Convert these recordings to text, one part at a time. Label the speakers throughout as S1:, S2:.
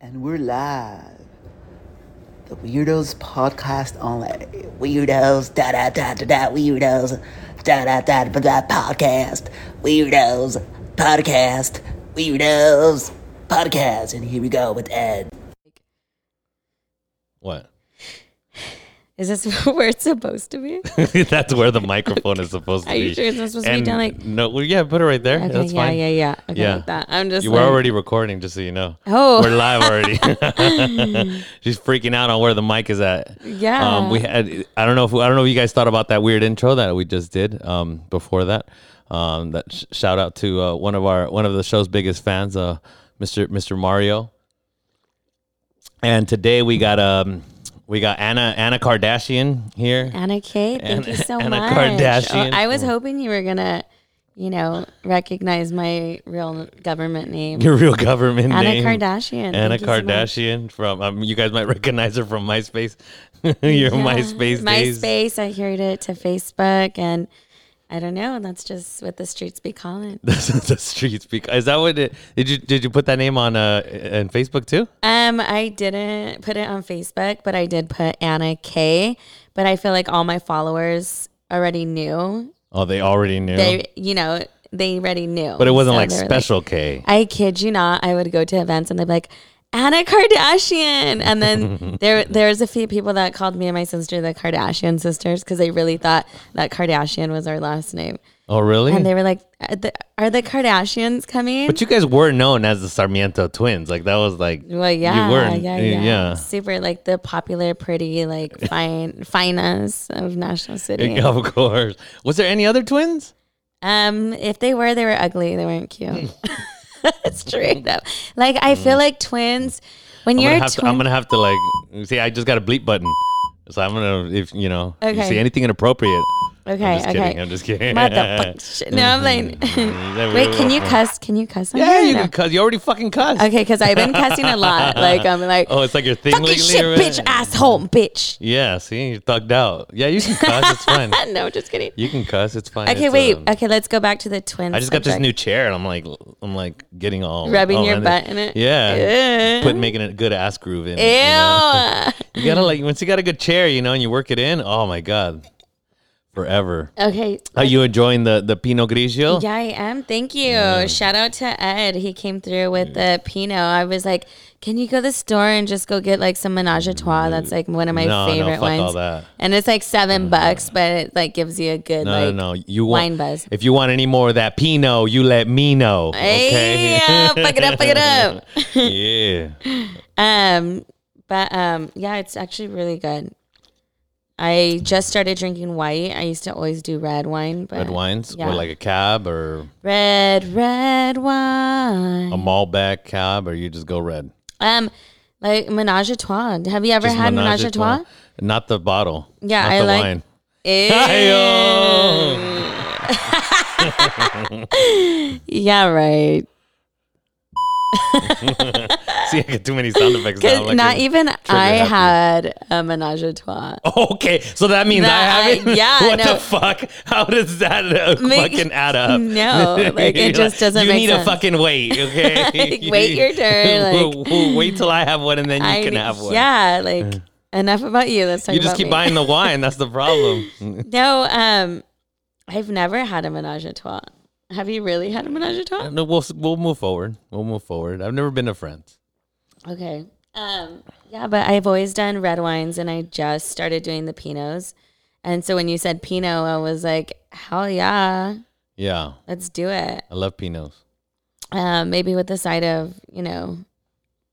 S1: And we're live. The Weirdos Podcast only. Weirdos, da da da da da, weirdos, da da da da da, podcast. Weirdos, podcast, weirdos, podcast. And here we go with Ed.
S2: What?
S3: Is this where it's supposed to be?
S2: That's where the microphone is supposed to
S3: Are
S2: be.
S3: you sure it's not supposed to be
S2: And
S3: down like?
S2: no, well, yeah, put it right there.
S3: Okay,
S2: That's
S3: yeah,
S2: fine.
S3: yeah, yeah. Okay,
S2: Yeah.
S3: like that. I'm just.
S2: You were
S3: like,
S2: already recording, just so you know.
S3: Oh.
S2: We're live already. She's freaking out on where the mic is at.
S3: Yeah.
S2: Um, we had. I don't know if I don't know if you guys thought about that weird intro that we just did. Um, before that, um, that sh- shout out to uh, one of our one of the show's biggest fans, uh, Mr. Mr. Mario. And today we got um, we got Anna Anna Kardashian here.
S3: Anna Kay, thank you
S2: Anna-
S3: so
S2: Anna
S3: much.
S2: Kardashian. Mm.
S3: Oh, I was hoping you were gonna, you know, recognize my real government name,
S2: Your real government
S3: Anna
S2: name.
S3: Kardashian.
S2: Anna
S3: Thank you so much.
S2: Kardashian from um, you guys might recognize her from MySpace. Your
S3: Yeah.
S2: MySpace days.
S3: MySpace. I heard it to Facebook, and I don't know. That's just what the streets be calling.
S2: This is the streets. Because is that what it, did you did you put that name on uh in Facebook too?
S3: Um, I didn't put it on Facebook, but I did put Anna K. But I feel like all my followers already knew.
S2: Oh, they already knew,
S3: They, you know, they already knew.
S2: but it wasn't
S3: So
S2: like
S3: they were
S2: Special K.
S3: I kid you not. I would go to events and they'd be like, Anna Kardashian, and then there there was a few people that called me and my sister the Kardashian sisters because they really thought that Kardashian was our last name,
S2: Oh, really?
S3: and they were like, "Are the, are the Kardashians coming?"
S2: but you guys were known as the Sarmiento twins. Like that was like
S3: Well, yeah,
S2: you weren't.
S3: yeah,
S2: uh,
S3: yeah,
S2: yeah.
S3: Super, like the popular, pretty, like fine, finest of National City.
S2: Of course. Was there any other twins?
S3: Um, if they were, they were ugly. They weren't cute.
S2: Hmm.
S3: Straight up, like I feel like twins. When
S2: I'm
S3: you're
S2: gonna
S3: a
S2: have to. I'm
S3: twin,
S2: gonna have to like see. I just got a bleep button, so I'm gonna if you know you
S3: Okay.
S2: see anything inappropriate.
S3: okay,
S2: I'm just
S3: okay.
S2: kidding. I'm just kidding.
S3: What the fuck? No, I'm like, wait, can you cuss? Can you cuss? on
S2: Yeah,
S3: here or
S2: you
S3: no?
S2: can cuss. You already fucking cussed.
S3: Okay, because I've been cussing a lot. Like I'm like,
S2: Oh, it's like your thing
S3: fucking
S2: lately.
S3: shit,
S2: or what?
S3: bitch, asshole, bitch.
S2: Yeah, see, you're thugged out. Yeah, you can cuss. It's fine.
S3: no, just kidding.
S2: You can cuss. It's fine.
S3: Okay,
S2: It's,
S3: wait.
S2: um,
S3: Okay, let's go back to the twins.
S2: I just got this
S3: subject.
S2: new chair, and I'm like, I'm like getting all
S3: Rubbing
S2: all
S3: your
S2: under-
S3: butt in it?
S2: Yeah,
S3: Ew.
S2: put making a good ass groove in. it,
S3: Ew.
S2: you know? You gotta like once you got a good chair, you know, and you work it in. Oh my god, forever.
S3: okay.
S2: Are you enjoying the the Pinot Grigio?
S3: Yeah, I am. Thank you. Shout out to Ed. He came through with the Pinot. I was like, can you go to the store and just go get like some Menage a Trois? That's like one of my
S2: No, no,
S3: favorite
S2: fuck
S3: ones.
S2: all that. Uh-huh.
S3: And it's like 7 bucks, but it like gives you a good
S2: No,
S3: like.
S2: no, no. You
S3: wine
S2: want,
S3: buzz.
S2: If you want any more of that Pinot, you let me know.
S3: Hey,
S2: Okay.
S3: yeah, fuck it up, fuck it up.
S2: yeah.
S3: Um, but um, yeah, it's actually really good. I just started drinking white. I used to always do red wine, but
S2: Red wines
S3: Yeah.
S2: or like a cab or
S3: red, red wine.
S2: a Malbec cab or you just go red.
S3: Um, like menage a trois. Have you ever
S2: Just
S3: had menage, a trois?
S2: Not the bottle.
S3: Yeah,
S2: not
S3: I
S2: the
S3: like-
S2: wine.
S3: Ew.
S2: Ayo.
S3: Yeah, right.
S2: See, I get too many sound effects. now,
S3: 'Cause
S2: I'm like
S3: not
S2: a
S3: even
S2: trigger
S3: I
S2: happy.
S3: had a menage a trois.
S2: Okay, so that means
S3: That
S2: I
S3: I-
S2: have it.
S3: yeah,
S2: What
S3: no.
S2: the fuck? How does that uh,
S3: Make-
S2: fucking add up?
S3: No, like, it
S2: You're
S3: just doesn't
S2: You
S3: make
S2: need
S3: sense.
S2: a fucking wait, okay?
S3: Like, wait your turn, like-
S2: We'll- we'll wait till I have one, and then you
S3: I
S2: can have one.
S3: Yeah, like enough about you. Let's talk
S2: You just
S3: about
S2: keep
S3: me.
S2: buying the wine. That's the problem.
S3: No, um, I've never had a menage a trois. Have you really had a menage a trois?
S2: no, we'll we'll move forward. We'll move forward. I've never been to France.
S3: Okay. Um, yeah, but I've always done red wines and I just started doing the pinots. And so when you said pinot, I was like, hell yeah,
S2: Yeah,
S3: let's do it.
S2: I love pinots
S3: Um, maybe with the side of, you know,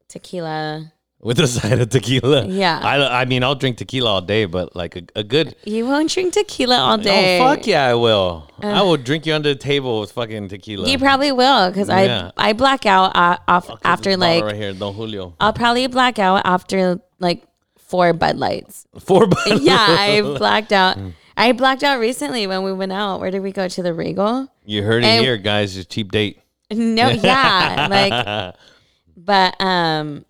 S3: tequila.
S2: with a side of tequila.
S3: Yeah.
S2: I I mean I'll drink tequila all day, but like a, a good.
S3: You won't drink tequila all day. Uh.
S2: Oh fuck yeah, I will. I will drink you under the table with fucking tequila.
S3: You probably will because
S2: Yeah.
S3: I I black out uh, off
S2: Look at
S3: after
S2: this bottle
S3: like
S2: right here, Don Julio.
S3: I'll probably black out after like four Bud Lights.
S2: Four bottles.
S3: Yeah, I blacked out.
S2: Hmm.
S3: I blacked out recently when we went out. Where did we go to the Regal?
S2: You heard it
S3: And-
S2: here, guys. It's a cheap date.
S3: No, yeah, like but um,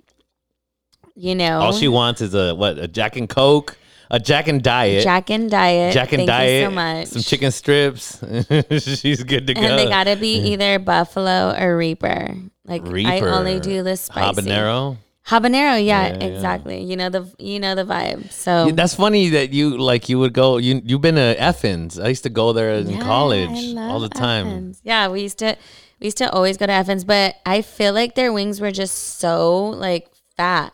S3: you know,
S2: All she wants is a what? A Jack and Coke, a Jack and Diet, Jack,
S3: Jack and Diet.
S2: and
S3: Thank
S2: Diet,
S3: you so much.
S2: some chicken strips. She's good to go.
S3: And they gotta be either buffalo or reaper. Like I
S2: Mm-hmm. Reaper,
S3: only do the spicy.
S2: habanero.
S3: Habanero,
S2: Yeah,
S3: yeah,
S2: yeah.
S3: exactly. You know the you know the vibe. So
S2: Yeah, That's funny that you like you would go. You you've been to Effins. I used to go there in
S3: Yeah, I
S2: college all the
S3: love
S2: time.
S3: Athens. Yeah, we used to we used to always go to Athens, but I feel like their wings were just so like fat.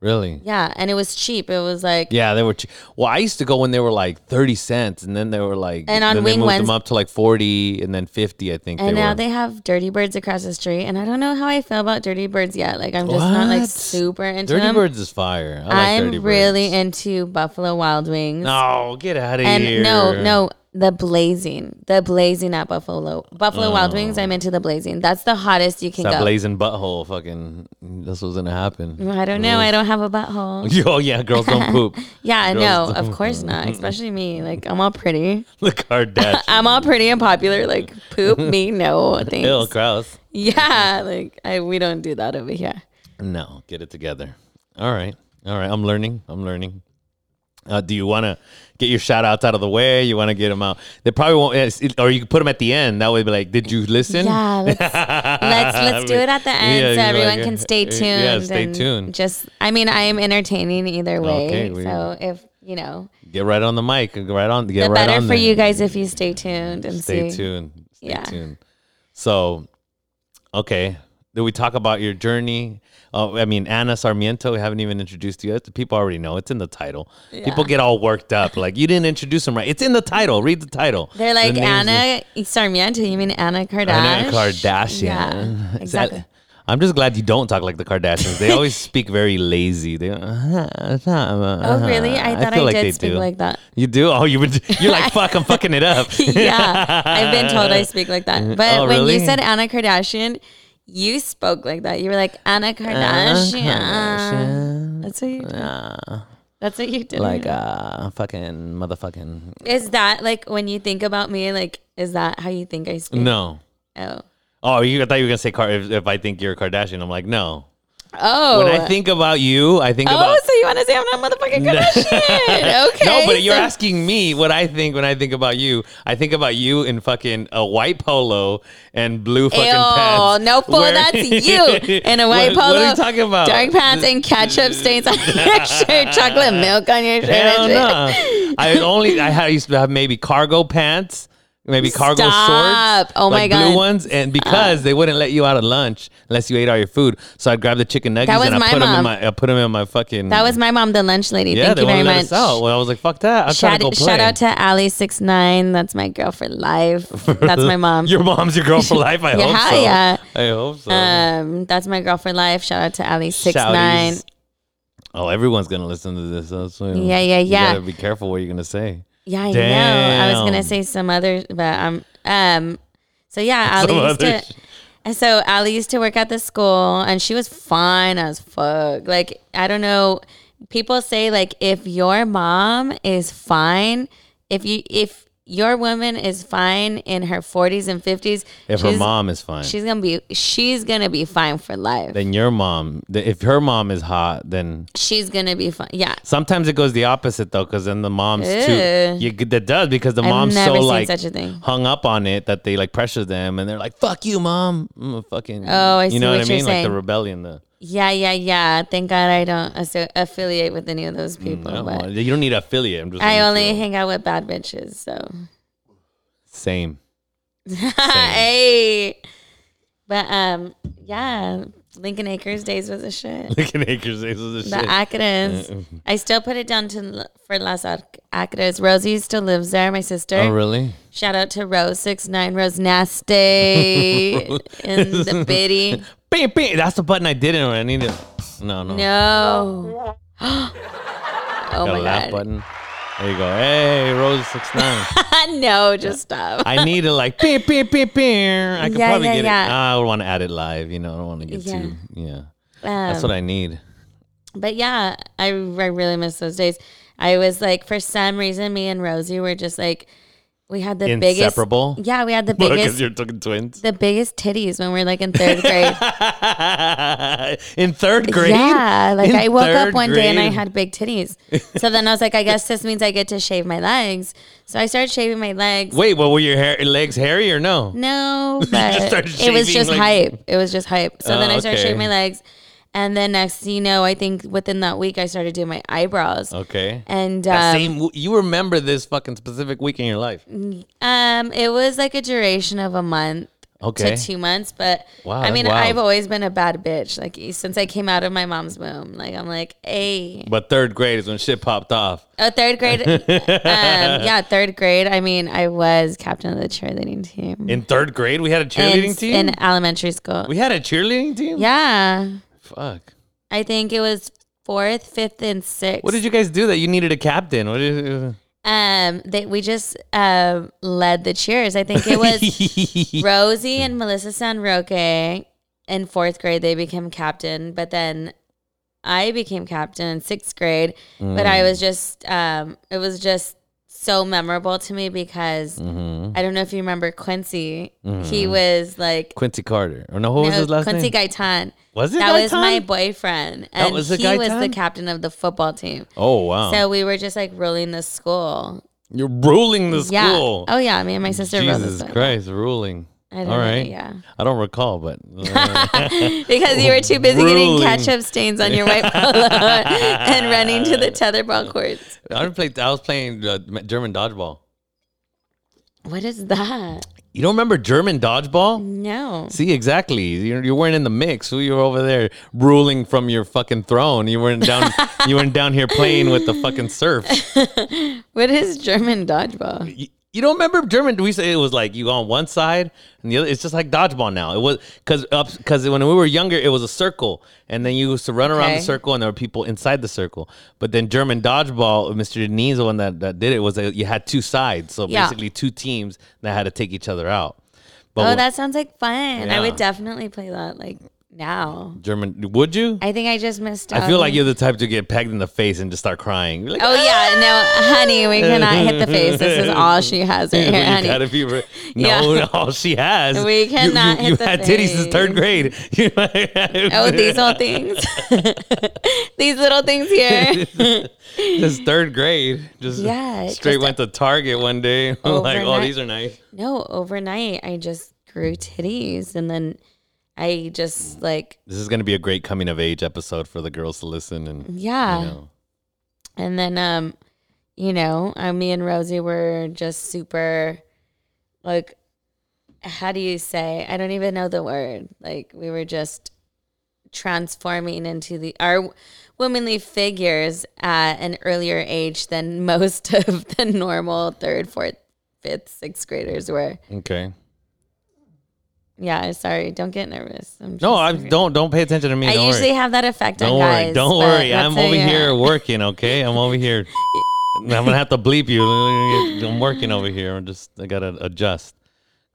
S2: Really?
S3: Yeah, and it was cheap. It was like
S2: Yeah, they were. Che- well, I used to go when they were like thirty cents, and then they were like,
S3: And on
S2: then they
S3: Wing
S2: moved them
S3: Wednes-
S2: up to like forty, and then fifty. I think.
S3: and
S2: they
S3: now
S2: were.
S3: they have Dirty Birds across the street, and I don't know how I feel about Dirty Birds yet. Like I'm just not like
S2: What?
S3: super into
S2: Dirty
S3: them.
S2: Birds is fire. I like
S3: I'm
S2: Dirty Birds.
S3: really into Buffalo Wild Wings.
S2: No, get out of
S3: and
S2: here.
S3: no, no, the blazing, the blazing at Buffalo Buffalo Wild Wings. I'm into the blazing. That's the hottest you can
S2: Oh. That
S3: go.
S2: blazing butthole, fucking. That's what's gonna happen.
S3: I don't know. I don't have a butthole.
S2: Oh yeah, girls don't poop.
S3: Yeah,
S2: Girls
S3: no,
S2: don't-
S3: of course not. Especially me. Like I'm all pretty.
S2: The Kardashians.
S3: I'm all pretty and popular. Like poop me, no thanks.
S2: Bill Kraus.
S3: Yeah, like I, we don't do that over here.
S2: No, get it together. All right. All right. I'm learning. I'm learning. Uh, do you want to get your shout outs out of the way? You want to get them out? They probably won't, yes, it- or you could put them at the end. That way, be like, did you listen?
S3: Yeah, let's let's let's do it at the end
S2: Yeah,
S3: so
S2: you're
S3: everyone
S2: like,
S3: can stay
S2: uh,
S3: tuned.
S2: yeah, stay
S3: and
S2: tuned.
S3: Just, I mean, I am entertaining either way.
S2: Okay, we-
S3: so if you know,
S2: Get right on the mic. Get right on. Get
S3: the
S2: right
S3: better
S2: on
S3: for
S2: there.
S3: you guys if you stay tuned and
S2: Stay
S3: see.
S2: tuned. Stay
S3: Yeah.
S2: tuned. So, okay. Did we talk about your journey? Oh, I mean, Anna Sarmiento, we haven't even introduced you. The People already know. It's in the title. People get all worked up. Like, you didn't introduce them right. It's in the title. Read the title.
S3: They're
S2: The
S3: like
S2: names of-
S3: Anna Sarmiento. You mean Anna Kardashian?
S2: Anna Kardashian.
S3: Yeah,
S2: Is that-
S3: exactly.
S2: I'm just glad you don't talk like the Kardashians. They always speak very lazy. They, uh-huh,
S3: Oh really? I thought I,
S2: feel they
S3: did speak
S2: do.
S3: like that.
S2: You do? Oh, you would. You're like fuck. I'm fucking it up.
S3: yeah, I've been told I speak like that. But
S2: Oh,
S3: when
S2: really?
S3: you said Anna Kardashian, you spoke like that. You were like Anna Kardashian. That's what you. Did. That's what you did.
S2: like uh fucking motherfucking
S3: is that like when you think about me? Like, is that how you think I speak?
S2: no
S3: Oh.
S2: oh you I thought you were gonna say car if, if i think you're a kardashian i'm like no
S3: Oh.
S2: when i think about you i think
S3: Oh,
S2: about
S3: so you want to say I'm not motherfucking Kardashian? Okay.
S2: no but you're
S3: so-
S2: asking me what i think when i think about you i think about you in fucking a white polo and blue fucking
S3: Ew,
S2: pants
S3: no fool,
S2: Where-
S3: that's you in a white
S2: What-
S3: polo.
S2: what are you talking about
S3: Dark pants and ketchup stains on your shirt, chocolate milk on your shirt.
S2: Hell
S3: and shit.
S2: no. I only I had, used to have maybe cargo pants, maybe cargo
S3: Stop.
S2: shorts.
S3: Oh my
S2: like
S3: God.
S2: blue ones. And because they wouldn't let you out of lunch unless you ate all your food, so I'd grab the chicken nuggets
S3: was
S2: and I
S3: my
S2: put them in
S3: mom.
S2: my I put them in my fucking.
S3: That was my mom, the lunch lady.
S2: yeah.
S3: Thank
S2: they
S3: you very
S2: wouldn't let
S3: much.
S2: us out. Well, I was like, fuck that. I'm trying
S3: Shout,
S2: to go play.
S3: shout out to Ali six nine. That's my girl for life. That's my mom.
S2: Your mom's your girl for life. I
S3: Yeah,
S2: hope so.
S3: yeah.
S2: I hope so.
S3: um, that's my girl for life. Shout out to Ali six
S2: Shouties.
S3: nine.
S2: Oh, everyone's gonna listen to this. That's why
S3: Yeah, yeah, yeah.
S2: You gotta be careful what you're gonna say.
S3: Yeah, I know. I was
S2: Damn.
S3: gonna say some other, but I'm um. So yeah,
S2: Some
S3: Ali used
S2: other
S3: to.
S2: sh-
S3: And so Ali used to work at the school, and she was fine as fuck. Like I don't know. People say like if your mom is fine, if you if your woman is fine in her 40s and 50s,
S2: If her
S3: she's-
S2: mom is fine,
S3: she's gonna be she's gonna be fine for life.
S2: then your mom. If her mom is hot, then
S3: she's gonna be fine. Yeah,
S2: Sometimes it goes the opposite though, because then the mom's
S3: Ew.
S2: too. You, that does because the mom's
S3: never
S2: so
S3: seen
S2: like
S3: such a thing.
S2: hung up on it that they like pressure them and they're like, "Fuck you, mom." I'm a fucking.
S3: Oh, I
S2: You
S3: see
S2: know what,
S3: what
S2: I
S3: you're
S2: mean? Like the
S3: saying. Oh,
S2: rebellion. The
S3: yeah, yeah, yeah. Thank God I don't asso- affiliate with any of those people.
S2: Mm, no,
S3: but
S2: you don't need an affiliate. I'm just.
S3: I
S2: saying,
S3: only
S2: too.
S3: hang out with bad bitches, so
S2: same.
S3: hey. But um, yeah, Lincoln Acres days was a shit.
S2: Lincoln Acres is the shit. Uh, mm-hmm.
S3: The Acras, I still put it down to l- for Las Ac- Acras. Rosie still lives there. My sister.
S2: oh really?
S3: Shout out to Rose Six Nine Rose Nasty in the bitty.
S2: Bing, bing. That's the button I didn't. I need it. No, no.
S3: No. oh
S2: Got a
S3: my
S2: laugh
S3: god.
S2: button. There you go. Hey, Rose six nine.
S3: no, just stop.
S2: I need to like beep beep beep beep. I could
S3: Yeah,
S2: probably
S3: yeah,
S2: get it.
S3: yeah.
S2: Ah, I would want to add it live. You know, I don't want to get
S3: Yeah.
S2: too. Yeah,
S3: Um,
S2: that's what I need.
S3: But yeah, I, I really miss those days. I was like, for some reason, me and Rosie were just like, we had the
S2: Inseparable?
S3: biggest. Yeah, we had the
S2: Because
S3: biggest,
S2: you're talking twins.
S3: the biggest titties when we were like in third grade.
S2: In third grade.
S3: Yeah, like
S2: In
S3: I woke up
S2: third
S3: one day and I
S2: grade?
S3: had big titties. So then I was like, I guess this means I get to shave my legs. So I started shaving my legs.
S2: Wait, well, were your hair, legs hairy or no?
S3: No,
S2: just
S3: but
S2: started
S3: it was
S2: shaving,
S3: just
S2: like-
S3: hype. It was just hype. So then
S2: Oh,
S3: I started
S2: okay.
S3: shaving my legs, And then next thing you know, I think within that week, I started doing my eyebrows.
S2: Okay.
S3: And
S2: That
S3: um,
S2: same w- you remember this fucking specific week in your life.
S3: um, it was like a duration of a month.
S2: Okay.
S3: To two months, but
S2: Wow,
S3: I
S2: that's
S3: mean,
S2: wild.
S3: I've always been a bad bitch. Like e- since I came out of my mom's womb, like I'm like, hey,
S2: But third grade is when shit popped off.
S3: Oh, third grade. um, yeah, third grade. I mean, I was captain of the cheerleading team.
S2: In third grade, we had a cheerleading
S3: in,
S2: team.
S3: in elementary school.
S2: we had a cheerleading team.
S3: uh, yeah,
S2: Fuck.
S3: I think it was fourth, fifth, and sixth.
S2: What did you guys do that you needed a captain? What did
S3: Um, they, we just um led the cheers. I think it was Rosie
S2: Hmm.
S3: and Melissa San Roque in fourth grade. They became captain, but then I became captain in sixth grade. But I
S2: Mm.
S3: was just um, it was just so memorable to me because
S2: Mm. Mm-hmm.
S3: I don't know if you remember Quincy. He was like
S2: Quincy Carter. Or no, Mm-hmm. what was
S3: no,
S2: his last
S3: Quincy
S2: name?
S3: Gaitan.
S2: Was it
S3: that was
S2: Gaitan?
S3: my boyfriend, and
S2: was a
S3: he was the
S2: Gaitan?
S3: captain of the football team.
S2: oh wow.
S3: So we were just like ruling the school.
S2: You're ruling the
S3: Yeah.
S2: school.
S3: Oh yeah, me and my sister ruled the
S2: Jesus
S3: school.
S2: Christ, ruling.
S3: I don't
S2: All
S3: know,
S2: right.
S3: yeah.
S2: I don't recall, but uh,
S3: because you were too busy
S2: Ruling.
S3: getting ketchup stains on your white polo and running to the tetherball courts.
S2: I played. I was playing uh, German dodgeball.
S3: What is that?
S2: You don't remember German dodgeball?
S3: No.
S2: See, exactly. You you weren't in the mix. You were over there ruling from your fucking throne. You weren't down. you weren't down here playing with the fucking surf.
S3: What is German dodgeball?
S2: You, you don't remember German? We say it was like you on one side and the other. It's just like dodgeball now. It was because up because when we were younger, it was a circle, and then you used to run around the
S3: Okay.
S2: circle, and there were people inside the circle. But then German dodgeball, Mr. Denise, the one that, that did it, was that you had two sides, so
S3: Yeah.
S2: basically two teams that had to take each other out. But
S3: Oh,
S2: when-
S3: that sounds like fun. I
S2: Yeah.
S3: would definitely play that like now.
S2: German, would you?
S3: I think I just missed out.
S2: I feel like you're the type to get pegged in the face and just start crying. You're like,
S3: Um, Oh yeah, no, honey, we cannot hit the face. This is all she has right here,
S2: you
S3: honey.
S2: gotta be re- no,
S3: Yeah.
S2: all she has.
S3: We
S2: You- you-
S3: cannot
S2: You,
S3: hit the
S2: had titties since third grade.
S3: face.
S2: You know,
S3: Oh, these little things. these little things here.
S2: Since third grade, just
S3: Yeah, it
S2: straight
S3: just-
S2: went to Target one day. like, oh,
S3: Overnight.
S2: these are nice.
S3: No, overnight I just grew titties and then I just like
S2: This is gonna be a great coming of age episode for the girls to listen and
S3: yeah.
S2: you know.
S3: And then um, you know, uh, me and Rosie were just super like how do you say? I don't even know the word. Like we were just transforming into the our womanly figures at an earlier age than most of the normal third, fourth, fifth, sixth graders were.
S2: Okay.
S3: Yeah, sorry. Don't get nervous. I'm
S2: No,
S3: just-
S2: I don't don't pay attention to me.
S3: I
S2: don't
S3: usually
S2: worry.
S3: have that effect
S2: Don't
S3: on
S2: worry.
S3: guys.
S2: don't
S3: but
S2: worry.
S3: that's
S2: I'm
S3: it,
S2: over
S3: yeah. Oh,
S2: here working, okay? I'm over here. I'm gonna have to bleep you. I'm working over here. I'm just I gotta adjust.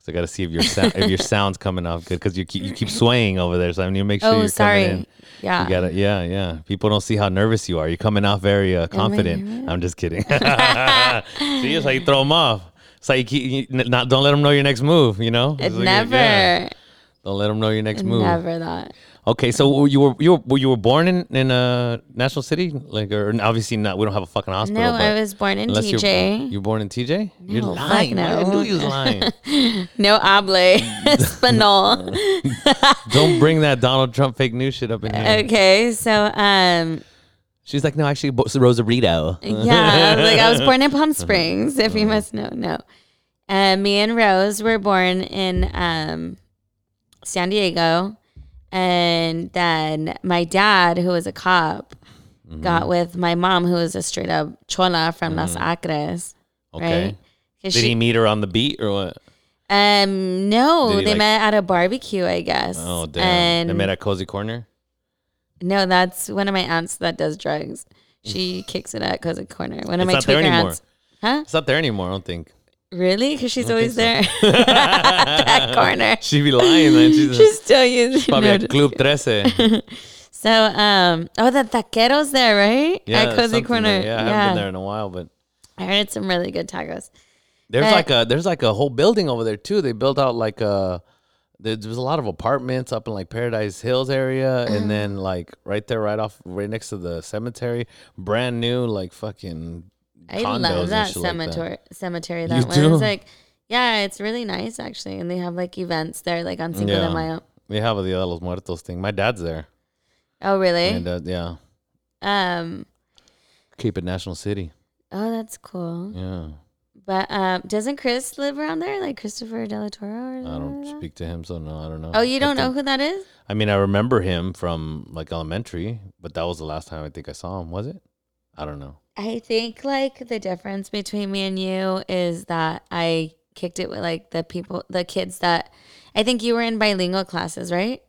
S2: So I gotta see if your sound if your sound's coming off good because you keep you keep swaying over there. So I need to make sure
S3: Oh,
S2: you're
S3: sorry.
S2: coming in.
S3: Yeah.
S2: You gotta yeah, yeah. People don't see how nervous you are. You're coming off very uh, confident. I'm just kidding. see, it's how you throw them off. It's like you, keep, you n- not don't let them know your next move. You know, It's like,
S3: never,
S2: yeah. Don't let them know your next move.
S3: never that.
S2: Okay, so were you were you were, were you were born in in uh, National City, like or obviously not. We don't have a fucking hospital.
S3: No,
S2: but
S3: I was born in
S2: unless
S3: TJ.
S2: You're, you're born in TJ. you're
S3: No, fuck
S2: lying. I
S3: no.
S2: knew you was lying.
S3: No oblate spinal.
S2: don't bring that Donald Trump fake news shit up in here.
S3: okay, so um,
S2: She's like, no, actually, Bo- so Rosarito.
S3: yeah, I was like I was born in Palm Springs, if
S2: Uh-huh.
S3: you must know. No, uh, me and Rose were born in um, San Diego, and then my dad, who was a cop,
S2: Mm-hmm.
S3: got with my mom, who was a straight up chola from Las Acres,
S2: Okay.
S3: right?
S2: Mm-hmm.
S3: 'Cause
S2: Did
S3: she-
S2: he meet her on the beat or what?
S3: Um, no,
S2: Did
S3: they
S2: he, like-
S3: met at a barbecue, I guess.
S2: Oh damn!
S3: And
S2: they met at Cozy Corner.
S3: no, that's one of my aunts that does drugs. She kicks it at Cozy Corner. One
S2: It's
S3: of my
S2: not there
S3: tweaker
S2: anymore.
S3: aunts. Huh?
S2: It's not there anymore. I don't think.
S3: Really? Because she's always there
S2: think
S3: at that corner.
S2: She'd be lying, man. She's,
S3: She's still using.
S2: probably
S3: no,
S2: at
S3: just-
S2: Club Trece.
S3: so, um, oh, the taqueros there, right? at Cozy
S2: something
S3: Corner.
S2: there. Yeah, I haven't been there in a while, but
S3: I heard it's some really good tacos.
S2: There's
S3: But-
S2: like a there's like a whole building over there too. They built out like a there there was a lot of apartments up in like Paradise Hills area,
S3: Mm-hmm.
S2: and then like right there, right off, right next to the cemetery, brand new like fucking.
S3: I
S2: condos and
S3: love that
S2: shit like that.
S3: cemetery. Cemetery.
S2: You
S3: That one
S2: do?
S3: It's like, yeah, it's really nice actually, and they have like events there, like on Cinco
S2: Yeah.
S3: de Mayo.
S2: We have the Los Muertos thing. My dad's there.
S3: Oh, really?
S2: and uh, yeah,
S3: um.
S2: keep it National City.
S3: Oh, that's cool.
S2: Yeah,
S3: But um, doesn't Chris live around there? Like Christopher Del Toro? Or
S2: I don't
S3: something like that?
S2: speak to him, so no, I don't know.
S3: Mm. Oh, you
S2: I
S3: don't know
S2: think-
S3: who that is?
S2: I mean, I remember him from like elementary, but that was the last time I think I saw him. Was it? I don't know.
S3: I think like the difference between me and you is that I kicked it with like the people, the kids that I think you were in bilingual classes, right?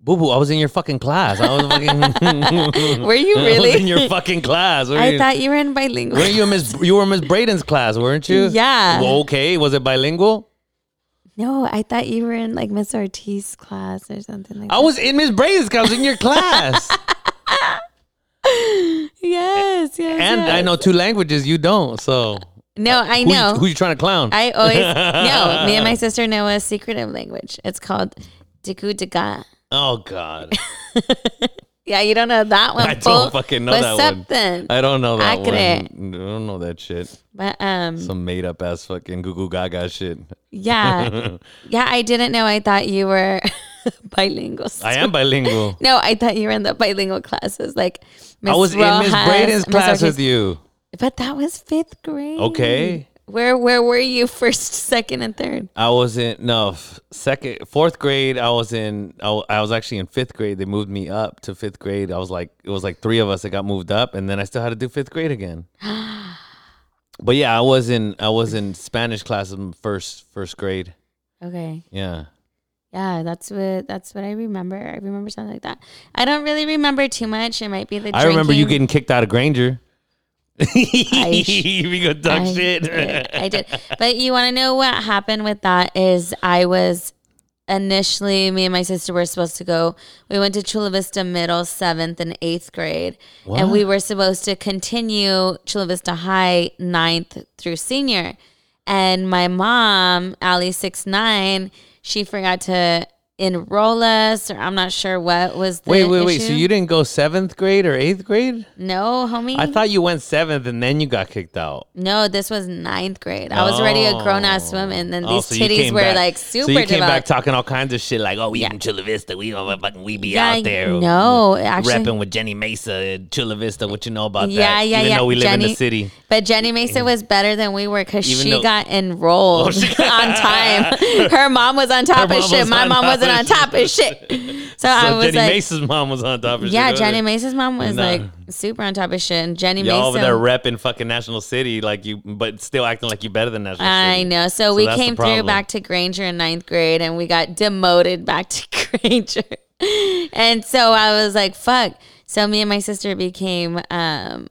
S2: Boo boo, I was in your fucking class. I was fucking.
S3: Were you
S2: Mm. I was in
S3: really?
S2: your fucking class. What are
S3: I
S2: you-
S3: thought you were in bilingual.
S2: Weren't you Miss? You were Miss Braden's class, weren't you?
S3: Yeah.
S2: Well, okay. Was it bilingual?
S3: No, I thought you were in like Miss Ortiz class or something like
S2: I
S3: that.
S2: was in Miss Braden's class. I was in your class,
S3: Yes, yes.
S2: and I
S3: yes.
S2: know two languages. You don't. So
S3: No, I
S2: who, you-
S3: know.
S2: who you trying to clown?
S3: I always no. Me and my sister know a secretive language. It's called Diku Diga.
S2: oh God,
S3: Yeah, you don't know that one.
S2: I don't
S3: fool.
S2: fucking know
S3: What's
S2: that
S3: up
S2: one.
S3: then?
S2: I don't know that
S3: Accurate.
S2: one. I don't know that shit.
S3: But um,
S2: Some made up ass fucking goo goo gaga shit.
S3: yeah, yeah. I didn't know. I thought you were bilingual.
S2: I am bilingual.
S3: No, I thought you were in the bilingual classes. Like Ms.
S2: I was in Miss
S3: Rojas,
S2: Braden's
S3: Ms.
S2: class with
S3: Ortiz.
S2: you.
S3: but that was fifth grade.
S2: Okay.
S3: Where where were you first, second, and third?
S2: I was in no f- second, fourth grade. I was in. I, w- I was actually in fifth grade. They moved me up to fifth grade. I was like, it was like three of us that got moved up, and then I still had to do fifth grade again. but yeah, I was in. I was in Spanish class in first first grade.
S3: Okay.
S2: Yeah,
S3: Yeah, that's what that's what I remember. I remember something like that. I don't really remember too much. It might be the.
S2: I remember you getting
S3: drinking.
S2: kicked out of Granger.
S3: sh-
S2: we go talk
S3: I
S2: shit.
S3: did, I did. But you want to know what happened with that? Is I was initially me and my sister were supposed to go. We went to Chula Vista Middle, seventh and eighth grade, and we were supposed to continue Chula Vista High, ninth through senior. And my mom, Ali six nine, she forgot to enroll us, or I'm not sure what was. The
S2: Wait, wait, wait. So
S3: issue.
S2: you didn't go seventh grade or eighth grade?
S3: no, homie.
S2: I thought you went seventh and then you got kicked out.
S3: No, this was ninth grade. I was already a grown ass woman, and these
S2: Oh, so you
S3: titties
S2: came
S3: were
S2: back-
S3: like
S2: so
S3: super
S2: you came back
S3: developed.
S2: talking all kinds of shit like, oh, we in Chula Vista, we gonna fucking we be out there,
S3: no, actually,
S2: repping with Jenny Mesa in Chula Vista. What you know about
S3: Yeah,
S2: that?
S3: yeah,
S2: Even
S3: yeah.
S2: though we live in the
S3: Jenny-
S2: city,
S3: but Jenny Mesa was better than we were because
S2: Even
S3: she
S2: though- Oh,
S3: got enrolled on time. Her mom was on top
S2: mom
S3: of shit.
S2: was
S3: My
S2: on
S3: mom
S2: top of
S3: wasn't on top of shit. So, I
S2: so
S3: was
S2: Jenny
S3: like,
S2: Mesa's mom was on top of
S3: yeah,
S2: shit.
S3: Jenny Mesa's mom was
S2: Nah.
S3: like super on top of shit, and Jenny
S2: Y'all over
S3: Mesa.
S2: there repping fucking National City, like you, but still acting like you better than National City.
S3: I know. So, we
S2: that's the
S3: came through
S2: problem.
S3: back to Granger in ninth grade and we got demoted back to Granger. and so I was like, fuck. So me and my sister became, um,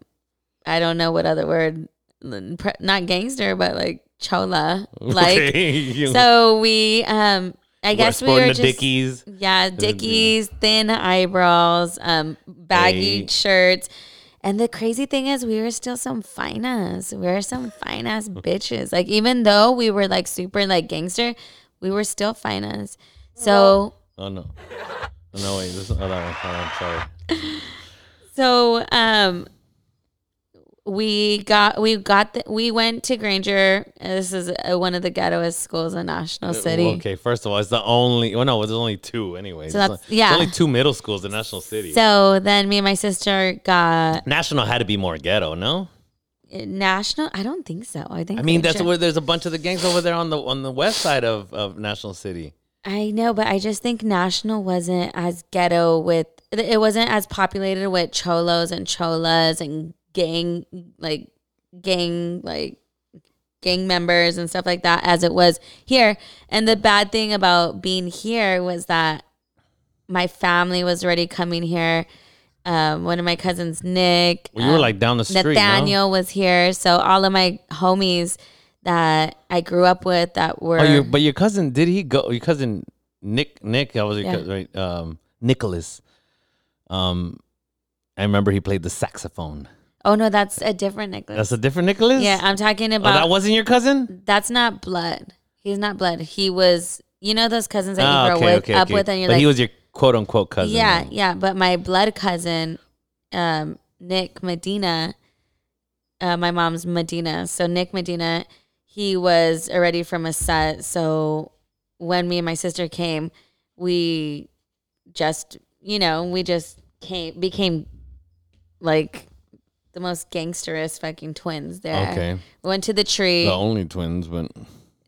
S3: I don't know what other word, l- pre- not gangster, but like chola. Like,
S2: Okay, you
S3: so we, um, I
S2: were
S3: guess we
S2: sporting
S3: were
S2: the
S3: just.
S2: Dickies.
S3: Yeah, Dickies, thin eyebrows, um, baggy
S2: Hey.
S3: shirts. And the crazy thing is, we were still some fine ass. We were some fine ass bitches. Like, even though we were like super like gangster, we were still fine ass. So,
S2: Oh no, oh, no wait, this, oh, that one. Hold on, sorry.
S3: so, um, we got, we got, the, we went to Granger. This is uh, one of the ghettoest schools in National City.
S2: Uh, Okay, first of all, it's the only. Well, no, there's only two anyway.
S3: So
S2: It's
S3: that's-
S2: not-
S3: yeah.
S2: It's only two middle schools in National City.
S3: So then me and my sister got eh,
S2: National had to be more ghetto, no?
S3: national. I don't think so. I think
S2: I mean,
S3: they
S2: that's
S3: ju-
S2: where there's a bunch of the gangs over there on the on the west side of, of National City.
S3: I know, but I just think National wasn't as ghetto with it wasn't as populated with cholos and cholas and gang like gang like gang members and stuff like that as it was here. And the bad thing about being here was that my family was already coming here. Um, one of my cousins, Nick,
S2: Well, you were
S3: um,
S2: like down the street. no?
S3: Nathaniel was here, so all of my homies that I grew up with that were
S2: Oh, your, but your cousin did he go? Your cousin Nick Nick, that was your
S3: Yeah.
S2: cousin, right? Um, Nicholas. Um, I remember he played the saxophone.
S3: Oh no, that's a different Nicholas.
S2: That's a different Nicholas.
S3: yeah, I'm talking
S2: Oh,
S3: about
S2: that wasn't your cousin.
S3: that's not blood. He's not blood. He was you know those cousins that
S2: Ah,
S3: you grow
S2: okay,
S3: with,
S2: okay,
S3: up
S2: okay.
S3: with and you're
S2: but
S3: like
S2: he was your quote unquote cousin.
S3: Yeah,
S2: then.
S3: yeah. But my blood cousin, um, Nick Medina, uh, my mom's Medina. So Nick Medina, he was already from a set. So when me and my sister came, we just, you know, we just came became like the most gangsterous fucking twins there.
S2: Okay.
S3: We went to the tree.
S2: The only twins, but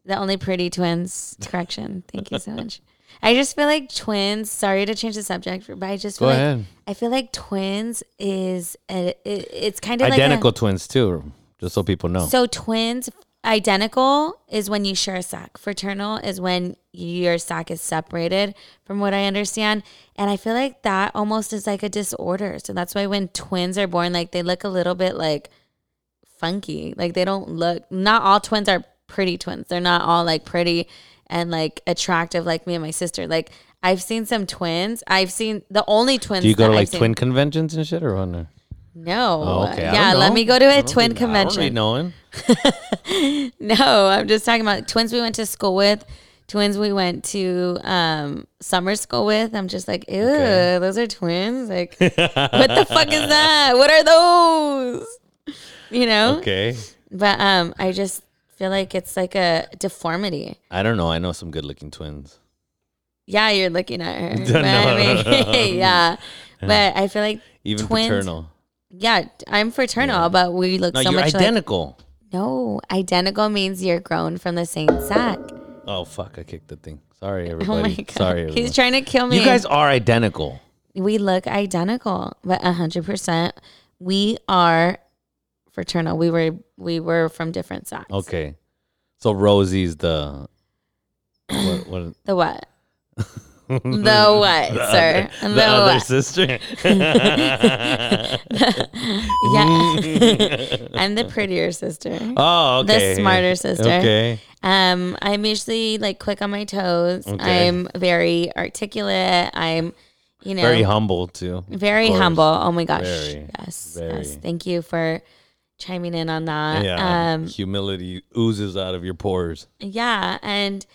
S3: The only pretty twins. Correction. Thank you so much. I just feel like twins. Sorry to change the subject, but I just
S2: Go
S3: feel like,
S2: ahead.
S3: I feel like twins is a, it, it's kind of
S2: identical
S3: Like
S2: twins too. Just so people know.
S3: a, so twins identical is when you share a sack. Fraternal is when your sack is separated. From what I understand, and I feel like that almost is like a disorder. So that's why when twins are born, like they look a little bit like funky. Like they don't look. Not all twins are pretty twins. They're not all like pretty and like attractive like me and my sister. Like I've seen some twins. I've seen the only twins.
S2: Do you go
S3: that
S2: to
S3: I've
S2: like
S3: seen-
S2: twin conventions and shit or what? no?
S3: No.
S2: Oh, okay. I
S3: Yeah,
S2: don't
S3: let
S2: know.
S3: me go to
S2: I
S3: a
S2: don't
S3: twin
S2: really-
S3: convention.
S2: I don't really know him.
S3: No, I'm just talking about twins we went to school with, twins we went to um, summer school with. I'm just like, ew,
S2: Okay.
S3: those are twins. Like, what the fuck is that? What are those? You know?
S2: Okay.
S3: But um, I just feel like it's like a deformity.
S2: I don't know. I know some good looking twins.
S3: Yeah, you're looking at her.
S2: No,
S3: but I
S2: no, no.
S3: mean, yeah. But I feel like
S2: Even
S3: Twins.
S2: paternal.
S3: yeah, I'm fraternal, but we look
S2: No,
S3: so
S2: you're
S3: much like
S2: identical.
S3: no identical means you're grown from the same sack.
S2: oh fuck, I kicked the thing. Sorry
S3: Oh my
S2: everybody.
S3: god.
S2: Sorry.
S3: He's
S2: everyone.
S3: trying to kill me.
S2: you guys are identical.
S3: we look identical, but hundred percent we are fraternal. We were we were from different sacks.
S2: Okay. So Rosie's the what, what
S3: The what? the what, sir?
S2: the other
S3: what?
S2: sister.
S3: yeah. I'm the prettier sister.
S2: oh,
S3: The
S2: okay.
S3: smarter sister.
S2: Okay.
S3: Um, I'm usually like quick on my toes.
S2: Okay.
S3: I'm very articulate. I'm, you know,
S2: Very humble too.
S3: very
S2: Of course.
S3: humble. Oh my gosh.
S2: Very,
S3: yes.
S2: very.
S3: Yes. Thank you for chiming in on that.
S2: Yeah.
S3: Um,
S2: Humility oozes out of your pores.
S3: yeah. And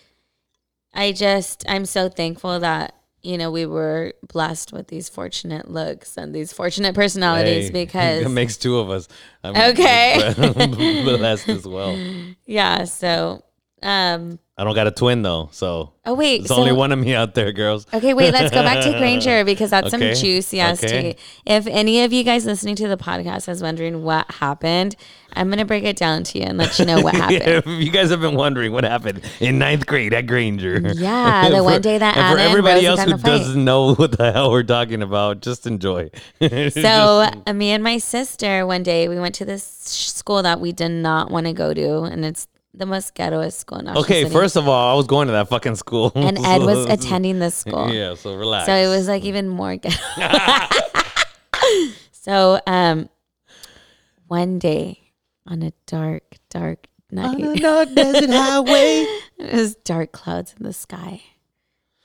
S3: I just, I'm so thankful that, you know, we were blessed with these fortunate looks and these fortunate personalities
S2: Hey,
S3: because
S2: it makes two of us. I'm
S3: Okay.
S2: blessed as well.
S3: Yeah. So, um,
S2: I don't got a twin though, so
S3: oh wait,
S2: there's
S3: so,
S2: only one of me out there, girls.
S3: Okay, wait. Let's go back to Granger because that's
S2: Okay,
S3: some juicy ass
S2: okay.
S3: tea. If any of you guys listening to the podcast is wondering what happened, I'm gonna break it down to you and let you know what happened.
S2: if you guys have been wondering what happened in ninth grade at Granger.
S3: Yeah,
S2: And
S3: the
S2: for-
S3: one day
S2: and
S3: that
S2: for
S3: Anna and
S2: everybody
S3: Rosie
S2: else
S3: got
S2: who
S3: in a fight.
S2: doesn't know what the hell we're talking about, just enjoy.
S3: So, uh, me and my sister one day we went to this sh- school that we did not want to go to, and it's the most ghettoest school in Ocean
S2: okay,
S3: City.
S2: first of all, I was going to that fucking school,
S3: and Ed was
S2: so-
S3: attending this school.
S2: Yeah, so relax.
S3: So it was like even more ghetto. so um, one day on a dark, dark night,
S2: desert highway.
S3: it was dark clouds in the sky,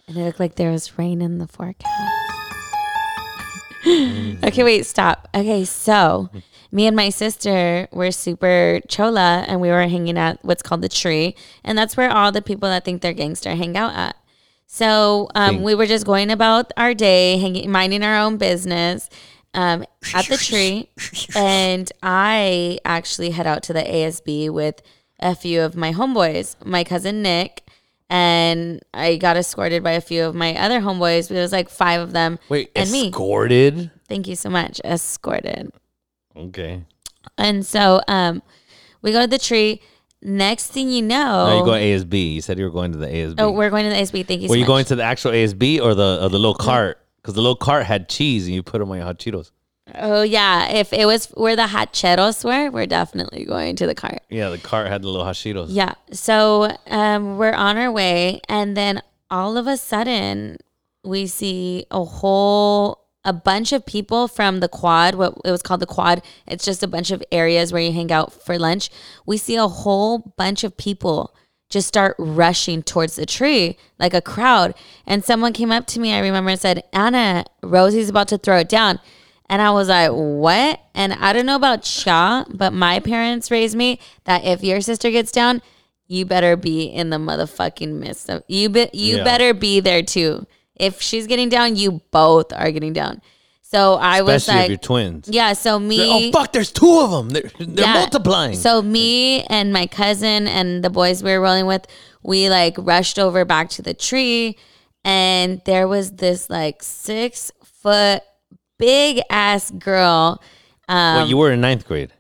S3: and it looked like there was rain in the forecast. okay, wait, stop. Okay, so me and my sister were super chola, and we were hanging at what's called the tree, and that's where all the people that think they're gangster hang out at. So um,
S2: Think.
S3: we were just going about our day, hanging, minding our own business um, at the tree. and I actually head out to the ASB with a few of my homeboys, my cousin Nick, and I got escorted by a few of my other homeboys. There was like five of them.
S2: Wait,
S3: and me.
S2: escorted?
S3: Thank you so much. Escorted.
S2: Okay.
S3: And so um, we go to the tree. Next thing you know,
S2: Now you go to ASB. You said you were going to the ASB.
S3: oh, we're going to the ASB. Thank you.
S2: were
S3: so
S2: you
S3: much.
S2: going to the actual ASB or the or the little cart? Because the little cart had cheese, and you put them on your hot Cheetos.
S3: Oh yeah, if it was where the hacheros were, we're definitely going to the cart.
S2: Yeah, the cart had the little hot Cheetos.
S3: Yeah. So um, we're on our way, and then all of a sudden, we see a whole a bunch of people from the quad. What it was called the quad. It's just a bunch of areas where you hang out for lunch. We see a whole bunch of people just start rushing towards the tree like a crowd. And someone came up to me. I remember and said, "Anna, Rosie's about to throw it down." And I was like, what? And I don't know about y'all, but my parents raised me that if your sister gets down, you better be in the motherfucking midst of you. Be, you
S2: Yeah.
S3: better be there too. If she's getting down, you both are getting down. So I was
S2: especially if
S3: like,
S2: you're twins.
S3: yeah. So
S2: Oh
S3: me,
S2: fuck! There's two of them. They're, they're
S3: yeah.
S2: multiplying.
S3: So me and my cousin and the boys we were rolling with, we like rushed over back to the tree, and there was this like six foot big ass girl.
S2: Well,
S3: Um,
S2: you were in ninth grade,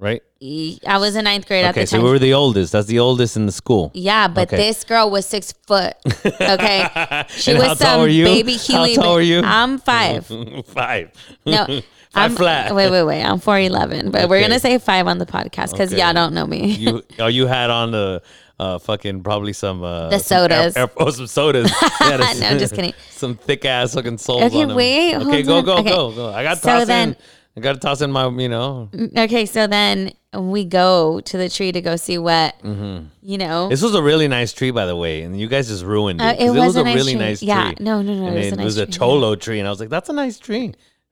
S2: right?
S3: E, I was in ninth grade at
S2: Okay,
S3: the time.
S2: so we were the oldest. That's the oldest in the school.
S3: yeah, but
S2: Okay.
S3: this girl was six foot. Okay, she
S2: And
S3: was
S2: how
S3: some
S2: tall were you?
S3: baby
S2: How
S3: Huey.
S2: tall were you?
S3: I'm five.
S2: five.
S3: No,
S2: 5
S3: I'm
S2: flat.
S3: Wait, wait, wait. I'm four eleven, but we're
S2: Okay.
S3: gonna say five on the podcast because
S2: Okay.
S3: y'all don't know me.
S2: you oh you had on the uh fucking probably some uh
S3: The
S2: some
S3: sodas.
S2: air- air- oh some sodas yeah, the-
S3: No, just kidding.
S2: some thick ass fucking soles
S3: Okay,
S2: on them.
S3: wait,
S2: okay
S3: hold
S2: go
S3: on.
S2: go
S3: Okay.
S2: go go I got to
S3: So
S2: toss in
S3: then- Mm.
S2: I got to toss in my you know
S3: okay, so then we go to the tree to go see what
S2: Mm-hmm.
S3: you know.
S2: this was a really nice tree by the way and you guys just ruined it
S3: Uh,
S2: 'cause
S3: it was
S2: was
S3: a
S2: a
S3: nice
S2: really
S3: tree.
S2: nice
S3: Yeah,
S2: tree
S3: no, no, no,
S2: and
S3: it was a nice
S2: was a
S3: tree.
S2: cholo tree and I was like that's a nice tree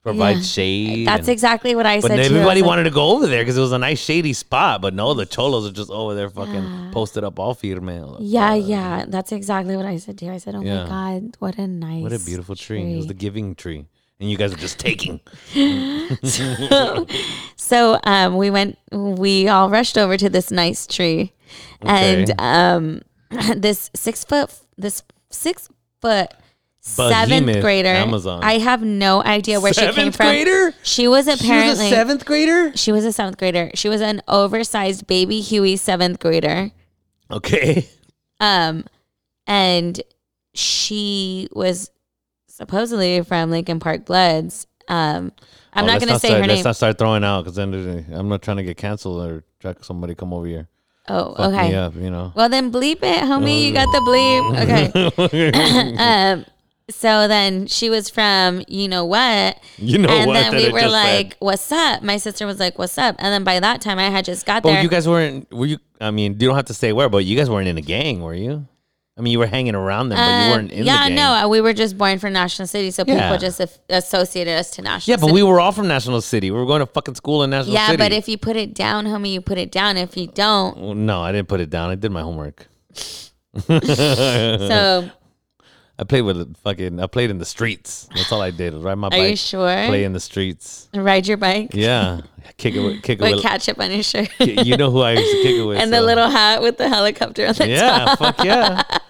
S2: provides shade
S3: That's
S2: and-
S3: exactly what I
S2: but
S3: said. too. I was
S2: everybody
S3: like,
S2: wanted to go over there because it was a nice shady spot. But no, the cholos are just over there fucking posted up all firme.
S3: Yeah, yeah, that's exactly what I said too. I said, "Oh
S2: Uh, yeah.
S3: my god, what a nice,
S2: What a beautiful tree. It was the giving tree. And you guys were just taking.
S3: So um, we went, we all rushed over to this nice tree,
S2: Okay.
S3: and um, this six foot, this six foot seventh
S2: Behemoth
S3: grader.
S2: Amazon.
S3: I have no idea where she came
S2: Seventh
S3: from.
S2: grader?
S3: She was apparently
S2: seventh grader?
S3: She was a seventh grader. She was an oversized baby Huey seventh grader.
S2: Okay.
S3: Um, and she was supposedly from Lincoln Park Bloods. Um, I'm
S2: Oh,
S3: not
S2: let's
S3: going to say
S2: start,
S3: her
S2: Let's
S3: name.
S2: not start throwing out because then there's- I'm not trying to get canceled or try somebody come over here.
S3: Oh,
S2: Fuck
S3: okay.
S2: me up, you know.
S3: Well, then bleep it, homie. You got the
S2: Oh,
S3: bleep. Okay. um, so then she was from, you know what?
S2: you know
S3: and
S2: what?
S3: then
S2: that
S3: we
S2: it
S3: were
S2: just said.
S3: like, what's up? My sister was like, what's up? And then by that time, I had just got
S2: Oh,
S3: there.
S2: you guys weren't, were you, I mean, you don't have to say where, but you guys weren't in a gang, were you? I mean, you were hanging around them, but you
S3: Um,
S2: weren't in
S3: yeah,
S2: the gang.
S3: no, we were just born from National City, so
S2: Yeah.
S3: people just af- associated us to National
S2: Yeah, but
S3: City.
S2: we were all from National City. We were going to fucking school in National
S3: yeah,
S2: City.
S3: but if you put it down, homie, you put it down. If you don't,
S2: Well, no, I didn't put it down. I did my homework.
S3: so
S2: I played with the fucking. I played in the streets. That's all I did. Ride my
S3: are
S2: bike.
S3: you sure?
S2: Play in the streets.
S3: Ride your bike
S2: Yeah, kick it. With, kick it.
S3: with
S2: With,
S3: ketchup on your shirt
S2: you know who I used to kick it with.
S3: and the
S2: so-
S3: little hat with the helicopter on the top.
S2: Yeah, fuck yeah, fuck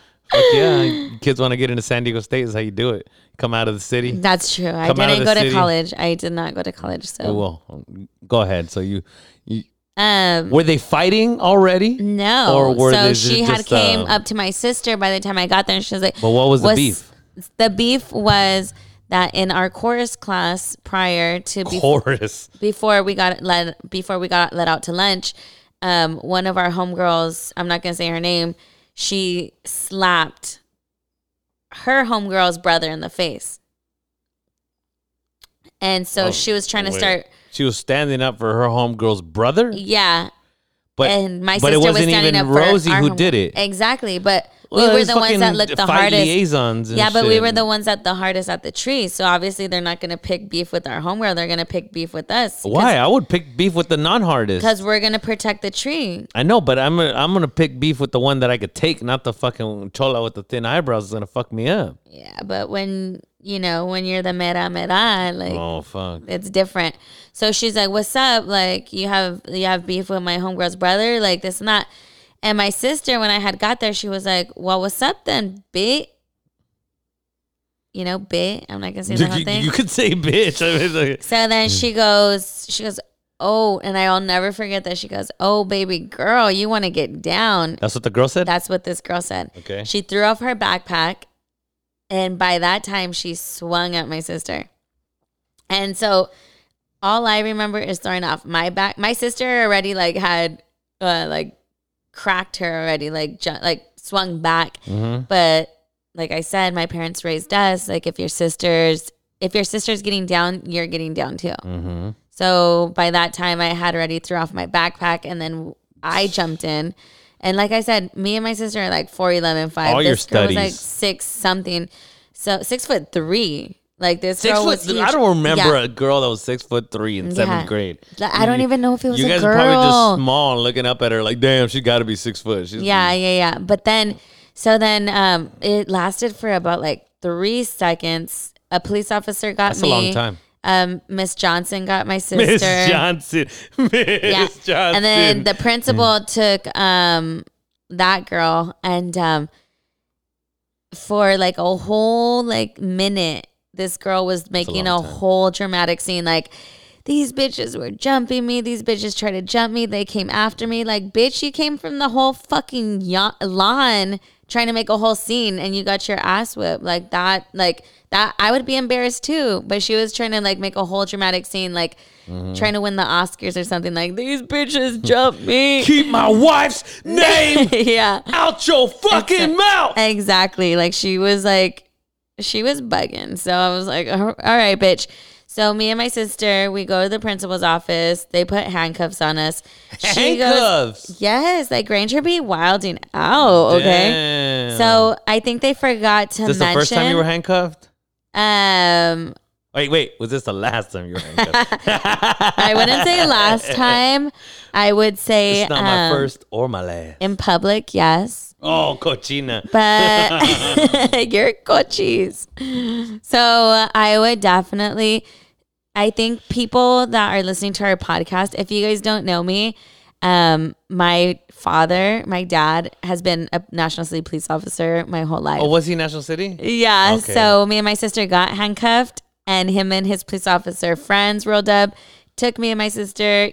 S2: yeah. Kids want to get into San Diego State. Is how you do it. Come out of the city.
S3: That's true. I
S2: Come out of
S3: didn't
S2: the
S3: go to
S2: city.
S3: college. I did not go to college. So,
S2: Well, go ahead. So you, you
S3: um,
S2: were they fighting already?
S3: no.
S2: Or were
S3: so
S2: this
S3: she had
S2: just,
S3: came
S2: um,
S3: up to my sister by the time I got there, and she was like,
S2: But what was the beef?
S3: The beef was that in our chorus class prior to bef-
S2: Chorus.
S3: before we got let before we got let out to lunch, um, one of our homegirls, I'm not gonna say her name, she slapped her homegirl's brother in the face. And so
S2: Oh,
S3: she was trying to
S2: wait.
S3: start
S2: She was standing up for her homegirl's brother.
S3: yeah.
S2: But
S3: and my
S2: but
S3: sister
S2: it wasn't
S3: was standing
S2: even
S3: up for
S2: Rosie
S3: our
S2: who
S3: home-
S2: did it.
S3: Exactly. But we
S2: Well,
S3: were
S2: it's
S3: the ones that
S2: fucking
S3: looked the
S2: fight
S3: hardest.
S2: Liaisons and
S3: Yeah, but we
S2: shit.
S3: were the ones at the hardest at the tree. So obviously they're not gonna pick beef with our homegirl. They're gonna pick beef with us.
S2: Why? I would pick beef with the non-hardest.
S3: Because we're gonna protect the tree.
S2: I know, but I'm gonna, I'm gonna pick beef with the one that I could take, not the fucking chola with the thin eyebrows is gonna fuck me up.
S3: Yeah, but when you know when you're the mera mera, like
S2: Oh fuck!
S3: it's different. So she's like, "What's up? Like you have you have beef with my homegirl's brother? Like this and that." And my sister, when I had got there, she was like, "Well, what's up then, bit?" You know, bit. I'm not gonna say
S2: You,
S3: the whole
S2: you-
S3: thing.
S2: you Mm. could say bitch. I mean, like,
S3: So then she goes, she goes, "Oh," and I'll never forget that. She goes, "Oh, baby girl, you want to get down?"
S2: that's what the girl said.
S3: That's what this girl said.
S2: Okay.
S3: She threw off her backpack, and by that time, she swung at my sister. And so, all I remember is throwing off my back. My sister already like had uh, like cracked her already, like ju- like swung back.
S2: Mhm.
S3: But like I said, my parents raised us like if your sister's if your sister's getting down, you're getting down too.
S2: Mhm.
S3: So by that time, I had already threw off my backpack, and then I jumped in. And like I said, me and my sister are like four eleven five.
S2: All your
S3: this girl was like
S2: studies.
S3: six something, so six foot three. Like this
S2: Six
S3: girl
S2: foot.
S3: was huge.
S2: I don't remember
S3: Yeah.
S2: a girl that was six foot three in
S3: Yeah.
S2: seventh grade.
S3: Like, I don't
S2: You-
S3: even know if it was
S2: You
S3: a
S2: guys
S3: girl.
S2: are probably just small, and looking up at her like, damn, she got to be six foot. She's
S3: yeah, yeah, yeah. But then, so then, um, it lasted for about like three seconds. A police officer got
S2: That's a
S3: me.
S2: long time.
S3: Um, Miss Johnson got my sister.
S2: Miss Johnson. Miss
S3: yeah.
S2: Johnson.
S3: And then the
S2: Mm.
S3: principal took um that girl and um for like a whole like minute this girl was making a,
S2: long time.
S3: whole dramatic scene like these bitches were jumping me. These bitches tried to jump me. They came after me. Like, bitch, you came from the whole fucking ya- lawn trying to make a whole scene and you got your ass whipped. Like, that, like, that, I would be embarrassed too. But she was trying to, like, make a whole dramatic scene, like, trying to win the Oscars or something. Like, these bitches jumped me.
S2: Keep my wife's name
S3: yeah.
S2: out your fucking
S3: Exa-
S2: mouth.
S3: Exactly. Like she was like, she was bugging. So I was like, "Uh-huh, all right, bitch. So me and my sister, we go to the principal's office. They put handcuffs on us. She goes,
S2: Handcuffs.
S3: yes, like Granger be wilding out. Okay.
S2: Damn.
S3: So I think they forgot to
S2: this
S3: mention.
S2: the first time you were handcuffed?
S3: um,
S2: Wait, wait. Was this the last time you were handcuffed?
S3: I wouldn't say last time. I would say
S2: it's not my
S3: um,
S2: first or my last.
S3: in public. Yes.
S2: Oh, cochina.
S3: but you're cochise. So I would definitely, I think people that are listening to our podcast, if you guys don't know me, um, my father, my dad has been a National City Police officer my whole life.
S2: Oh, was he National City?
S3: Yeah.
S2: Okay.
S3: So me and my sister got handcuffed, and him and his police officer friends rolled up, took me and my sister,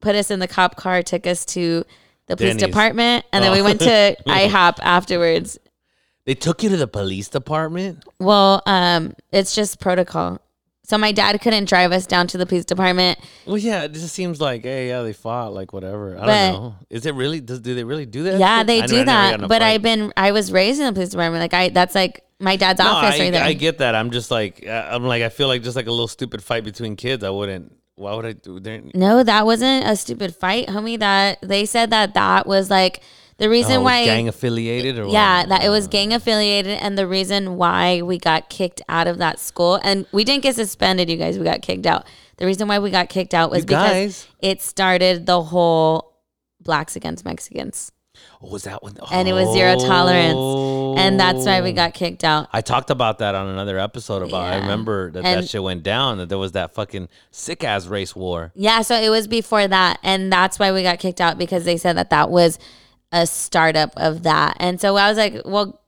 S3: put us in the cop car, took us to the police
S2: Denny's.
S3: department, and then
S2: Oh.
S3: we went to IHOP afterwards.
S2: They took you to the police department?
S3: Well, um, it's just protocol. So my dad couldn't drive us down to the police department.
S2: Well, yeah, it just seems like, hey, yeah, they fought, like whatever. I
S3: But-
S2: don't know. Is it really? Does, do they really do that?
S3: Yeah,
S2: shit?
S3: they
S2: I know I
S3: do
S2: never got in
S3: that.
S2: a
S3: But
S2: fight.
S3: I've been I was raised in the police department. Like I that's like my dad's
S2: No,
S3: office
S2: I,
S3: right there.
S2: I get that. I'm just like, uh, I'm like, I feel like just like a little stupid fight between kids. I wouldn't. Why would I do that?
S3: no, that wasn't a stupid fight, homie. That they said that that was like the reason
S2: Oh,
S3: why
S2: gang affiliated or
S3: Yeah,
S2: what?
S3: that it was gang affiliated and the reason why we got kicked out of that school and we didn't get suspended, you guys, we got kicked out. The reason why we got kicked out was
S2: You
S3: because
S2: guys?
S3: it started the whole blacks against Mexicans.
S2: Oh, was that one?
S3: and it was zero tolerance. And that's why we
S2: Oh.
S3: got kicked out.
S2: I talked about that on another episode about. I
S3: Yeah.
S2: remember that that
S3: And-
S2: shit went down. That there was that fucking sick ass race war.
S3: Yeah, so it was before that. And that's why we got kicked out because they said that that was a startup of that. And so I was like, well,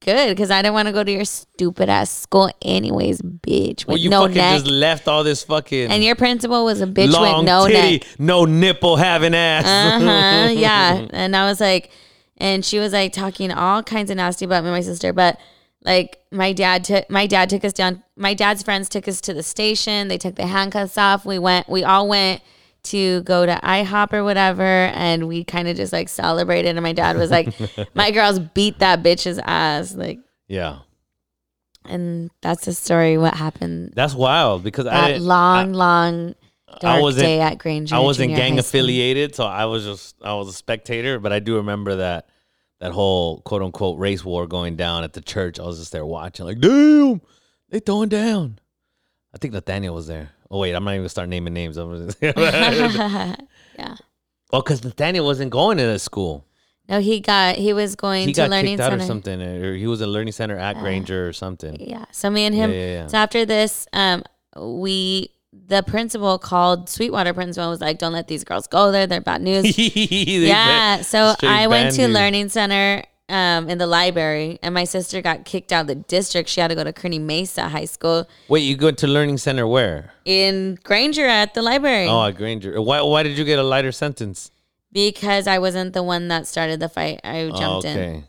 S3: good, because I didn't want to go to your stupid ass school, anyways, bitch. With
S2: Well, you
S3: no
S2: fucking
S3: neck.
S2: just left all this fucking
S3: and your principal was a bitch
S2: long
S3: with no
S2: titty,
S3: neck.
S2: no nipple having ass.
S3: Uh-huh, yeah. And I was like, and she was like talking all kinds of nasty about me and my sister, but like my dad took my dad took us down my dad's friends took us to the station. They took the handcuffs off. We went we all went to go to IHOP or whatever and we kind of just like celebrated and my dad was like, My girls beat that bitch's ass. Like
S2: yeah,
S3: and that's the story what happened
S2: that's wild because I
S3: that
S2: didn't-
S3: long, long dark
S2: wasn't-
S3: day at Granger.
S2: I wasn't
S3: Junior
S2: gang
S3: High School.
S2: affiliated, so I was just I was a spectator. But I do remember that that whole quote unquote race war going down at the church. I was just there watching, like, damn, they throwing down. I think Nathaniel was there. Oh wait, I'm not even gonna start naming names. I'm just
S3: yeah.
S2: oh, because Nathaniel wasn't going to the school.
S3: No, he got he was going
S2: He
S3: to
S2: got
S3: learning
S2: kicked out
S3: center.
S2: or something, or he was in learning center at Granger or something.
S3: Yeah. So me and him.
S2: Yeah, yeah, yeah.
S3: So after this, um, we the principal called Sweetwater principal and was like, "Don't let these girls go there. They're bad news."
S2: They
S3: yeah.
S2: ban-
S3: So
S2: straight
S3: I went to
S2: banned you.
S3: learning center um in the library, and my sister got kicked out of the district. She had to go to Kearney Mesa High School
S2: Wait, you go to learning center where?
S3: in Granger at the library
S2: Oh, at Granger. Why? Why did you get a lighter sentence?
S3: because I wasn't the one that started the fight. I
S2: Oh,
S3: jumped in.
S2: okay.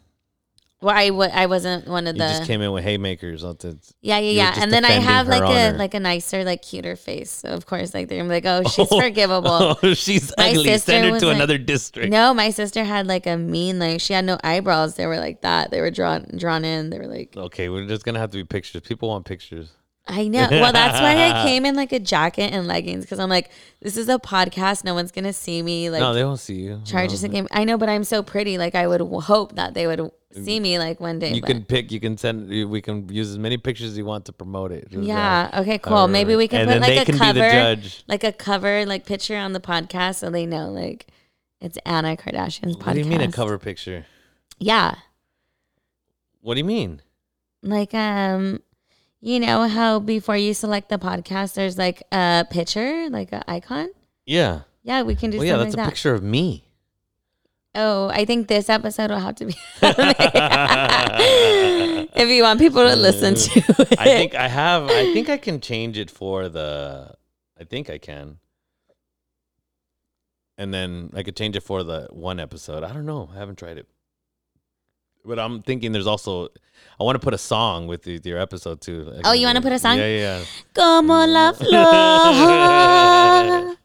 S3: Well, I w- I wasn't one of
S2: You
S3: the.
S2: just came in with haymakers. That's it.
S3: Yeah, yeah,
S2: You were
S3: yeah.
S2: just
S3: And then I
S2: defending
S3: have
S2: her
S3: like a
S2: honor.
S3: like a nicer, like cuter face. So of course, like they're gonna be like, oh, she's forgivable.
S2: Oh, she's
S3: My
S2: ugly.
S3: sister
S2: Send her
S3: was
S2: to
S3: like-
S2: another district.
S3: No, my sister had like a mean, like she had no eyebrows. They were like that. They were drawn drawn in. They were like,
S2: Okay, we're just gonna have to be pictures. People want pictures.
S3: I know. Well, that's why I came in like a jacket and leggings because I'm like, this is a podcast. No one's gonna see me. Like
S2: no, they won't see you.
S3: charges a game. I know, but I'm so pretty. Like I would w- hope that they would see me like one day.
S2: Mm. You
S3: but-
S2: can pick. You can send. you- We can use as many pictures as you want to promote it. Just, uh,
S3: Yeah. Okay. Cool.
S2: however.
S3: Maybe we can
S2: And
S3: put
S2: then
S3: like
S2: they
S3: a
S2: can
S3: cover,
S2: be the judge.
S3: like a cover, like picture on the podcast, so they know like it's Anna Kardashian's podcast.
S2: What do you mean a cover picture?
S3: Yeah.
S2: What do you mean?
S3: Like um, you know how before you select the podcast, there's like a picture, like an icon.
S2: Yeah.
S3: Yeah, we can do
S2: Well, yeah,
S3: something
S2: that's a
S3: like that.
S2: picture of me.
S3: Oh, I think this episode will have to be. if you want people to listen to it.
S2: Uh, I think I have. I think I can change it for the. I think I can. And then I could change it for the one episode. I don't know. I haven't tried it. But I'm thinking there's also. I want to put a song with the, your episode too. Like,
S3: Oh, you wanna put a song?
S2: Yeah, yeah. yeah.
S3: Como la flor.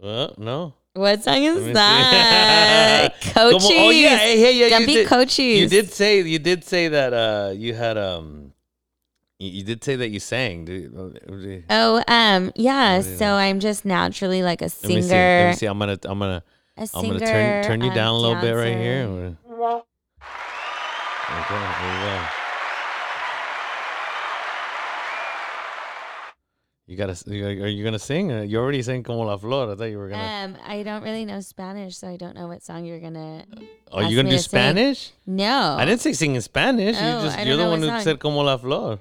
S2: Well, no.
S3: What song
S2: Let me see.
S3: is that?
S2: Come on-
S3: Coaches.
S2: Oh yeah, hey, hey, yeah.
S3: Don't
S2: you
S3: be
S2: did-
S3: coaches.
S2: You did say you did say that uh you had um you, you did say that you sang. Did- uh, did-
S3: Oh, um, yeah.
S2: What is it?
S3: So I'm just naturally like a
S2: Let me see. Let
S3: singer.
S2: me see. I'm gonna I'm gonna
S3: A
S2: I'm
S3: singer. um,
S2: gonna turn turn you
S3: a
S2: down a little bit right here.
S3: dancer.
S2: I'm gonna- Okay, there you go. You gotta, s- you gotta- are you gonna sing? Uh, You already sang "Como la Flor." I thought you were gonna.
S3: Um, I don't really know Spanish, so I don't know what song you're gonna.
S2: are
S3: ask
S2: you gonna
S3: me
S2: do
S3: to sing.
S2: Spanish?
S3: No,
S2: I didn't say sing in Spanish.
S3: Oh,
S2: you just,
S3: I
S2: you're
S3: don't
S2: the
S3: know
S2: one
S3: what
S2: who
S3: song.
S2: said "Como la Flor."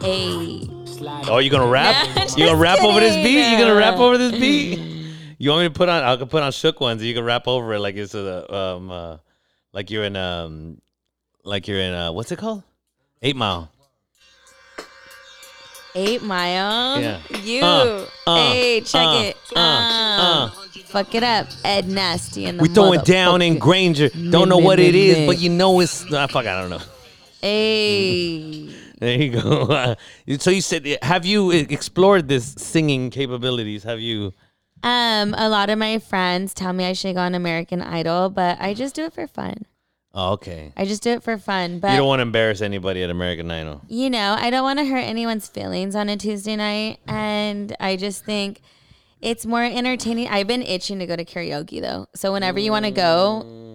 S3: Hey,
S2: Oh, you gonna rap?
S3: No, just
S2: you gonna rap over this
S3: kidding.
S2: beat? You gonna rap over this beat? You want me to put on? I could put on shook ones. and You can rap over it like it's a um, uh, like you're in um, like you're in uh, what's it called? Eight Mile.
S3: Eight Mile.
S2: Yeah.
S3: You.
S2: Uh, uh,
S3: hey, check
S2: uh,
S3: it.
S2: uh,
S3: Um,
S2: uh.
S3: Fuck it up, Ed Nasty and the.
S2: We throwing down in
S3: motherfucker.
S2: Granger. Don't know what it is, but you know it's. Nah, fuck, I don't know.
S3: Hey.
S2: There you go. so you said, have you e-, explored this singing capabilities? Have you?
S3: Um, a lot of my friends tell me I should go on American Idol, but I just do it for fun.
S2: Oh, okay.
S3: I just do it for fun. But
S2: You don't want to embarrass anybody at American Idol.
S3: you know, I don't want to hurt anyone's feelings on a Tuesday night. And I just think it's more entertaining. I've been itching to go to karaoke though. So whenever you want to go,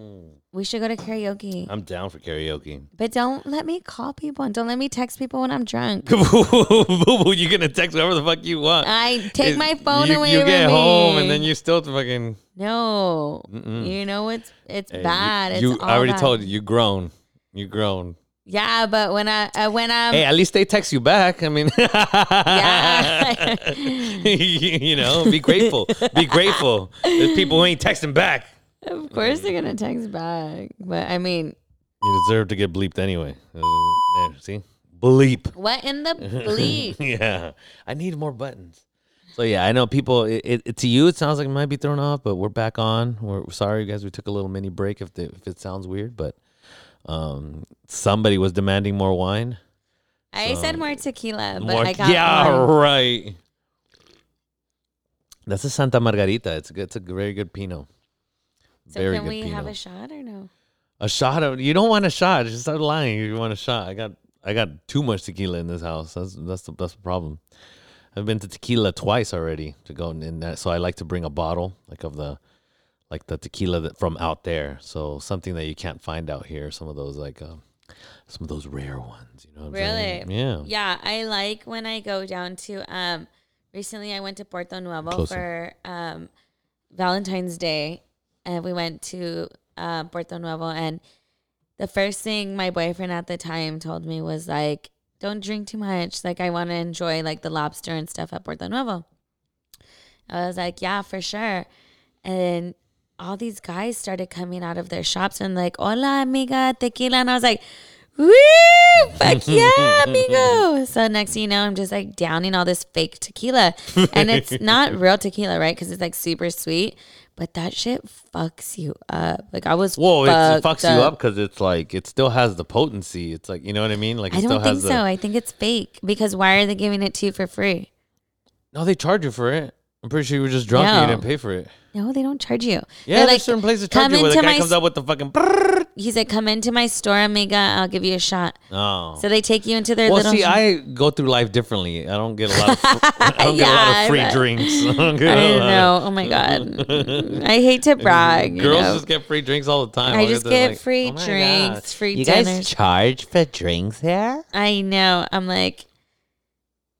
S3: we should go to karaoke.
S2: I'm down for karaoke.
S3: But don't let me call people and don't let me text people when I'm drunk.
S2: Boo boo, you're gonna text whoever the fuck you want.
S3: I Uh, take my phone
S2: you,
S3: away
S2: You
S3: from
S2: get
S3: me.
S2: home and then you still fucking.
S3: No. You know it's it's
S2: Hey, you-
S3: bad. It's
S2: You,
S3: all
S2: I already
S3: bad.
S2: told you. You grown. You grown.
S3: Yeah, but when I uh, when I'm
S2: hey, at least they text you back. I mean,
S3: yeah.
S2: you know, be grateful. be grateful. There's people who ain't texting back.
S3: of course they're gonna text back. But I mean,
S2: You deserve to get bleeped anyway. Uh, there, see, bleep.
S3: what in the bleep?
S2: yeah, I need more buttons. So yeah, I know people. It, it, it- to you, it sounds like it might be thrown off, but we're back on. We're we're sorry, you guys. We took a little mini break. If the, if it sounds weird, but um, somebody was demanding more wine.
S3: I said more tequila, but
S2: More-
S3: I got
S2: yeah,
S3: one.
S2: right. That's a Santa Margarita. It's a good, it's a very good Pinot.
S3: So
S2: very
S3: can
S2: good
S3: we
S2: Pinot.
S3: have a shot or no?
S2: A shot of you don't want a shot. Just start lying. if You want a shot. I got I got too much tequila in this house. That's that's the that's the problem. I've been to tequila twice already to go in that. So I like to bring a bottle like of the like the tequila that from out there. So something that you can't find out here. Some of those like um, some of those rare ones. You know. What I'm
S3: Really?
S2: saying? Yeah.
S3: Yeah, I like when I go down to um recently I went to Puerto Nuevo
S2: Closer.
S3: for um Valentine's Day and we went to uh, Puerto Nuevo and the first thing my boyfriend at the time told me was like don't drink too much like I want to enjoy like the lobster and stuff at Puerto Nuevo. I was like, yeah, for sure. And all these guys started coming out of their shops and like, hola, amiga, tequila. And I was like, woo, fuck yeah, amigo. So next thing you know, I'm just like downing all this fake tequila. And it's not real tequila, right? Because it's like super sweet. But that shit fucks you up. Like I was
S2: Whoa, it
S3: fucked
S2: fucks you up because it's like it still has the potency. It's like you know what I mean. Like it
S3: I
S2: still
S3: don't think
S2: has the
S3: so. I think it's fake because why are they giving it to you for free?
S2: no. They charge you for it. I'm pretty sure you were just drunk and
S3: No.
S2: you didn't pay for it.
S3: No, they don't charge you.
S2: Yeah,
S3: They're
S2: there's
S3: like,
S2: certain places that charge
S3: "Come
S2: you where the
S3: into
S2: guy
S3: my
S2: comes out with the fucking. brrrr.
S3: He said, "Come into my store, amiga. I'll give you a shot."
S2: Oh.
S3: So they take you into their
S2: Well,
S3: little.
S2: see, I go through life differently. I don't get a lot of. Fr- I don't get a lot
S3: Yeah,
S2: of
S3: I
S2: free
S3: bet.
S2: drinks. I don't
S3: I
S2: get a
S3: don't
S2: lot
S3: know. Oh my god, I hate to brag.
S2: of-
S3: you
S2: Girls
S3: know.
S2: just get free drinks all the time.
S3: I
S2: I'll
S3: just
S2: the,
S3: get
S2: like,
S3: free
S2: "Oh my God,
S3: drinks, free
S2: You
S3: dinners."
S2: guys charge for drinks here?
S3: I know. I'm like,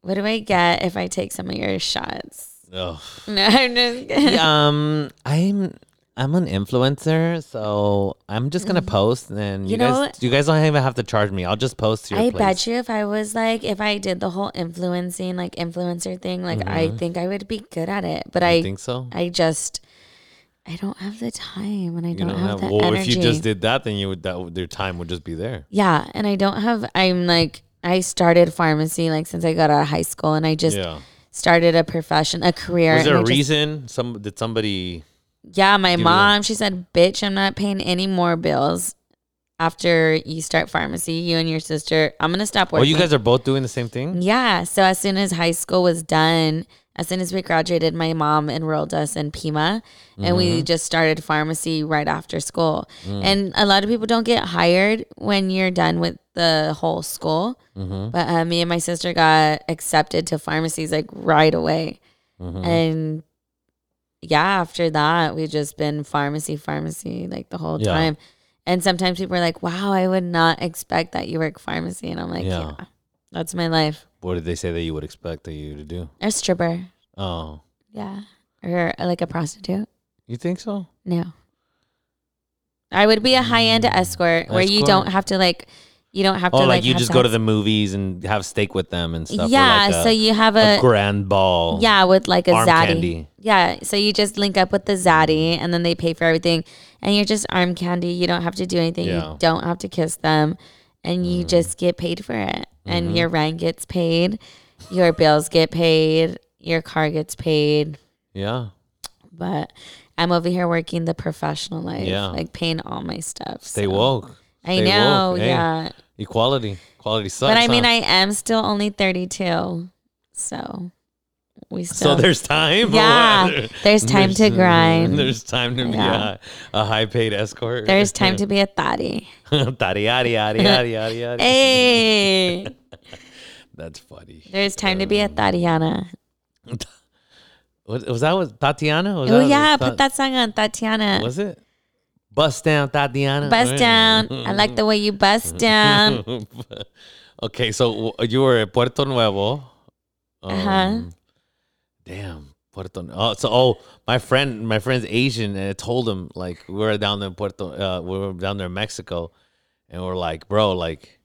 S3: what do I get if I take some of your shots?
S2: Oh.
S3: No, I'm just. kidding.
S2: um, I'm. I'm an influencer, so I'm just gonna post, and you,
S3: Mm-hmm. You know
S2: guys,
S3: what?
S2: you guys don't even have to charge me. I'll just post to your
S3: I
S2: place.
S3: bet you if I was like, if I did the whole influencing, like influencer thing, like I think I would be good at it. But I,
S2: Mm-hmm. think so?
S3: I just, I don't have the time and I
S2: You
S3: don't, have, the
S2: well,
S3: energy.
S2: if you just did that, then you would that would- your time would just be there.
S3: yeah. And I don't have, I'm like, I started pharmacy like since I got out of high school and I just
S2: Yeah.
S3: started a profession, a career.
S2: Was there
S3: and
S2: a
S3: I just-
S2: reason? Some did somebody?
S3: Yeah, my
S2: you-
S3: mom, she said, Bitch, I'm not paying any more bills after you start pharmacy, you and your sister. I'm gonna stop
S2: Oh,
S3: working.
S2: you guys are both doing the same thing.
S3: Yeah. So as soon as high school was done, as soon as we graduated, my mom enrolled us in Pima and
S2: Mm-hmm.
S3: we just started pharmacy right after school.
S2: Mm.
S3: And a lot of people don't get hired when you're done with the whole school.
S2: Mm-hmm.
S3: But uh, me and my sister got accepted to pharmacies like right away.
S2: Mm-hmm.
S3: And yeah, after that, we've just been pharmacy, pharmacy like the whole
S2: Yeah.
S3: time. And sometimes people are like, wow, I would not expect that you work pharmacy. And I'm like,
S2: Yeah.
S3: yeah that's my life.
S2: What did they say that you would expect that you to do?
S3: A stripper.
S2: Oh,
S3: Yeah. Or uh, like a prostitute.
S2: you think so?
S3: No. I would be a high end escort where you
S2: Mm. Escort.
S3: don't have to like, you don't have
S2: Oh,
S3: to
S2: like,
S3: like.
S2: you
S3: have
S2: just go to
S3: have-
S2: the movies and have steak with them and stuff. or
S3: Yeah.
S2: like a-
S3: so you have
S2: a
S3: a.
S2: grand ball.
S3: yeah, with like a
S2: arm
S3: zaddy.
S2: candy.
S3: Yeah, so you just link up with the zaddy, and then they pay for everything, and you're just arm candy. You don't have to do anything.
S2: Yeah. Mm-hmm.
S3: You don't have to kiss them, and you just get paid for it. And your rent gets paid, your bills get paid, your car gets paid.
S2: Yeah.
S3: but I'm over here working the professional life,
S2: Yeah.
S3: like paying all my stuff.
S2: Stay
S3: so.
S2: woke.
S3: I
S2: Stay
S3: know,
S2: woke. Hey,
S3: yeah.
S2: Equality. Equality sucks.
S3: But I mean,
S2: huh?
S3: I am still only 32, so we
S2: So
S3: still.
S2: there's time.
S3: yeah, there's time to grind. There's,
S2: There's time to be
S3: Yeah.
S2: a, a high paid escort.
S3: time to be a thotty.
S2: Taddy, yaddy, yaddy, yaddy, yaddy, yaddy.
S3: Eh. Hey,
S2: That's funny.
S3: there's time to be a Tatiana.
S2: Was, was that with Tatiana? Was
S3: Oh
S2: that-
S3: yeah,
S2: was
S3: put that song on Tatiana.
S2: Was it? Bust down, Tatiana.
S3: Bust down. I like the way you bust down.
S2: okay, so w- you were at Puerto Nuevo.
S3: Uh-huh.
S2: Um, Damn, Puerto. Nu- Oh, so oh, my friend, my friend's Asian, and I told him like we were down there in Puerto, uh, we were down there in Mexico, and we're like, bro, like,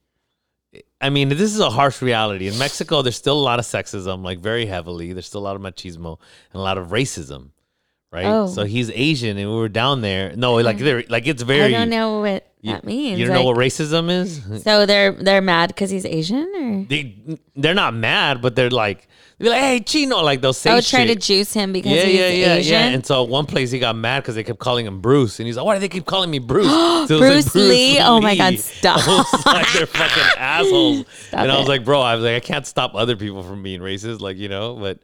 S2: I mean, this is a harsh reality in Mexico. There's still a lot of sexism, like very heavily. There's still a lot of machismo and a lot of racism, right?
S3: Oh. Uh-huh.
S2: So he's Asian, and we were down there. No, like they're like it's
S3: I
S2: very.
S3: don't know what
S2: You-
S3: that means.
S2: You don't know
S3: like-
S2: what racism is?
S3: So they're they're mad because he's Asian, or
S2: They they're not mad, but they're like they're like, hey Chino, like they'll say
S3: oh,
S2: shit.
S3: try to juice him because
S2: yeah,
S3: he's
S2: yeah, yeah,
S3: Asian.
S2: yeah. And so one place he got mad because they kept calling him Bruce, and he's like, "Why do they keep calling me Bruce?" So it was like,
S3: Bruce Lee? Oh my God,
S2: Lee."
S3: stop.
S2: I was like, they're fucking assholes. and I was
S3: it.
S2: like, "Bro, I was like, I can't stop other people from being racist, like you know." But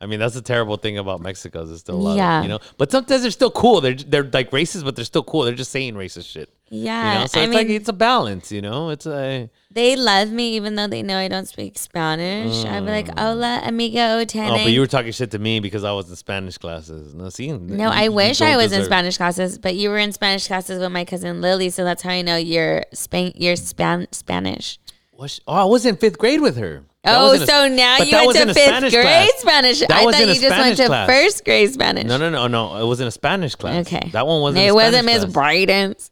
S2: I mean, that's the terrible thing about Mexico. is There's still a lot,
S3: Yeah.
S2: of, you know. But sometimes they're still cool. They're they're like racist, but they're still cool. They're just saying racist shit.
S3: yeah,
S2: You know, so
S3: I
S2: it's
S3: mean,
S2: like it's a balance. You know, it's a
S3: they love me even though they know I don't speak Spanish. I'd be like, "Hola, amigo,
S2: Mm. Oh,
S3: tene."
S2: but you were talking shit to me because I was in Spanish classes. No, see,
S3: no, I wish I was in Spanish classes, but you were in Spanish classes with my cousin Lily, so that's how I know you're Span, you're Span, Spanish.
S2: Was she- oh, I was in fifth grade with her. That
S3: Oh,
S2: wasn't a-
S3: so now
S2: but
S3: you
S2: that
S3: went
S2: wasn't
S3: to
S2: a
S3: fifth
S2: Spanish
S3: grade
S2: class.
S3: Spanish.
S2: That
S3: I
S2: was
S3: thought
S2: in
S3: you
S2: a
S3: just went
S2: Spanish
S3: to
S2: class.
S3: first grade Spanish.
S2: No, no, no, no. It wasn't a Spanish class.
S3: Okay,
S2: that one wasn't.
S3: It
S2: a
S3: wasn't
S2: Spanish
S3: Miss
S2: class.
S3: Brydens.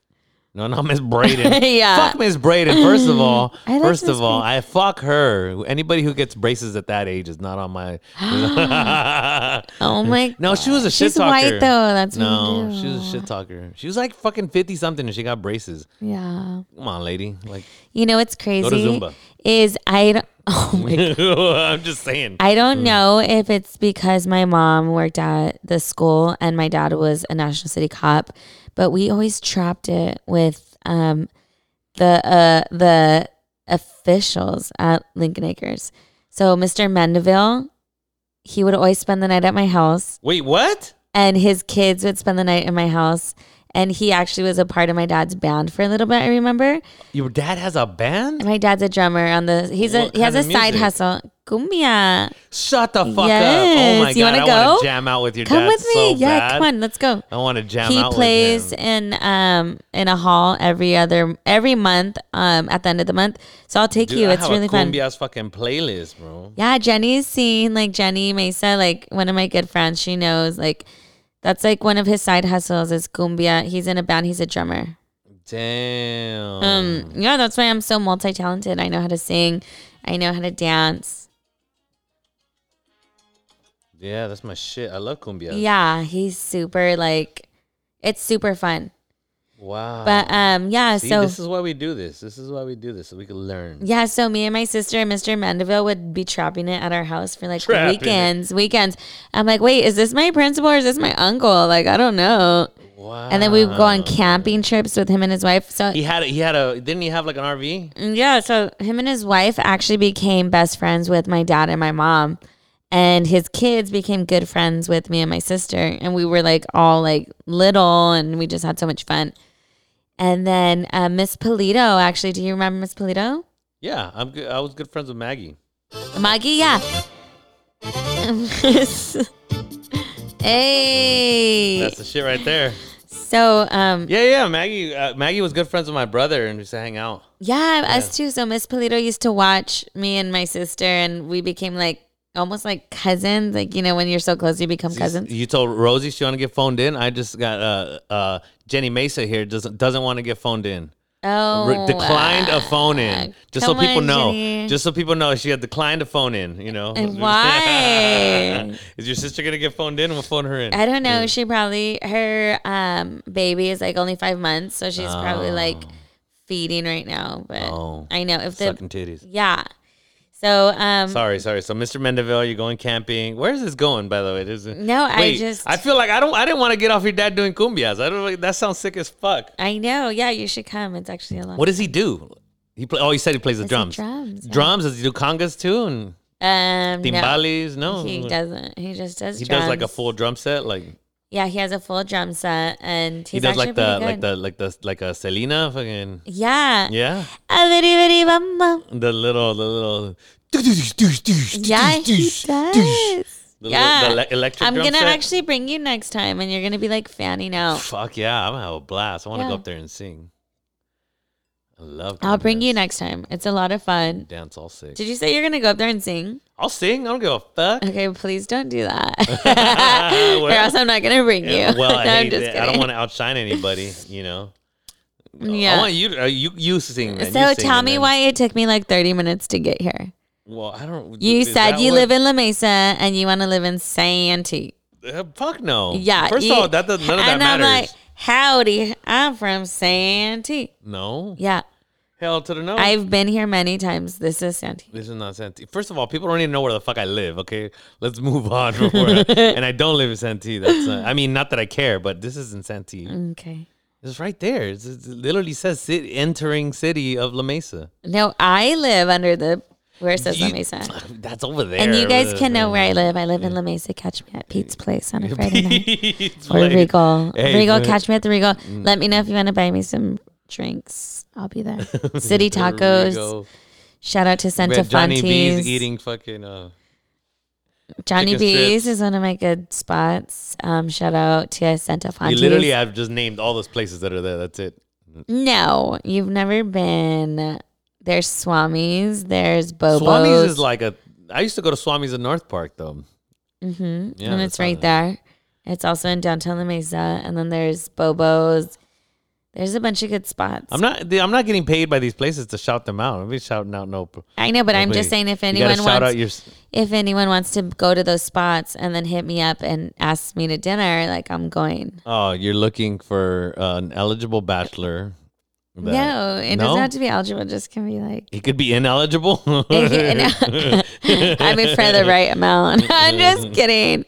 S2: No, not Miss Braden.
S3: Yeah.
S2: Fuck Miss Braden. First of all,
S3: I like
S2: first
S3: Miss
S2: of all, I fuck her. Anybody who gets braces at that age is not on my.
S3: Oh my.
S2: no, she was a shit
S3: She's
S2: talker.
S3: white though. That's what you
S2: no, she was a shit talker. She was like fucking fifty something, and she got braces.
S3: Yeah.
S2: Come on, lady. Like,
S3: You know what's crazy
S2: Zumba.
S3: is I don't. Oh my.
S2: I'm just saying.
S3: I don't know if it's because my mom worked at the school and my dad was a National City cop, but we always trapped it with um, the uh, the officials at Lincoln Acres. So Mr. Mendeville, he would always spend the night at my house.
S2: Wait, what?
S3: and his kids would spend the night in my house. And he actually was a part of my dad's band for a little bit. I remember.
S2: Your dad has a band?
S3: My dad's a drummer on the. He's a
S2: What
S3: he has
S2: kind
S3: a
S2: of
S3: side
S2: music?
S3: hustle. Cumbia,
S2: Shut the fuck up! Oh my
S3: Yes, you
S2: god,
S3: wanna
S2: I want
S3: go?
S2: to jam out with your
S3: come
S2: dad
S3: with me.
S2: so
S3: yeah,
S2: bad. Oh
S3: come on, let's go.
S2: I want to jam
S3: He
S2: out
S3: plays
S2: with him.
S3: in um in a hall every other every month um at the end of the month. So I'll take
S2: Dude,
S3: you.
S2: I
S3: It's
S2: have
S3: really
S2: a
S3: fun.
S2: cumbia's fucking playlist, bro.
S3: Yeah, Jenny's seen like Jenny Mesa, like one of my good friends. She knows like That's like one of his side hustles is cumbia. He's in a band. He's a drummer.
S2: Damn.
S3: Um,
S2: Mm.
S3: yeah, that's why I'm so multi talented. I know how to sing, I know how to dance.
S2: yeah, that's my shit. I love cumbia.
S3: Yeah, he's super like, it's super fun.
S2: Wow.
S3: But um, yeah,
S2: See,
S3: so
S2: this is why we do this. This is why we do this so we can learn.
S3: yeah, so me and my sister, and Mr. Mandeville, would be trapping it at our house for like
S2: Trapping it.
S3: weekends. Weekends. I'm like, wait, is this my principal or is this my uncle? Like, I don't know.
S2: Wow.
S3: And then we would go on camping trips with him and his wife. So mm,
S2: He had a, he had a didn't he have like an RV?
S3: Yeah, so him and his wife actually became best friends with my dad and my mom. And his kids became good friends with me and my sister. And we were like all like little and we just had so much fun. And then uh, Miss Polito, actually, do you remember Miss Polito?
S2: Yeah, I'm good. I was good friends with Maggie.
S3: Maggie, yeah. hey.
S2: That's the shit right there.
S3: so um,
S2: Yeah, yeah. Maggie uh, Maggie was good friends with my brother and we used to hang out.
S3: Yeah, us too. So Miss Polito used to watch me and my sister, and we became like almost like cousins. Like you know, when you're so close, you become cousins.
S2: You told Rosie she want to get phoned in. I just got uh uh Jenny Mesa here doesn't doesn't want to get phoned in.
S3: Oh,
S2: Re- declined a phone in. Just so
S3: come
S2: people
S3: on,
S2: know.
S3: Jenny.
S2: Just so people know she had declined a phone in, you know.
S3: And why?
S2: Is your sister going to get phoned in? We'll phone her in.
S3: I don't know. She probably her um baby is like only five months, so she's probably like feeding right now. But
S2: Oh.
S3: I know if the
S2: Sucking titties.
S3: yeah. So um
S2: Sorry, sorry. So, Mr. Mendeville, you're going camping. Where is this going, by the way? This is-
S3: No, I
S2: Wait,
S3: just-
S2: I feel like I don't. I didn't want to get off your dad doing cumbias. I don't. really- That sounds sick as fuck.
S3: I know. Yeah, you should come. It's actually a lot.
S2: What does he do? He play. Oh, he said he plays the
S3: It's the
S2: drums.
S3: drums, yeah.
S2: Drums. Does he do congas too and
S3: Um, no,
S2: timbales? No.
S3: he doesn't. He just does.
S2: Mm. He does like a
S3: drums.
S2: full drum set. Like
S3: Yeah, he has a full drum set, and
S2: he
S3: he's
S2: does
S3: actually
S2: like the
S3: pretty
S2: like
S3: good.
S2: the like the like a Selena fucking.
S3: yeah.
S2: Yeah.
S3: A bitty bitty bum bum.
S2: The little the little.
S3: Yeah, he does.
S2: The,
S3: Yeah.
S2: little, the le- electric
S3: I'm
S2: drum
S3: gonna
S2: set.
S3: actually bring you next time, and you're gonna be like fanning out.
S2: Fuck yeah, I'm gonna have a blast. I want to
S3: Yeah.
S2: go up there and sing. I love.
S3: I'll bring you
S2: Now.
S3: next time. It's a lot of fun.
S2: Dance all sick.
S3: Did you say you're gonna go up there and sing?
S2: I'll sing. I don't give a fuck.
S3: Okay, please don't do that, or
S2: Well-
S3: else I'm not gonna bring you.
S2: Yeah, well, I,
S3: No, I'm
S2: hate
S3: just
S2: that. I don't
S3: kidding.
S2: want to outshine anybody. You know. I
S3: Yeah.
S2: want you. To, uh, you you sing. Then.
S3: So
S2: you sing
S3: tell
S2: and
S3: me
S2: then-
S3: why it took me like 30 minutes to get here.
S2: Well, I don't.
S3: You
S2: is
S3: said
S2: that
S3: you
S2: what-
S3: live in La Mesa and you want to live in Santee.
S2: Uh, fuck no.
S3: Yeah.
S2: First
S3: you-
S2: of all, that does, none of that
S3: and
S2: matters.
S3: I'm like, howdy, I'm from Santee.
S2: no.
S3: Yeah.
S2: Hell to the no.
S3: I've been here many times. This is Santee.
S2: This is not Santee. First of all, people don't even know where the fuck I live. Okay, let's move on. From where I, and I don't live in Santee. That's not, I mean, not that I care, but this isn't Santee.
S3: Okay.
S2: It's right there. It's, it's- it literally says city, entering city of La Mesa.
S3: No, I live under the where it says La
S2: You-
S3: Mesa.
S2: That's over there.
S3: And you guys can know where I live. I live in La Mesa. Catch me at Pete's Place on a Friday night.
S2: It's
S3: Or
S2: like-
S3: Regal.
S2: Hey, Mm.
S3: Regal,
S2: but-
S3: catch me at the Regal. Let me know if you want to buy me some drinks. I'll be there. City Tacos.
S2: Regal.
S3: Shout out to
S2: We
S3: Santa
S2: had Johnny B's
S3: Fontes.
S2: eating fucking. Uh,
S3: Johnny
S2: chicken
S3: B's
S2: strips.
S3: is one of my good spots. Um, shout out to Santa
S2: you
S3: Fontes.
S2: literally have just named all those places that are there. That's it.
S3: No, you've never been. There's Swami's. There's Bobo's.
S2: Swami's is like a. I used to go to Swami's in North Park though.
S3: Mhm,
S2: Yeah,
S3: and
S2: that
S3: it's right
S2: sounds-
S3: there. It's also in downtown La Mesa. And then there's Bobo's. There's a bunch of good spots.
S2: I'm not. I'm not getting paid by these places to shout them out. I'm just shouting out no.
S3: I know, but I'm
S2: nobody.
S3: just saying if
S2: You gotta
S3: anyone
S2: shout
S3: wants
S2: out your.
S3: if anyone wants to go to those spots and then hit me up and ask me to dinner, like I'm going.
S2: Oh, you're looking for uh, an eligible bachelor. that-
S3: no, it
S2: No?
S3: doesn't have to be algebra. It Just can be like
S2: He could be ineligible.
S3: I mean, for the right amount. I'm just kidding.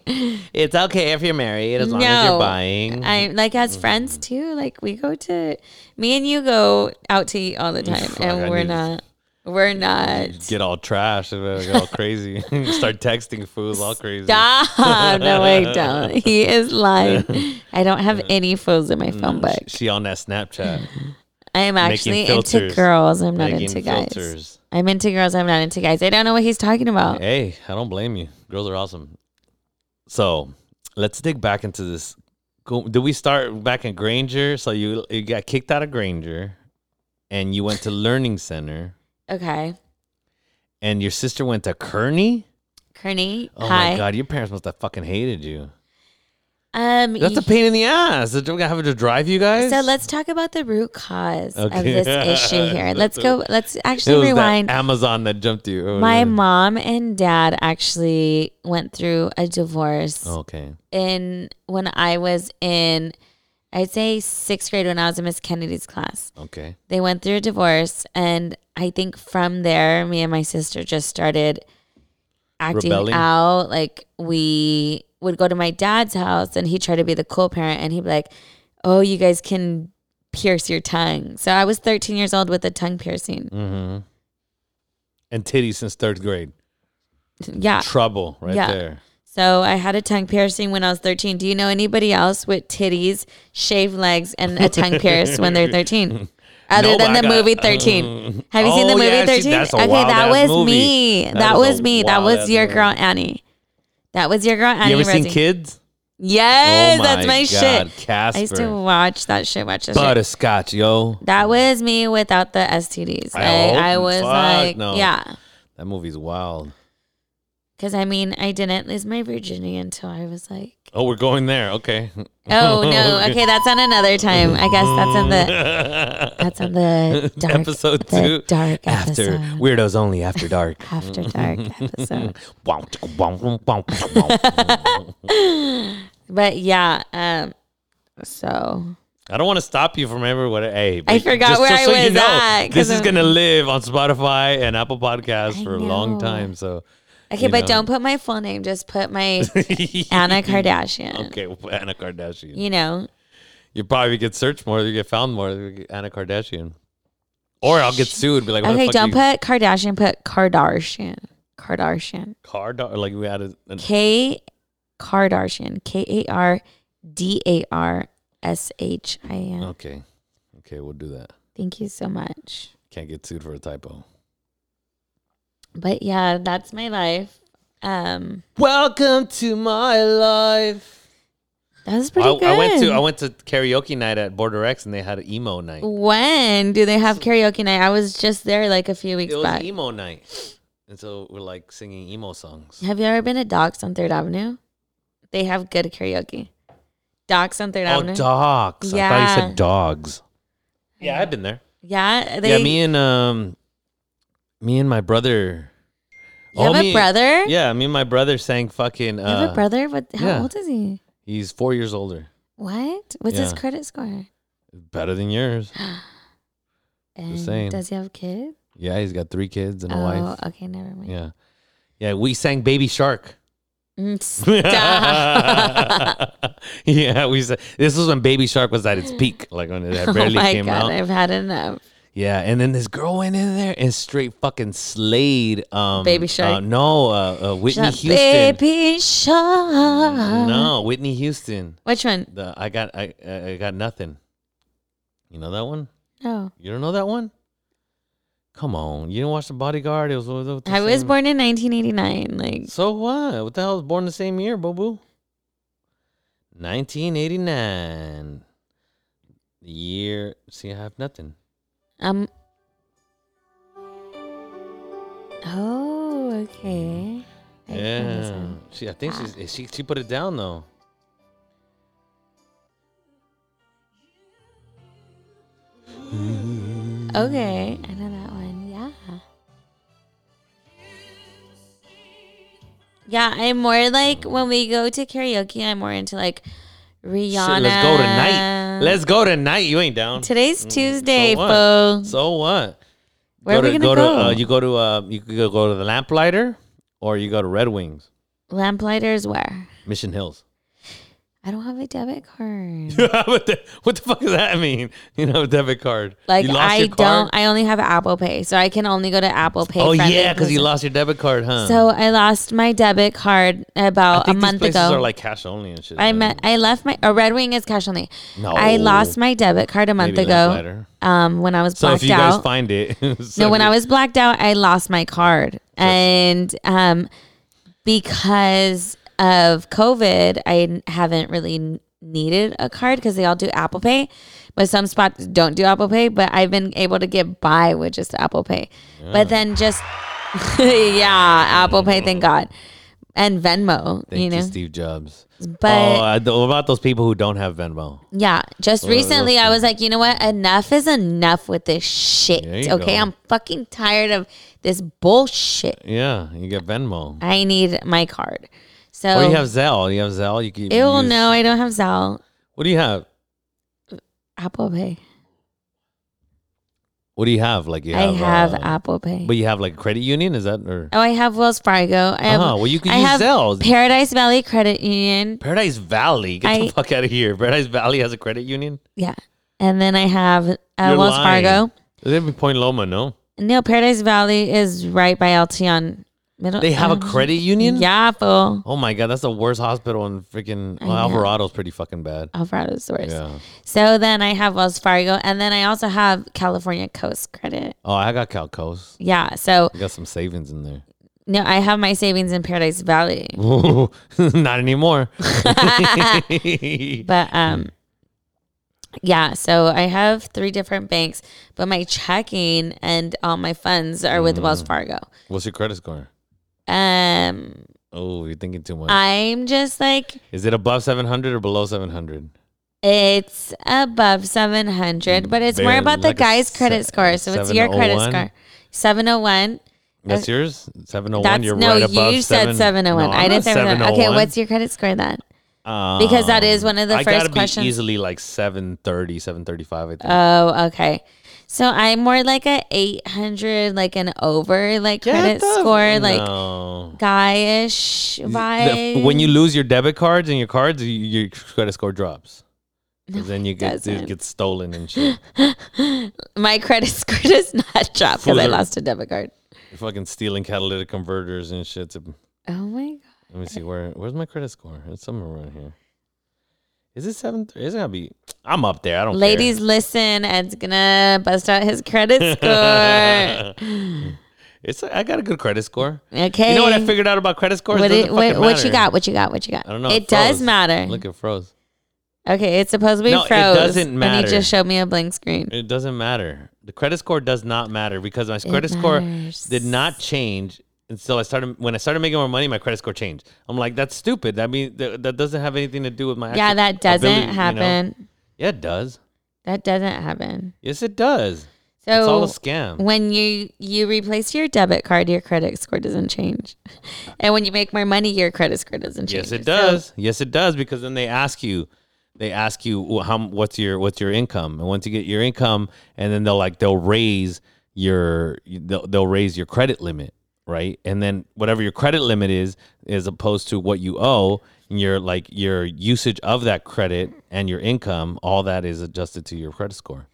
S2: It's okay if you're married as long as
S3: No.
S2: you're buying.
S3: I like as friends too. Like we go to me and you go out to eat all the time,
S2: Fuck,
S3: and
S2: I
S3: we're
S2: need-
S3: not. We're not.
S2: Get all trash, and get all crazy, start texting fools all crazy.
S3: Stop! No, wait, don't. He is lying. I don't have any photos in my
S2: Mm,
S3: phone book.
S2: She on that Snapchat.
S3: I am actually into
S2: filters.
S3: girls. I'm not
S2: Making
S3: into guys.
S2: filters.
S3: I'm into girls. I'm not into guys. I don't know what he's talking about.
S2: Hey, I don't blame you. Girls are awesome. So let's dig back into this. Go- Did we start back in Granger? So you you got kicked out of Granger, and you went to Learning Center,
S3: Okay,
S2: and your sister went to Kearney.
S3: Kearney.
S2: Oh
S3: hi.
S2: my God, your parents must have fucking hated you.
S3: Um,
S2: That's a pain in the ass. Did we gotta have her to drive you guys?
S3: so let's talk about the root cause of
S2: Okay.
S3: this issue here. Let's go. Let's
S2: it was
S3: actually
S2: that
S3: rewind.
S2: Amazon that jumped you. Oh, or
S3: My
S2: whatever.
S3: mom and dad actually went through a divorce
S2: okay.
S3: in when I was in, I'd say sixth grade when I was in Miss Kennedy's class.
S2: Okay.
S3: They went through a divorce, and I think from there, me and my sister just started acting
S2: Rebelling?
S3: out. Like we would go to my dad's house, and he tried to be the cool parent, and he'd be like, "Oh, you guys can." pierce your tongue. So I was 13 years old with a tongue piercing.
S2: And titty since third grade.
S3: Yeah.
S2: Trouble right
S3: Ah. Yeah.
S2: there.
S3: So I had a tongue piercing when I was 13. Do you know anybody else with titties, shaved legs, and a tongue pierce when they're 13? Other
S2: No,
S3: than
S2: I
S3: the
S2: got-
S3: movie 13. Have you
S2: Oh,
S3: seen the movie
S2: yeah, she-
S3: 13?
S2: that's a
S3: okay, that
S2: wild-ass
S3: was
S2: movie.
S3: me. That,
S2: That is a
S3: was me. That
S2: wild-ass
S3: was your
S2: movie.
S3: girl Annie. That was your girl Annie.
S2: you ever seen
S3: Rosie.
S2: kids?
S3: Yes,
S2: Oh
S3: that's my
S2: God,
S3: shit.
S2: Casper.
S3: I used to watch that shit. Watch that shit.
S2: Butterscotch, yo.
S3: That was me without the STDs. Like,
S2: Oh,
S3: I was
S2: fuck,
S3: like,
S2: no.
S3: yeah.
S2: That movie's wild.
S3: Because I mean, I didn't lose my virginity until I was like
S2: Oh, we're going there. Okay.
S3: Oh no. Okay, that's on another time. I guess that's on the that's on the dark
S2: episode
S3: the
S2: two.
S3: dark
S2: after
S3: episode.
S2: Weirdos Only After Dark.
S3: after dark episode.
S2: Wow, chicka, wow, wow, wow, wow.
S3: But yeah, um so
S2: I don't want to stop you from ever what. Hey,
S3: I
S2: but
S3: forgot
S2: just-
S3: where
S2: just
S3: I
S2: so you
S3: was
S2: know,
S3: at, 'cause
S2: This is
S3: I'm-
S2: gonna live on Spotify and Apple Podcasts
S3: I
S2: for a long
S3: know.
S2: time. So
S3: okay,
S2: You
S3: but
S2: know.
S3: don't put my full name, just put my Anna Kardashian.
S2: Okay, well, Anna Kardashian.
S3: You know.
S2: You probably get searched more. You get found more. you get Anna Kardashian. Or I'll get sued. Be like, what
S3: Okay,
S2: the fuck
S3: don't
S2: you,
S3: put Kardashian, put Kardashian. Kardashian.
S2: Card- like we added an
S3: K Kardashian. K A R D A R S H I N.
S2: Okay. Okay, we'll do that.
S3: Thank you so much.
S2: Can't get sued for a typo.
S3: But yeah, that's my life. Um,
S2: Welcome to my life.
S3: that was
S2: I,
S3: pretty good.
S2: I went to I went to karaoke night at Border X and they had an emo night.
S3: when do they have karaoke night? I was just there like a few weeks
S2: It was
S3: back.
S2: emo night. And so we're like singing emo songs.
S3: Have you ever been to Docs on Third Avenue? They have good karaoke. Docs on Third
S2: Oh,
S3: Avenue.
S2: dogs. I thought you
S3: Yeah.
S2: said dogs. Yeah, I've been there.
S3: yeah, they.
S2: yeah, me and um me and my brother.
S3: you have
S2: Oh,
S3: a
S2: me-
S3: brother.
S2: Yeah, me and my brother sang fucking uh
S3: You have a brother. What? How
S2: yeah.
S3: old is he?
S2: he's 4 years older.
S3: What? What's his
S2: Yeah.
S3: credit score?
S2: Better than yours.
S3: And
S2: saying.
S3: does he have kids?
S2: Yeah, he's got 3 kids and a
S3: oh,
S2: wife.
S3: okay, never mind.
S2: Yeah. Yeah, we sang Baby Shark.
S3: Mm, Stop.
S2: yeah, we sang. This was when Baby Shark was at its peak, like when it had barely
S3: oh my
S2: came
S3: god,
S2: out.
S3: I've had enough.
S2: Yeah, and then this girl went in there and straight fucking slayed. Um,
S3: Baby
S2: Uh,
S3: Shark?
S2: no, uh, uh, Whitney
S3: Shut-
S2: Houston.
S3: Baby Shark.
S2: No, Whitney Houston.
S3: Which one?
S2: The I got I I got nothing. You know that one?
S3: Oh.
S2: You don't know that one? Come on, you didn't watch The Bodyguard? It was. with the
S3: I was
S2: same-
S3: born in 1989. Like,
S2: So what? What the hell was born the same year, boo boo? 1989. The year. See, I have nothing.
S3: um. Oh, okay. I found this
S2: yeah.
S3: one.
S2: She, I think she's, eh, she she put it down though.
S3: Okay. I know that one. Yeah. Yeah, I'm more like when we go to karaoke, I'm more into like Rihanna.
S2: Shit, let's go tonight. Let's go tonight. You ain't down.
S3: Today's Tuesday,
S2: what?
S3: folks.
S2: So what? go
S3: Where are we
S2: to,
S3: gonna go?
S2: to, uh, you go to uh, you could go, go to the Lamplighter, or you go to Red Wings,
S3: Lamplighters where?
S2: Mission Hills.
S3: I don't have a debit card.
S2: what, the, what the fuck does that mean? You know, debit card.
S3: Like
S2: you lost
S3: I
S2: your card?
S3: don't. I only have Apple Pay, so I can only go to Apple Pay.
S2: Oh
S3: friendly
S2: yeah, because you
S3: places.
S2: lost your debit card, huh?
S3: So I lost my debit card
S2: I
S3: about a
S2: think
S3: month
S2: these places
S3: ago.
S2: are like cash only and shit.
S3: I met. I left my. A Red Wing is cash only.
S2: No.
S3: I lost my debit card a month
S2: Maybe
S3: ago.
S2: Lamplighter.
S3: Um, when I was
S2: So
S3: blacked
S2: if you
S3: out.
S2: guys find it,
S3: no, when
S2: send
S3: I
S2: it.
S3: was blacked out, I lost my card, and um, because of COVID, I n- haven't really n- needed a card because they all do Apple Pay, but some spots don't do Apple Pay. But I've been able to get by with just Apple Pay. But then just yeah, Apple Pay, thank God. and Venmo,
S2: Thank
S3: you
S2: you,
S3: know.
S2: Steve Jobs.
S3: But-
S2: oh, I, th- what about those people who don't have Venmo?
S3: yeah, just
S2: those
S3: recently I
S2: two.
S3: was like, you know what? Enough is enough with this shit.
S2: There you
S3: Okay,
S2: go.
S3: I'm fucking tired of this bullshit.
S2: Yeah, you get Venmo.
S3: I need my card. So
S2: Or you have Zelle. You have Zelle. You can.
S3: Oh. Ew,
S2: use-
S3: no, I don't have Zelle.
S2: What do you have?
S3: Apple Pay.
S2: What do you have? Like you
S3: I
S2: have.
S3: have
S2: uh,
S3: Apple Pay.
S2: But you have like credit union. Is that or
S3: oh, I have Wells Fargo. I have,
S2: Ah, well, you could
S3: I
S2: use
S3: have
S2: Zelle.
S3: Paradise Valley Credit Union.
S2: Paradise Valley? Get the
S3: I-
S2: fuck out of here. Paradise Valley has a credit union.
S3: Yeah. And then I have uh,
S2: You're
S3: Wells
S2: lying.
S3: Fargo.
S2: They have Point Loma. No,
S3: No, Paradise Valley is right by Altion. Middle,
S2: they have a
S3: um,
S2: credit union.
S3: Yeah, fool.
S2: Oh my god, that's the worst hospital in freaking well,
S3: know.
S2: Alvarado's pretty fucking bad.
S3: Alvarado's the worst.
S2: Yeah.
S3: So then I have Wells Fargo, and then I also have California Coast Credit.
S2: Oh, I got Calcos.
S3: Yeah. So
S2: I got some savings in there.
S3: no, I have my savings in Paradise Valley,
S2: Not anymore.
S3: but um, yeah. So I have three different banks, but my checking and all my funds are with
S2: Mm.
S3: Wells Fargo.
S2: What's your credit score?
S3: Um,
S2: Oh, you're thinking too much.
S3: I'm just like
S2: Is it above 700 or below 700?
S3: It's above 700, but it's more
S2: Barely,
S3: about the
S2: like a
S3: guy's
S2: se-
S3: credit score. So it's your credit
S2: 701?
S3: score. 701.
S2: That's yours? 701?
S3: Uh, That's
S2: you're
S3: no,
S2: right above
S3: you said 701.
S2: No,
S3: I
S2: I'm
S3: didn't
S2: not oh
S3: say 701. Okay, what's your credit score then? because that is one of the
S2: I
S3: first
S2: gotta
S3: questions.
S2: Be easily like 730, 735, I think.
S3: Oh, okay. So I'm more like a 800, like an over, like
S2: Get
S3: credit
S2: the-
S3: score, like
S2: No.
S3: guyish
S2: The-
S3: vibe.
S2: when you lose your debit cards and your cards, y- your credit score drops. 'Cause then you get
S3: doesn't.
S2: it gets stolen and shit.
S3: my credit score does not drop because I
S2: Further.
S3: lost a debit card.
S2: You're fucking stealing catalytic converters and shit. To,
S3: Oh my god.
S2: let me see where where's my credit score? It's somewhere around here. Is it seven? It's gotta be. I'm up there. I don't. care.
S3: Ladies, listen, Ed's gonna bust out his credit score.
S2: It's I got a good credit score.
S3: Okay.
S2: You know what I figured out about credit scores?
S3: What,
S2: Doesn't
S3: it, what,
S2: fucking
S3: what you
S2: matter.
S3: got? What you got? What you got?
S2: I don't know.
S3: It, does
S2: froze.
S3: matter.
S2: Look, it froze.
S3: okay, it's supposed to be
S2: No, it
S3: froze.
S2: doesn't
S3: And
S2: matter.
S3: he just showed me a blank screen.
S2: It doesn't matter. The credit score does not matter because my credit
S3: matters.
S2: score did not change until I started. When I started making more money, my credit score changed. I'm like, that's stupid. That mean that, that doesn't have anything to do with my.
S3: yeah,
S2: actual
S3: that doesn't
S2: ability, you know?
S3: happen.
S2: Yeah, it does.
S3: That doesn't happen.
S2: Yes, it does.
S3: So
S2: it's all a scam.
S3: when you you replace your debit card, your credit score doesn't change, and when you make more money, your credit score doesn't change.
S2: Yes, it
S3: So-
S2: does. yes, it does because then they ask you, they ask you wh- how m- what's your what's your income, and once you get your income, and then they'll like they'll raise your they'll, they'll raise your credit limit, right? And then whatever your credit limit is, as opposed to what you owe, your like your usage of that credit and your income, all that is adjusted to your credit score.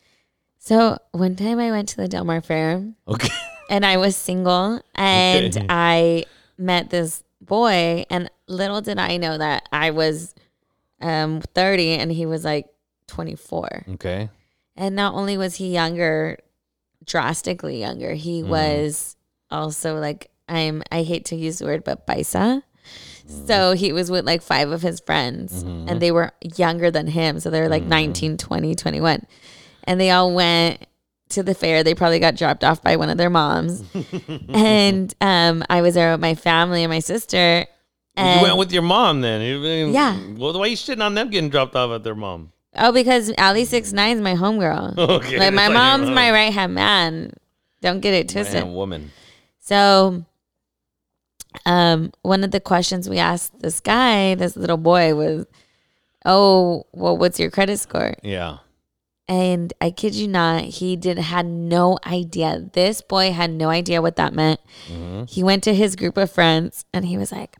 S3: so one time I went to the Del Mar Fair.
S2: Okay.
S3: and I was single and
S2: Okay.
S3: I met this boy and little did I know that I was um 30 and he was like 24.
S2: Okay.
S3: And not only was he younger drastically younger, he
S2: Mm-hmm.
S3: was also like I'm I hate to use the word but bisa.
S2: Mm-hmm.
S3: So he was with like five of his friends and they were younger than him. So they were like
S2: Mm-hmm.
S3: 19, 20, 21. And they all went to the fair. They probably got dropped off by one of their moms. and um, I was there with my family and my sister. And,
S2: you went with your mom then. You-
S3: Yeah.
S2: Well, why you shitting on them getting dropped off at their mom?
S3: oh, because Ali Six Nine's my homegirl.
S2: Okay.
S3: like my
S2: It's oh. your
S3: mom's
S2: mom.
S3: my right hand man. Don't get it twisted.
S2: Man, woman.
S3: So, um, one of the questions we asked this guy, this little boy, was, "Oh, well, what's your credit score?"
S2: Yeah.
S3: And I kid you not, he did had no idea. This boy had no idea what that meant. He went to his group of friends and he was like,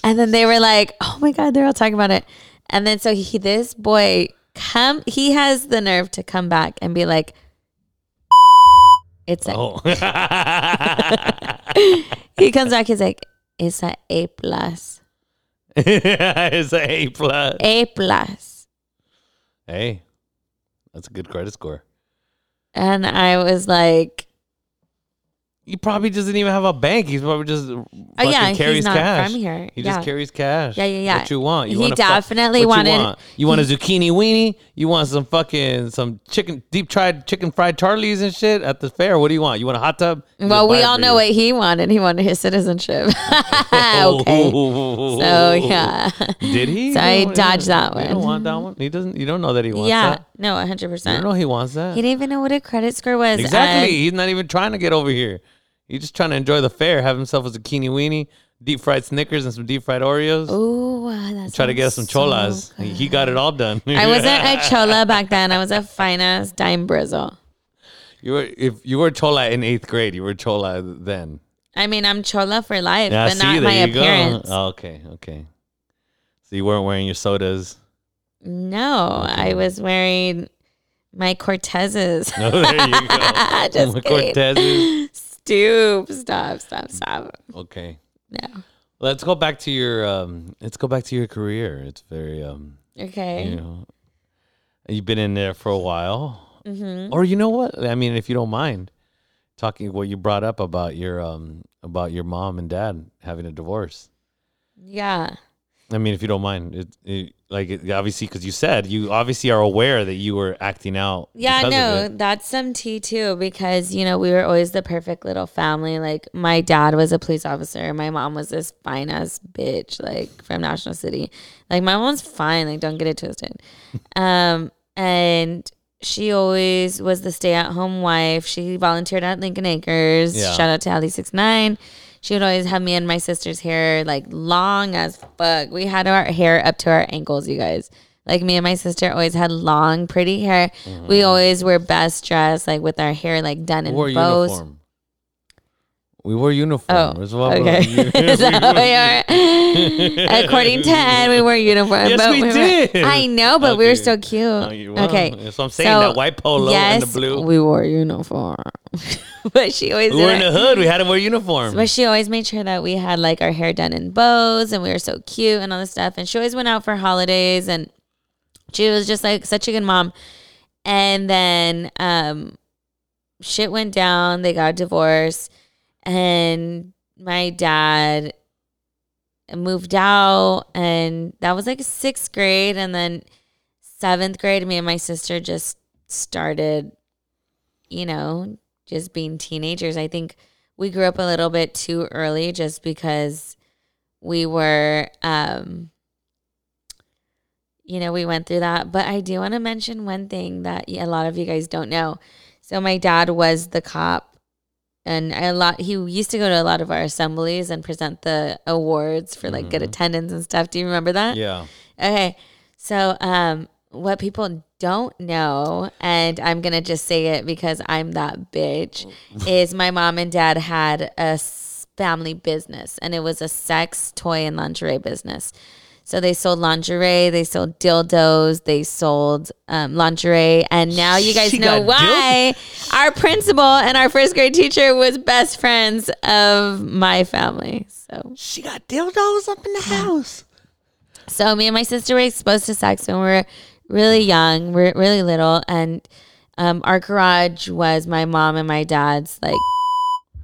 S3: and then they were like, "Oh my god, they're all talking about it." And then so he, this boy, come, he has the nerve to come back and be like, "It's a
S2: Oh.
S3: he comes back. He's like, "It's a A plus,
S2: it's a A plus.
S3: A plus,"
S2: Hey, that's a good credit score.
S3: and I was like,
S2: He probably doesn't even have a bank. He's probably just fucking
S3: Uh, yeah, he's
S2: carries
S3: not
S2: cash.
S3: from here.
S2: He
S3: Yeah.
S2: just carries cash.
S3: Yeah, yeah, yeah.
S2: What you want? You
S3: He
S2: want a fu-
S3: definitely
S2: what
S3: wanted-
S2: You want, you want a zucchini weenie? You want some fucking some chicken deep fried chicken fried Charlies and shit at the fair? What do you want? You want a hot tub? Just
S3: Well,
S2: buy
S3: we
S2: it
S3: all
S2: for
S3: know
S2: you.
S3: what he wanted. He wanted his citizenship. okay. So yeah.
S2: Oh. Did he?
S3: So
S2: You
S3: I
S2: don't-
S3: dodged that
S2: You don't
S3: one.
S2: want that one. He doesn't. You don't know that he wants
S3: Yeah.
S2: that.
S3: No, 100%.
S2: You don't know he wants that.
S3: He didn't even know what a credit score was.
S2: Exactly.
S3: and-
S2: He's not even trying to get over here. He's just trying to enjoy the fair, have himself a zucchini weenie, deep fried Snickers, and some deep fried Oreos.
S3: Ooh, wow, that's
S2: Try to get us some cholas. He- he got it all done.
S3: I wasn't a chola back then. I was a fine ass dime brizzle.
S2: you were if you were chola in eighth grade, you were chola then.
S3: I mean, I'm chola for life,
S2: Yeah,
S3: but
S2: see,
S3: not
S2: there
S3: my
S2: you
S3: appearance.
S2: go. Oh, okay, okay. So you weren't wearing your sodas.
S3: No, I was wearing my Cortezes.
S2: Oh, there you go.
S3: Just
S2: My
S3: kidding.
S2: Cortezes.
S3: Stoop. Stop, stop, stop.
S2: Okay.
S3: No.
S2: Let's go back to your um let's go back to your career. It's very um
S3: Okay.
S2: you know you've been in there for a while
S3: Mm-hmm.
S2: or you know what i mean if you don't mind talking what you brought up about your um about your mom and dad having a divorce
S3: Yeah.
S2: i mean if you don't mind it, it like it, obviously because you said you obviously are aware that you were acting out
S3: Yeah,
S2: because of
S3: no,
S2: it.
S3: that's some tea too because you know we were always the perfect little family. Like my dad was a police officer, my mom was this fine ass bitch like from National City. Like my mom's fine, like don't get it twisted. um, and she always was the stay at home wife. She volunteered at Lincoln Acres.
S2: Yeah.
S3: Shout out to Ali Six Nine. She would always have me and my sister's hair like long as fuck. We had our hair up to our ankles, you guys. Like me and my sister always had long, pretty hair. We always were best dressed, like with our hair like done in
S2: Mm. wore
S3: bows.
S2: uniform we wore uniform.
S3: Oh,
S2: That's what-
S3: okay.
S2: we
S3: Is that what we are? According to Ed, we wore uniform.
S2: Yes,
S3: but
S2: we
S3: were-
S2: did.
S3: I know, but we were
S2: Okay.
S3: still cute.
S2: Oh, you- well,
S3: okay,
S2: So I'm saying that white polo and the
S3: yes,
S2: blue. We
S3: We wore uniform, but she always
S2: were in
S3: did
S2: the
S3: it.
S2: hood. We had to wear uniform.
S3: But she always made sure that we had like our hair done in bows and we were so cute and all this stuff. And she always went out for holidays and she was just like such a good mom. And then um shit went down, they got divorced, and my dad moved out and that was like sixth grade and then seventh grade me and my sister just started you know just being teenagers i think we grew up a little bit too early just because we were um you know we went through that but i do want to mention one thing that a lot of you guys don't know so my dad was the cop and a lot he used to go to a lot of our assemblies and present the awards for like good attendance and stuff do you remember that
S2: yeah.
S3: Okay. So, um, what people don't know, and I'm gonna just say it because I'm that bitch, is my mom and dad had a s- family business, and it was a sex toy and lingerie business. So they sold lingerie, they sold dildos, they sold um, lingerie, and now you guys
S2: She
S3: know
S2: got dild-
S3: why our principal and our first grade teacher was best friends of my family. So
S1: She got dildos up in the house.
S3: so me and my sister were exposed to sex when we were really young, we are really little, and um, our garage was my mom and my dad's. Like,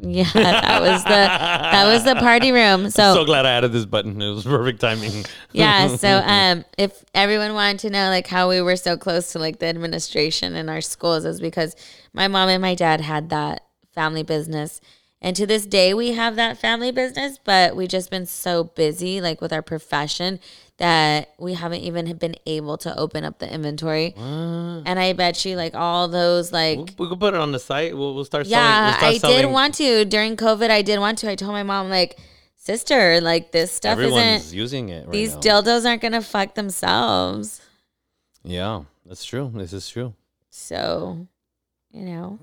S3: yeah, that was the that was the party room.
S2: I'm
S3: So,
S2: so glad I added this button. It was perfect timing.
S3: yeah, so um, if everyone wanted to know like how we were so close to like the administration in our schools, is because my mom and my dad had that family business. And to this day, we have that family business, but we've just been so busy, like with our profession, that we haven't even been able to open up the inventory. And I bet you, like all those, like
S2: We could put it on the site. We'll, we'll start
S3: yeah,
S2: selling. We'll
S3: I
S2: start
S3: did
S2: selling.
S3: want to during COVID. I did want to. I told my mom, like, sister, like this stuff
S2: Everyone's
S3: isn't.
S2: using it right
S3: These
S2: now.
S3: dildos aren't gonna fuck themselves.
S2: yeah, that's true. This is true.
S3: So, you know,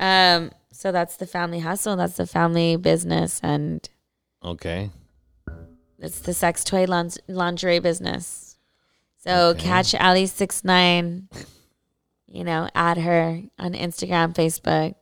S3: um, so that's the family hustle. That's the family business, and
S2: Okay.
S3: it's the sex toy lon- lingerie business. So
S2: Okay.
S3: catch Ali six nine. You know, add her on Instagram, Facebook.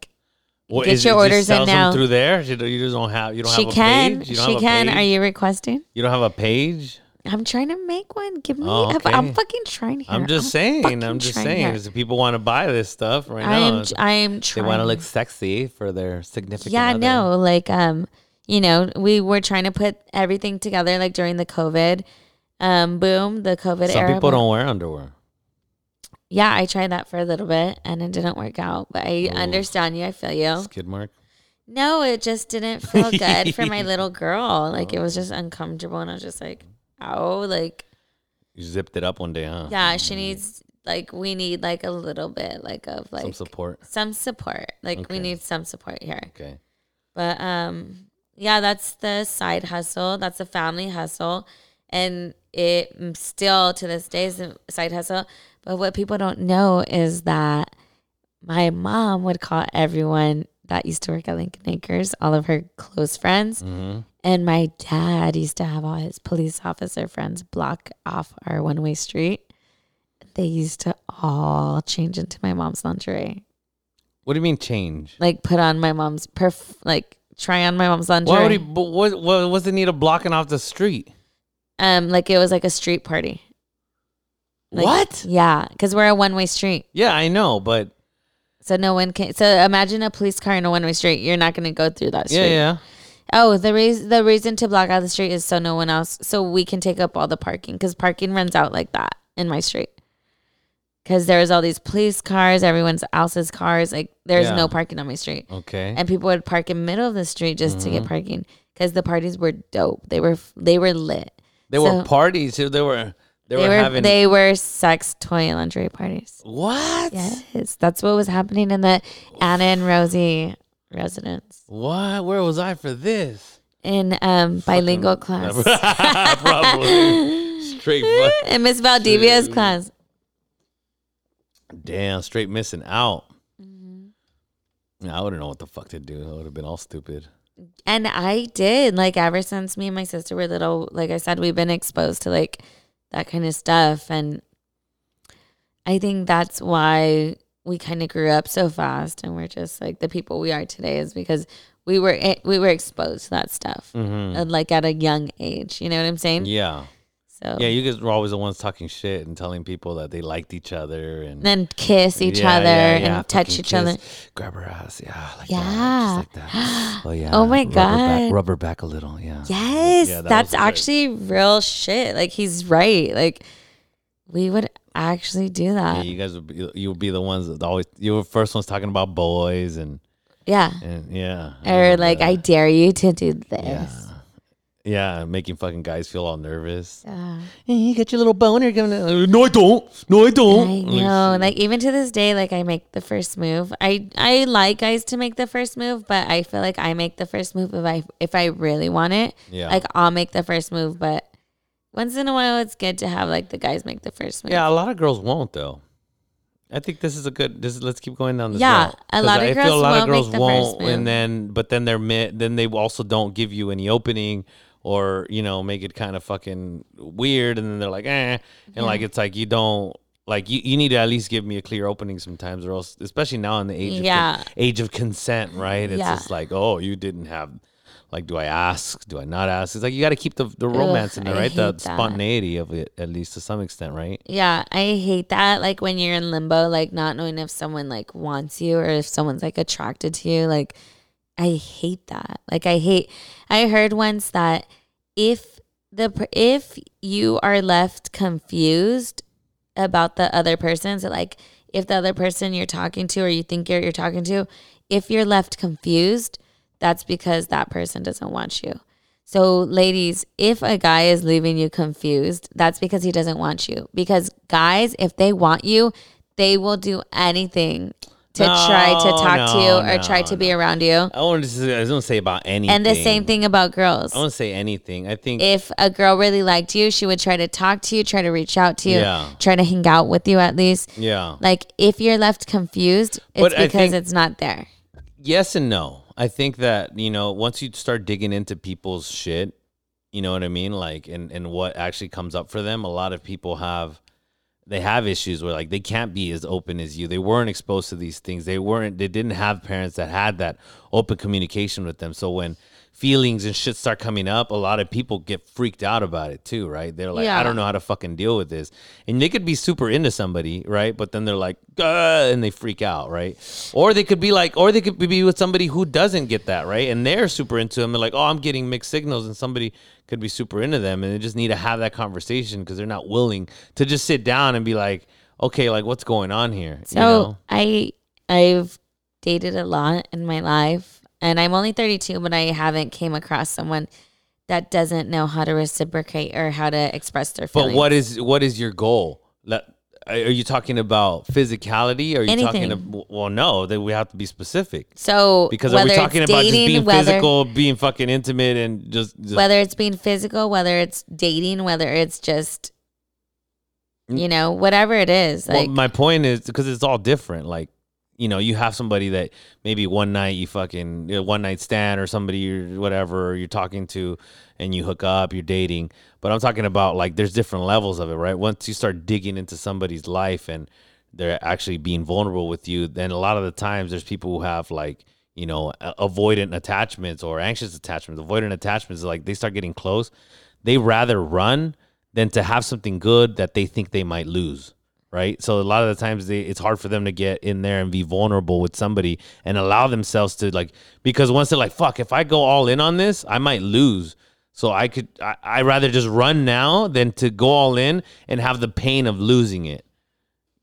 S2: What,
S3: Get
S2: is
S3: your
S2: it- just
S3: orders in
S2: sells them
S3: now.
S2: through there. You don't- you just don't have. You don't
S3: She
S2: have a
S3: can.
S2: page.
S3: She
S2: You don't have a
S3: can.
S2: Page?
S3: Are you requesting?
S2: You don't have a page.
S3: I'm trying to make one. Give me.
S2: Oh,
S3: a- I'm
S2: okay.
S3: fucking trying here.
S2: I'm just
S3: fucking
S2: saying. I'm just
S3: trying
S2: saying.
S3: here.
S2: If people want to buy this stuff right
S3: I
S2: now.
S3: am. I am
S2: they
S3: trying.
S2: want to look sexy for their significant.
S3: Yeah,
S2: other.
S3: no, like um, you know, we were trying to put everything together like during the COVID um boom, the COVID
S2: Some
S3: era.
S2: people don't wear underwear.
S3: Yeah, I tried that for a little bit and it didn't work out, but I understand you. I feel you.
S2: Skid mark.
S3: No, it just didn't feel good for my little girl. Like it was
S2: Oh.
S3: just uncomfortable and I was just like, "Oh, like
S2: You zipped it up one day, huh?
S3: yeah, she needs like we need like a little bit like of like
S2: Uh-huh. Some support.
S3: some support. Like we
S2: Okay.
S3: need some support here."
S2: Okay.
S3: But um yeah, that's the side hustle. That's the family hustle. And it mm, still to this day is a side hustle. But what people don't know is that my mom would call everyone that used to work at Lincoln Acres, all of her close friends.
S2: Mm-hmm.
S3: And my dad used to have all his police officer friends block off our one way street. They used to all change into my mom's lingerie
S2: What do you mean change?
S3: like put on my mom's perf like try on my mom's lingerie.
S2: Why would he? But what, what? What's the need of blocking off the street?
S3: um like it was like a street party. Like,
S2: what?
S3: Yeah, cuz we're a one-way street.
S2: Yeah, I know, but
S3: So no one can so imagine a police car in a one-way street. You're not going to go through that street.
S2: yeah, yeah.
S3: Oh, the reason the reason to block out the street is so no one else so we can take up all the parking cuz parking runs out like that in my street. Cuz there was all these police cars, everyone's else's cars, like there's
S2: Yeah.
S3: no parking on my street.
S2: Okay. Mm-hmm.
S3: and people would park in middle of the street just to get parking because the parties were dope. They were they were lit.
S2: There were
S3: so-
S2: parties. They were. They were,
S3: They were,
S2: having.
S3: they were sex toy and lingerie parties.
S2: what?
S3: Yes, that's what was happening in the Anna and Rosie residence
S2: What? Where was I for this?
S3: in um, bilingual class
S2: Probably straight. fu-
S3: in Miss Valdivia's class.
S2: Damn, straight missing out.
S3: Mm-hmm.
S2: Yeah, I wouldn't know what the fuck to do. I would have been all stupid.
S3: And I did like ever since me and my sister were little. Like I said, we've been exposed to like that kind of stuff, and I think that's why we kind of grew up so fast, and we're just like the people we are today is because we were e, we were exposed to that stuff, and like at a young age. You know what I'm saying?
S2: Mm-hmm. Yeah.
S3: So
S2: Yeah, you guys were always the ones talking shit and telling people that they liked each other and
S3: then kiss each
S2: Yeah,
S3: other
S2: yeah, yeah,
S3: and touch
S2: fucking
S3: each other.
S2: kiss. Grab her ass, yeah, like
S3: Yeah.
S2: that, just like that. Oh yeah.
S3: Oh my
S2: rub her back-
S3: God.
S2: rubber back a little, yeah.
S3: Yes,
S2: Yeah, that
S3: that's
S2: was great.
S3: actually real shit. Like he's right. Like we would actually do
S2: Yeah,
S3: that.
S2: you guys would be, you would be the ones that always you were the first ones talking about boys and
S3: Yeah.
S2: and yeah
S3: Or like I dare you to do
S2: yeah
S3: this.
S2: yeah making fucking guys feel all nervous.
S3: Yeah.
S2: Hey, you got your little boner coming. Out. No, I don't. No, I don't.
S3: I
S2: Like,
S3: know. Like even to this day, like I make the first move. I I like guys to make the first move, but I feel like I make the first move if I if I really want it.
S2: Yeah.
S3: Like I'll make the first move, but once in a while, it's good to have like the guys make the first move.
S2: Yeah, a lot of girls won't though. I think this is a good. This let's keep going down this.
S3: Yeah,
S2: route.
S3: a
S2: 'Cause
S3: lot of
S2: I
S3: girls
S2: feel a lot of
S3: won't make
S2: girls
S3: the
S2: won't,
S3: first move.
S2: and then but then they're mi- then they also don't give you any opening or you know make it kind of fucking weird, and then they're like eh, and like it's like you don't like you, you need to at least give me a clear opening sometimes, or else especially now in the age of
S3: Yeah.
S2: con- age of consent, right? It's
S3: Yeah.
S2: just like oh you didn't have. Like, do I ask? Do I not ask? It's like you got to keep the, the romance in there,
S3: I
S2: right? The
S3: hate that.
S2: spontaneity of it, at least to some extent, right?
S3: Yeah, I hate that. Like when you're in limbo, like not knowing if someone like wants you or if someone's like attracted to you. Like I hate that. Like I hate. I heard once that if the per- if you are left confused about the other person, so like if the other person you're talking to or you think you're you're talking to, if you're left confused, that's because that person doesn't want you. So, ladies, if a guy is leaving you confused, that's because he doesn't want you. Because guys, if they want you, they will do anything to try to
S2: No,
S3: talk to you
S2: no,
S3: or try
S2: no,
S3: to be around you.
S2: I want to. Say, I don't say about anything.
S3: And the same thing about girls.
S2: I don't say anything. I think.
S3: If a girl really liked you, she would try to talk to you, try to reach out to you,
S2: Yeah.
S3: try to hang out with you at least.
S2: yeah.
S3: Like if you're left confused, it's
S2: But I
S3: because
S2: think-
S3: it's not there.
S2: Yes and no. I think that you know once you start digging into people's shit, you know what I mean. Like and and what actually comes up for them. A lot of people have they have issues where like they can't be as open as you. They weren't exposed to these things. They weren't. They didn't have parents that had that open communication with them. So when feelings and shit start coming up, a lot of people get freaked out about it too, right? They're like, I
S3: Yeah.
S2: don't know how to fucking deal with this. And they could be super into somebody, right? But then they're like, "Gah," and they freak out, right? Or they could be like, or they could be with somebody who doesn't get that, right? And they're super into them and like, oh, I'm getting mixed signals. And somebody could be super into them and they just need to have that conversation because they're not willing to just sit down and be like, okay, like what's going on here?
S3: So I I've dated a lot in my life, and I'm only 32, but I haven't came across someone that doesn't know how to reciprocate or how to express their
S2: But
S3: feelings.
S2: what is what is your goal? Let, are you talking about physicality? Or are you talking?
S3: Anything.
S2: About, well, no, that we have to be specific
S3: So
S2: because are
S3: whether
S2: we talking
S3: it's
S2: about
S3: dating,
S2: just being
S3: whether,
S2: physical, being fucking intimate, and just, just
S3: whether it's being physical, whether it's dating, whether it's just you know whatever it is,
S2: Mm. Well,
S3: like
S2: my point is because it's all different. Like, you know, you have somebody that maybe one night you fucking you know, one night stand or somebody or whatever you're talking to, and you hook up, you're dating. But I'm talking about like there's different levels of it, right? Once you start digging into somebody's life and they're actually being vulnerable with you, then a lot of the times there's people who have like you know a- avoidant attachments or anxious attachments. Avoidant attachments like they start getting close, they rather run than to have something good that they think they might lose right? So a lot of the times they, it's hard for them to get in there and be vulnerable with somebody and allow themselves to like because once they're like, fuck, if I go all in on this, I might lose. So I could I, I rather just run now than to go all in and have the pain of losing it.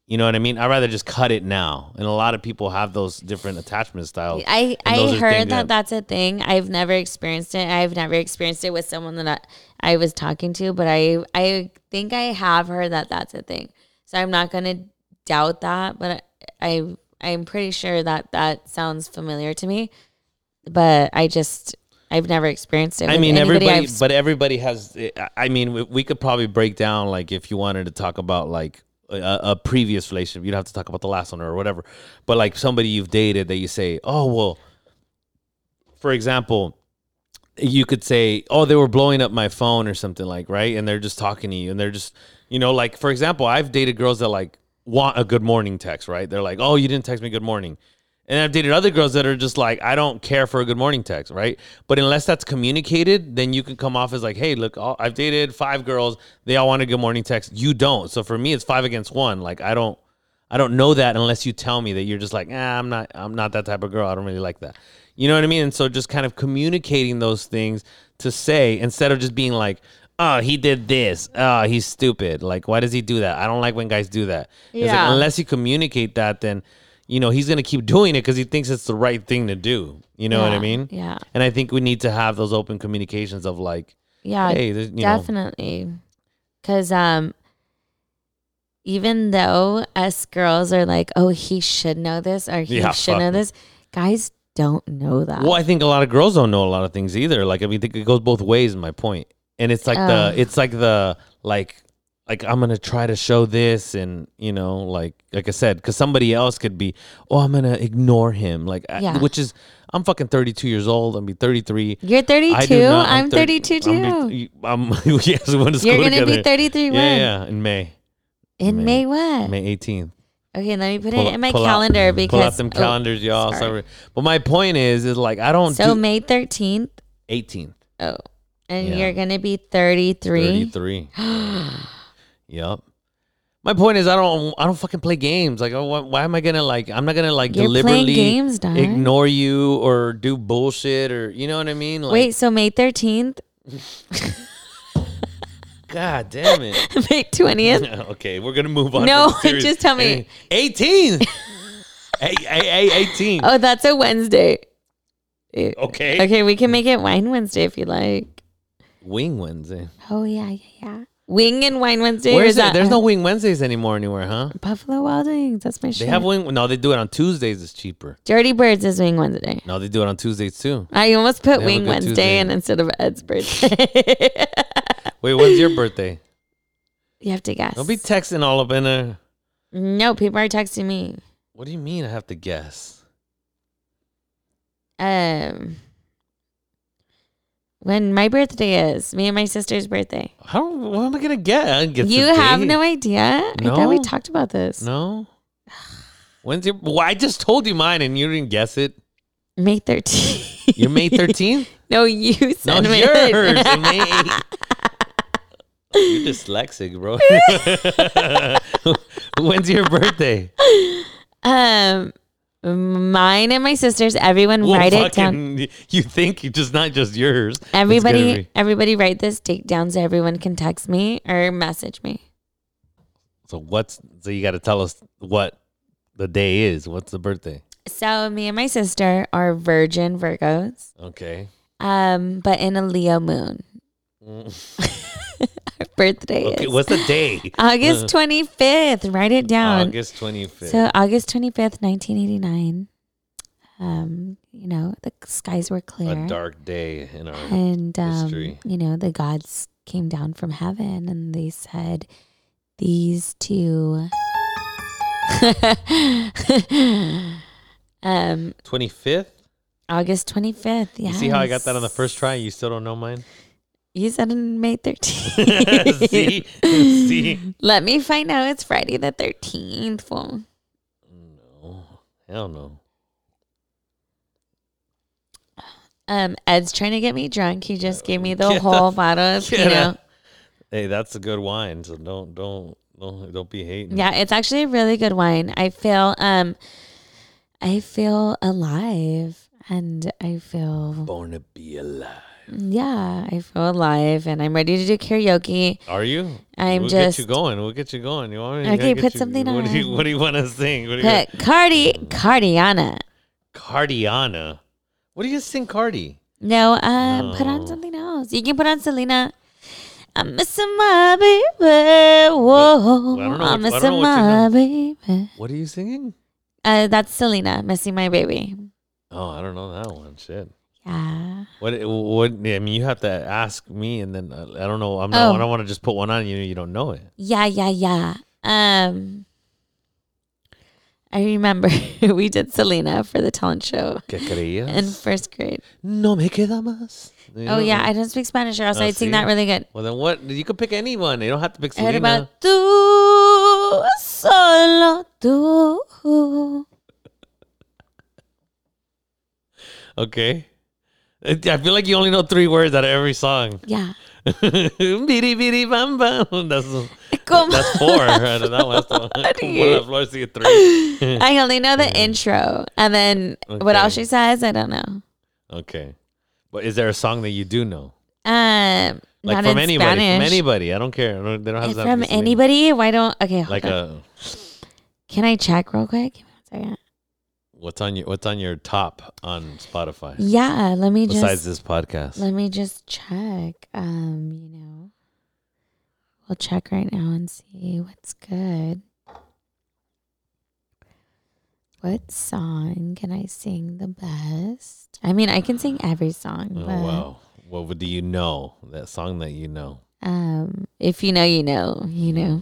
S2: You know what I mean? I'd rather just cut it now. And a lot of people have those different attachment styles.
S3: I
S2: and those
S3: I
S2: are
S3: heard
S2: things
S3: that that's a thing. I've never experienced it. I've never experienced it with someone that I, I was talking to, but I I think I have heard that that's a thing. So I'm not gonna doubt that, but I I'm pretty sure that that sounds familiar to me. But I just I've never experienced it.
S2: I
S3: with
S2: mean,
S3: anybody
S2: everybody,
S3: I've-
S2: but everybody has. I- I mean, we, we could probably break down like if you wanted to talk about like a, a previous relationship, you'd have to talk about the last one or whatever. But like somebody you've dated that you say, oh well, for example, you could say, oh, they were blowing up my phone or something like, right? And they're just talking to you, and they're just, you know, like for example, I've dated girls that like want a good morning text, right? They're like, oh, you didn't text me good morning. And I've dated other girls that are just like, I don't care for a good morning text, right? But unless that's communicated, then you can come off as like, hey, look, all, I've dated five girls. They all want a good morning text. You don't. So for me, it's five against one. Like, I don't. I don't know that unless you tell me that you're just like, ah, I'm not, I'm not that type of girl. I don't really like that. You know what I mean? And so just kind of communicating those things to say instead of just being like, oh, he did this. Oh, he's stupid. Like, why does he do that? I don't like when guys do that. It's like,
S3: Yeah.
S2: unless you communicate that, then you know he's gonna keep doing it because he thinks it's the right thing to do. You know what I
S3: Yeah,
S2: mean?
S3: yeah.
S2: And I think we need to have those open communications of like,
S3: Yeah,
S2: Hey, there's- you know.
S3: definitely. Because um, even though us girls are like, oh, he should know this or he
S2: Yeah,
S3: should
S2: fuck.
S3: know this, guys don't know that.
S2: Well, I think a lot of girls don't know a lot of things either. Like, I mean, I think it goes both ways. Is my point, and it's like
S3: Oh.
S2: the, it's like the, like, like I'm gonna try to show this, and you know, like, like I said, because somebody else could be, oh, I'm gonna ignore him, like, I-
S3: Yeah.
S2: which is, I'm fucking 32 years old. I'm be 33.
S3: You're 32.
S2: I do not-
S3: I'm, 32 too.
S2: I'm, be- I'm yes, we went to school
S3: You're gonna
S2: together.
S3: be 33
S2: yeah,
S3: when
S2: yeah, in May,
S3: in
S2: May.
S3: May. what?
S2: May 18th.
S3: Okay, let me put
S2: Pull
S3: it
S2: up-
S3: in my
S2: pull out-
S3: calendar because
S2: Pull out them
S3: oh,
S2: calendars, y'all.
S3: sorry.
S2: Sorry. But my point is, is like I don't
S3: so
S2: do
S3: May 13th.
S2: 18th.
S3: Oh, and
S2: Yeah.
S3: you're gonna be 33.
S2: 33. yep. My point is, I don't, I don't fucking play games. Like, oh, why, why am I gonna like? I'm not gonna like
S3: You're playing
S2: deliberately
S3: games, Don.
S2: ignore you or do bullshit or you know what I mean? Like,
S3: Wait, so May 13th,
S2: God damn it.
S3: May 20th.
S2: okay, we're gonna move on.
S3: No,
S2: from the series.
S3: just tell me.
S2: Eighteen. hey, hey, hey, eighteen.
S3: Oh, that's a Wednesday. Ew.
S2: Okay.
S3: Okay, we can make it Wine Wednesday if you like.
S2: Wing Wednesday.
S3: Oh yeah, yeah, yeah. Wing and Wine Wednesday. or
S2: Where
S3: is
S2: is it?
S3: that-
S2: There's no Wing Wednesdays anymore anywhere, huh?
S3: Buffalo Wild Wings. That's my
S2: They
S3: shit.
S2: have wing. No, they do it on Tuesdays. It's cheaper.
S3: Dirty Birds is Wing Wednesday.
S2: No, they do it on Tuesdays too.
S3: I almost put
S2: have a
S3: Wing
S2: good
S3: Wednesday
S2: Tuesday.
S3: in instead of Ed's birthday.
S2: Wait, when's your birthday?
S3: you have to guess.
S2: Don't be texting all up in there.
S3: no, people are texting me.
S2: What do you mean I have to guess?
S3: Um, when my birthday is, me and my sister's birthday.
S2: How what am I gonna get? I didn't get the
S3: you have
S2: date.
S3: no idea. I thought we
S2: No.
S3: talked about this.
S2: No. When's your well, I just told you mine and you didn't guess it.
S3: May 13th.
S2: Your May 13th?
S3: No, you
S2: No,
S3: said me.
S2: yours. in May 8th. You're dyslexic, bro. When's your birthday?
S3: Um, mine and my sisters. Everyone
S2: Well,
S3: write it down.
S2: fucking- You think you just not just yours. It's gonna
S3: Everybody,
S2: be-
S3: everybody write this date down so everyone can text me or message me.
S2: So what's so you got to tell us what the day is? What's the birthday?
S3: So me and my sister are Virgin Virgos,
S2: Okay. Mm.
S3: um, but in a Leo moon. Our birthday
S2: Okay.
S3: is
S2: What's the day?
S3: August twenty fifth. Write it down.
S2: August twenty fifth.
S3: So August twenty fifth, nineteen eighty nine. Um, you know the skies were clear.
S2: a dark day in our.
S3: and um,
S2: history.
S3: you know the gods came down from heaven and they said these two um
S2: Twenty fifth.
S3: august 25th yeah
S2: You see how I got that on the first try? You still don't know mine.
S3: you said on may 13th
S2: see, see.
S3: let me find out it's friday the 13th fool.
S2: No, hell no.
S3: um ed's trying to get me drunk he just gave me the
S2: Get
S3: whole
S2: the-
S3: bottle of
S2: get
S3: pinot
S2: out. Hey, that's a good wine. So don't, don't, don't, don't be hating.
S3: Yeah, it's actually a really good wine. I feel um I feel alive and I feel
S2: Born to be alive.
S3: yeah, I feel alive and I'm ready to do karaoke.
S2: Are you?
S3: I'm
S2: we'll get
S3: just-
S2: you going. We'll get you going. You want me?
S3: Okay,
S2: I get
S3: put
S2: you-
S3: something
S2: what Do you,
S3: on.
S2: what do you want to sing? What do you
S3: Put Cardi Cardiana.
S2: Cardiana. What do you sing, Cardi?
S3: No, um put on something else. You can put on Selena. I'm missing my baby. Whoa.
S2: Well, I don't know
S3: I'm
S2: what- I don't know
S3: missing
S2: what you
S3: my
S2: know.
S3: baby.
S2: What are you singing?
S3: Uh, that's Selena, missing my baby.
S2: Oh, I don't know that one. Shit.
S3: Yeah.
S2: What? What? I mean, you have to ask me, and then uh, I don't know. I'm not.
S3: Oh.
S2: I don't want to just put one on you. You don't know it.
S3: Yeah, yeah, yeah. Um, I remember we did Selena for the talent show
S2: ¿Qué creías?
S3: in first grade.
S2: no me queda más. You
S3: Oh
S2: know?
S3: yeah, I don't speak Spanish, or else
S2: Oh,
S3: I'd sing
S2: see?
S3: that really good.
S2: Well, then what? You could pick anyone. You don't have to pick
S3: I heard
S2: Selena.
S3: about tú solo tú.
S2: okay. I I feel like you only know three words out of every song.
S3: Yeah.
S2: Bidi bidi bam bam. That's
S3: Como-
S2: that's four. out of that one. That's the one. Como la flor sigue three.
S3: I only know the intro, and then what
S2: Okay.
S3: else she says, I don't know.
S2: Okay, but is there a song that you do know?
S3: Um,
S2: Like
S3: not
S2: from
S3: in
S2: anybody,
S3: Spanish. Eh,
S2: from anybody. I don't care. I don't- they don't have to have
S3: From
S2: to be Selena.
S3: anybody? Why don't? Okay, hold
S2: Like
S3: on.
S2: a
S3: Can I check real quick? Give me one second.
S2: what's on your what's on your top on Spotify
S3: Yeah, let me just.
S2: besides this podcast?
S3: Let me just check. Um, you know, we'll check right now and see what's good. What song can I sing the best? I mean, I can sing every song,
S2: oh
S3: but
S2: wow, what would- do you know? That song that you know.
S3: um, if you know, you know, you know.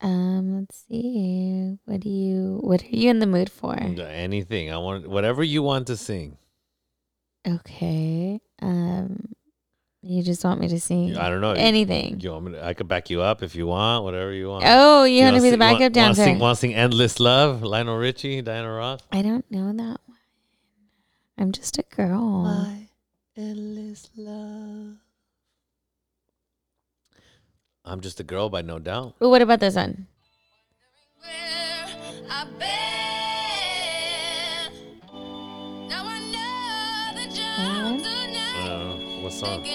S3: Um, let's see. What do you? What are you in the mood for?
S2: Anything I want, whatever you want to sing.
S3: Okay. Um, you just want me to sing?
S2: I don't know.
S3: anything.
S2: You want me to, I could back you up if you want, whatever you want.
S3: Oh, you, want to
S2: wanna
S3: be
S2: sing-
S3: the
S2: want-
S3: backup dancer?
S2: Want to sing, want to sing "Endless Love"? Lionel Richie, Diana Ross.
S3: I don't know that one. I'm just a girl.
S2: endless love. I'm just a girl by no doubt.
S3: But what about this one?
S2: Uh, what song?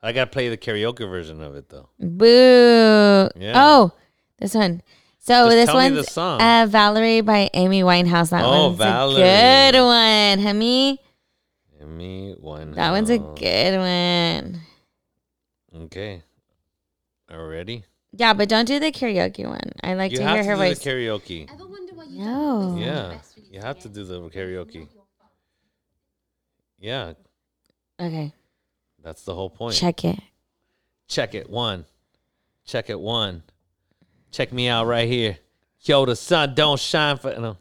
S2: I gotta play the karaoke version of it though.
S3: Boo!
S2: Yeah.
S3: Oh, this one. So
S2: Just
S3: this
S2: tell me
S3: one's
S2: the song.
S3: Uh, Valerie by Amy Winehouse. That
S2: Oh,
S3: one's
S2: Valerie.
S3: a good one, Hemi.
S2: Give me one.
S3: That one's a
S2: house.
S3: good one.
S2: Okay. Are we ready?
S3: Yeah, but don't do the karaoke one. I like
S2: you
S3: to
S2: have
S3: hear
S2: to
S3: her
S2: do
S3: voice.
S2: the karaoke.
S3: no.
S2: Yeah, you have to do the karaoke. Yeah,
S3: Okay.
S2: that's the whole point.
S3: Check it.
S2: Check it one. Check it one. Check me out right here. Yo, the sun don't shine for no.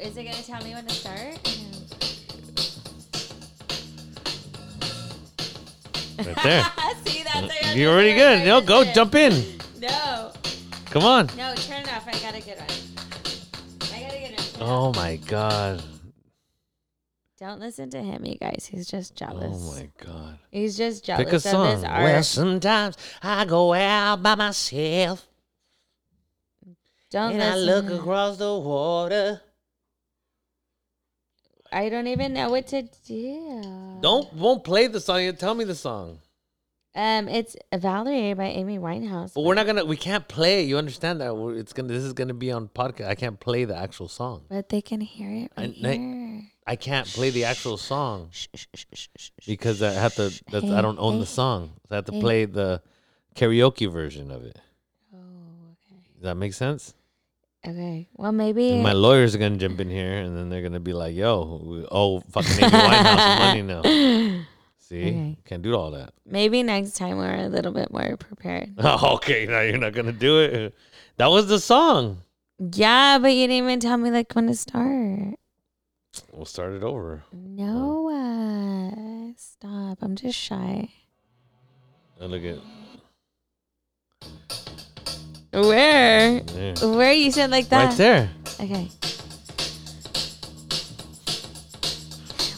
S3: Is it gonna tell me when to start?
S2: Right there.
S3: See, that's
S2: Mm, You're already good. No, go jump in.
S3: No.
S2: Come on.
S3: No, turn it off. I got a good one. I got a good one.
S2: Oh my god.
S3: Don't listen to him, you guys. He's just jealous.
S2: Oh my god.
S3: He's just jealous
S2: Pick a
S3: of
S2: song.
S3: his art.
S2: Well, sometimes I go out by myself
S3: Don't
S2: and
S3: listen.
S2: I look across the water.
S3: I don't even know what to do.
S2: Don't won't play the song. You tell me the song.
S3: Um, it's Valerie by Amy Winehouse.
S2: But we're not gonna. We can't play. You understand that? We're, it's gonna. This is gonna be on podcast. I can't play the actual song.
S3: But they can hear it right
S2: I- I-
S3: here.
S2: I can't play the actual song
S3: Shh, shh, shh, shh, shh, shh.
S2: because I have to. That's, I don't
S3: Eh,
S2: own the song. So I have to play the karaoke version of it.
S3: Oh, okay.
S2: Does that make sense?
S3: Okay. Well, maybe.
S2: And my lawyers are gonna jump in here, and then they're gonna be like, "Yo, we owe fucking Amy Winehouse money now." See,
S3: Okay.
S2: can't do all that.
S3: Maybe next time we're a little bit more prepared.
S2: okay, now you're not gonna do it. That was the song.
S3: Yeah, but you didn't even tell me like when to start.
S2: We'll start it over
S3: No, uh, stop. I'm just shy.
S2: and look at
S3: Where?
S2: there.
S3: Where you said like that?
S2: right there.
S3: Okay.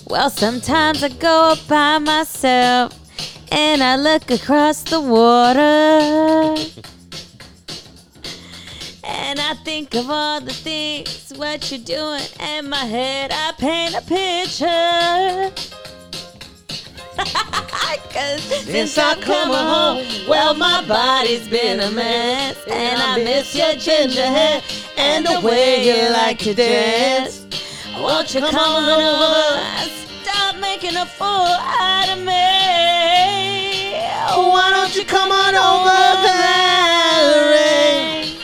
S3: Well, sometimes I go out by myself and I look across the water. and I think of all the things, what you're doing, and my head, I paint a picture. Cause since I come home, well, my body's been a mess. And I miss your ginger hair and the way you like to dance. Won't you come on over? Stop making a fool out of me. Why don't you come on over, Valerie?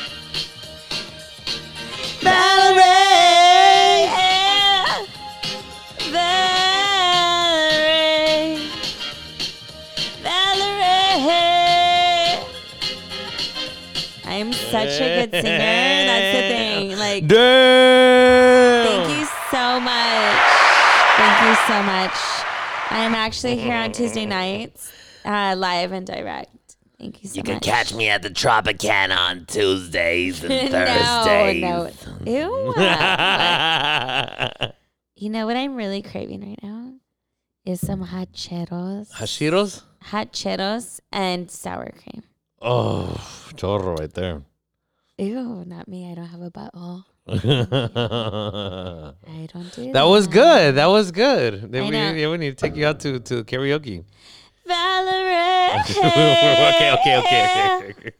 S3: Valerie! Valerie! Valerie! I'm such a good singer. That's the thing. Like,
S2: Damn.
S3: Thank you so much. Thank you so much. I'm actually here on Tuesday nights, uh, live and direct. Thank you so
S4: You can
S3: much.
S4: catch me at the Tropicana on Tuesdays and Thursdays.
S3: no, no. Ew. What? you know what I'm really craving right now is some hot chetos,
S2: Hashiros?
S3: hot chetos and sour cream.
S2: Oh, chorro right there.
S3: Ew, not me. I don't have a butthole.
S2: that
S3: I don't do that.
S2: was good. That was good. Then
S3: I
S2: we,
S3: know.
S2: yeah, we need to take you out to, to karaoke.
S3: Valerie.
S2: okay, okay, okay, okay, okay.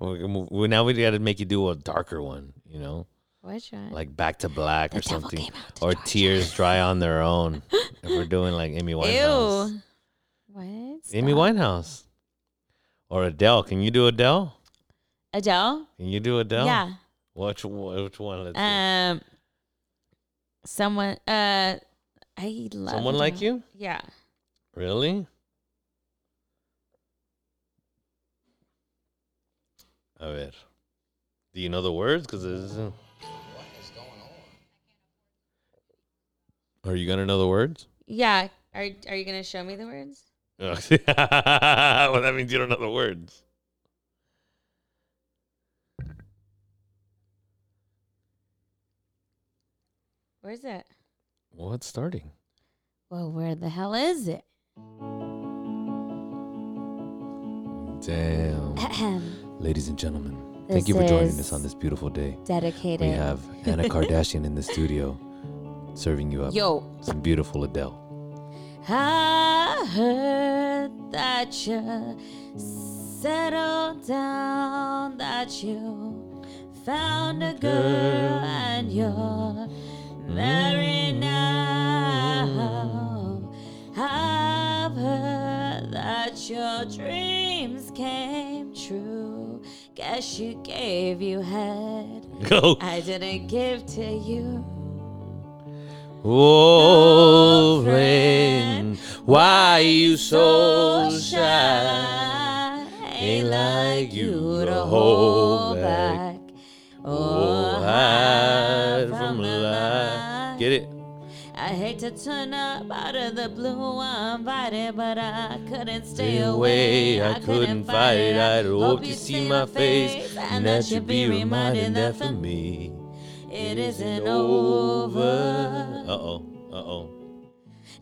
S2: We- we- now we got to make you do a darker one, you know,
S3: Which one?
S2: like Back to Black or
S3: devil
S2: something,
S3: came out to
S2: or
S3: Georgia.
S2: Tears Dry on Their Own. if we're doing like Amy Winehouse,
S3: Ew. What?
S2: Amy
S3: Stop.
S2: Winehouse, or Adele. Can you do Adele?
S3: Adele?
S2: Can you do Adele?
S3: Yeah.
S2: Which one- which one? Let's see.
S3: Um, someone. Uh, I love
S2: Someone
S3: Adele.
S2: like you?
S3: Yeah.
S2: Really? A ver. Do you know the words? Because is. Are you gonna know the words?
S3: Yeah. Are Are you gonna show me the words?
S2: Oh, well, that means you don't know the words.
S3: Where's it?
S2: Well, it's starting.
S3: Well, where the hell is it?
S2: Damn,
S3: Ahem.
S2: ladies and gentlemen,
S3: Eh. This
S2: thank you for joining
S3: is-
S2: us on this beautiful day.
S3: Dedicated.
S2: We have Anna Kardashian in the studio, serving you up
S3: Yo,
S2: some beautiful Adele.
S3: I heard that you settled down, that you found a girl, and you're married now. I've heard that your dreams came true. Guess she gave you head.
S2: Go.
S3: I didn't give to you.
S2: Oh, friend, why you so shy?
S3: Ain't like you to hold back. Oh,
S2: Oh, hide from the light. Get it?
S3: I hate tried to turn up out of the blue. I invited, but I couldn't stay
S2: Stay
S3: away.
S2: away. I couldn't fight it. I'd hope you see my face, and that you'd be reminded that for me
S3: it isn't over.
S2: Uh oh. Uh oh.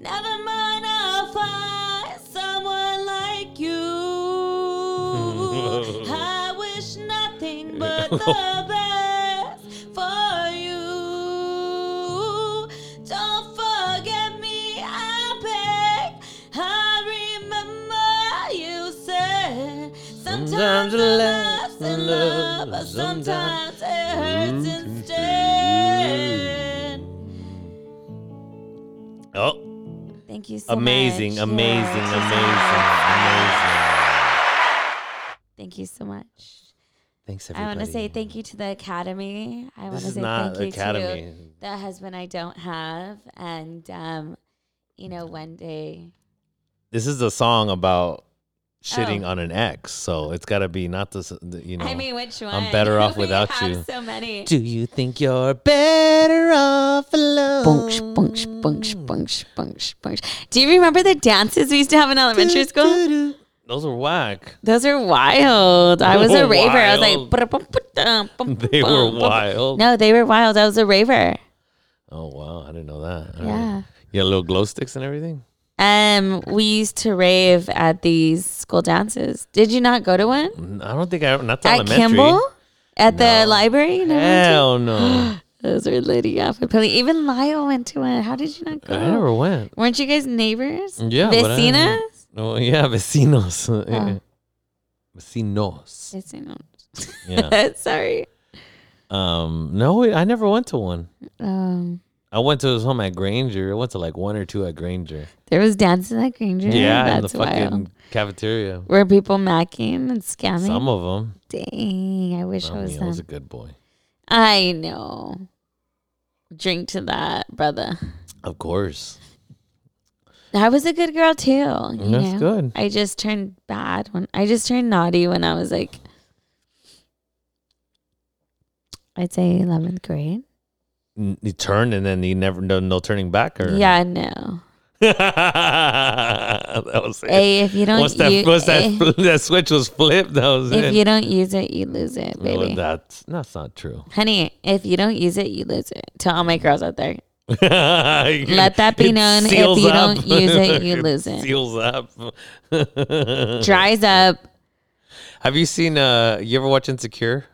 S3: Never mind, I'll find someone like you. I wish nothing but the best for you. Don't forget me, I beg. I remember you said sometimes
S2: Sometimes
S3: it lasts
S2: it
S3: in
S2: lasts
S3: love,
S2: in
S3: but
S2: love,
S3: sometimes it hurts instead.
S2: Oh.
S3: Thank you so
S2: amazing,
S3: much.
S2: amazing,
S3: Yeah.
S2: amazing, amazing.
S3: Thank you so much.
S2: Thanks
S3: I
S2: everybody.
S3: want to say thank you to the Academy. I want
S2: This
S3: to
S2: is
S3: say
S2: not
S3: thank you
S2: Academy.
S3: to the husband I don't have. And, um, you know, one day.
S2: This is a song about shitting
S3: Oh.
S2: on an ex, so it's got to be not this. the- You know.
S3: I mean, which one?
S2: I'm better off
S3: We
S2: without
S3: have
S2: you.
S3: so many.
S2: Do you think you're better off alone?
S3: Bunch, bunch, bunch, bunch, bunch, bunch. Do you remember the dances we used to have in elementary school?
S2: Those are whack.
S3: Those are wild. I was a
S2: Wild.
S3: raver. I was like, "Ba-da-bum-ba-dum,
S2: They were
S3: bum-bum-bum."
S2: wild.
S3: No, they were wild. I was a raver.
S2: Oh wow, I didn't know that. All
S3: Yeah.
S2: You had little glow sticks and everything.
S3: Um, we used to rave at these school dances. Did you not go to one
S2: I don't think I not to
S3: at
S2: elementary.
S3: Kimball at the library? You never went to?
S2: Hell no,
S3: Those are Lydia and Pilly. Even Lyle went to one. How did you not go?
S2: I never went.
S3: Weren't you guys neighbors?
S2: Oh. Mm, Yeah, but I-
S3: vecinas.
S2: Oh yeah, vecinos. Yeah. Vecinos.
S3: Vecinos.
S2: Yeah.
S3: Sorry.
S2: um. No, I never went to one.
S3: Um,
S2: I went to his home at Granger. I went to like one or two at Granger.
S3: there was dancing at Granger.
S2: Yeah, in the
S3: that's
S2: fucking
S3: wild.
S2: cafeteria.
S3: Were people macking and scamming?
S2: Some of them.
S3: Dang, I wish I was
S2: I was a
S3: them.
S2: good boy.
S3: I know. Drink to that, brother.
S2: Of course.
S3: I was a good girl too. you
S2: That's
S3: know?
S2: good.
S3: I just turned bad when I just turned naughty when I was like, I'd say eleventh grade.
S2: N- You turn and then you never no, no turning back or
S3: Yeah, no.
S2: that was it.
S3: Hey, if you don't,
S2: once that
S3: u-
S2: once that,
S3: eh,
S2: fl- that switch was flipped, that was
S3: if
S2: it.
S3: you don't use it, you lose it,
S2: No,
S3: baby.
S2: that's that's not true.
S3: Honey, if you don't use it, you lose it. To all my girls out there,
S2: Let
S3: that be known. If you don't use it, you lose it.
S2: Seals up.
S3: dries up.
S2: Have you seen? Uh, you ever watch Insecure?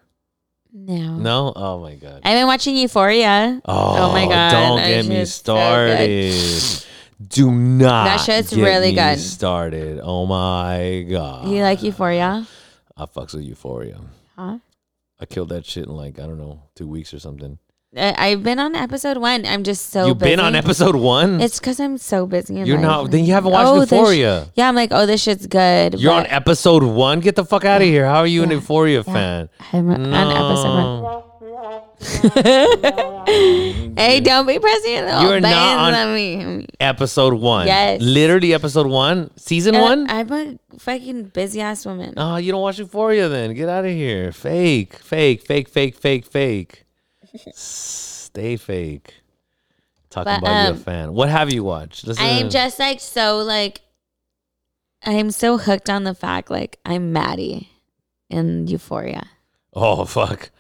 S3: No.
S2: No. Oh my god.
S3: I've been watching Euphoria.
S2: Oh,
S3: my God,
S2: Don't
S3: that
S2: get me
S3: shit's so good.
S2: started. Do not.
S3: That shit's
S2: get
S3: really
S2: me
S3: good.
S2: Started. Oh my god.
S3: You like Euphoria?
S2: I fucks with Euphoria.
S3: Huh?
S2: I killed that shit in like I don't know two weeks or something.
S3: I- I've been on episode one. I'm just so
S2: You've
S3: busy.
S2: been on episode one.
S3: It's because I'm so busy. in
S2: Mm. You're
S3: life.
S2: not-
S3: I'm
S2: then you
S3: like,
S2: haven't watched
S3: this sh-
S2: Euphoria.
S3: yeah, I'm like, oh, this shit's good.
S2: You're on
S3: but
S2: episode one. Get the fuck out of here. How are you an
S3: Yeah,
S2: Euphoria fan?
S3: I'm on episode
S2: No.
S3: one. Hey, don't be pressing your little
S2: You're not
S3: buttons
S2: on
S3: on me.
S2: Episode one.
S3: Yes.
S2: Literally episode one. Season one.
S3: I'm a fucking busy ass woman.
S2: Oh, you don't watch Euphoria then. Get out of here. Fake, fake, fake, fake, fake, fake. Stay fake. Talking
S3: But,
S2: about you
S3: um,
S2: you a fan. What have you watched? This
S3: I'm
S2: is-
S3: just like so like I'm so hooked on the fact like I'm Maddie in Euphoria.
S2: Oh fuck.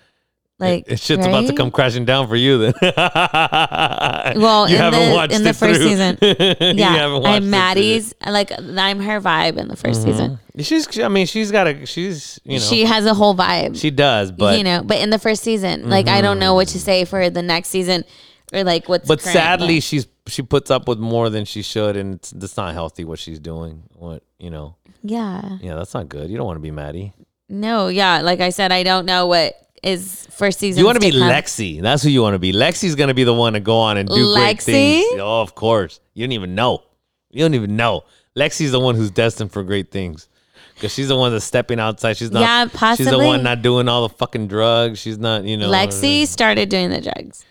S3: Like
S2: It, shit's about to
S3: right?
S2: come crashing down for you then. well,
S3: in the- in the first season.
S2: yeah,
S3: Yeah, I'm Maddie's like I'm her vibe in the 1st season.
S2: She's. I mean, she's got a. She's. Mm-hmm. You know.
S3: she
S2: She.
S3: has a whole vibe.
S2: does, but Mm-hmm.
S3: you know, but in the first season, like I don't know what to say for the next season or like what's
S2: but
S3: current,
S2: sadly
S3: like-
S2: she's she puts up with more than she should and it's, it's not healthy what she's doing what you know
S3: yeah.
S2: yeah that's not good you don't want to be maddie
S3: No, yeah, like I said I don't know what is first season.
S2: you want to be lexi that's who you want to be lexi's gonna be the one to go on and do great
S3: Lexi?
S2: things oh of course you don't even know you don't even know lexi's the one who's destined for great things because she's the one that's stepping outside she's not
S3: Yeah,
S2: she's the
S3: possibly.
S2: one not doing all the fucking drugs she's not you know
S3: Lexi started doing the drugs.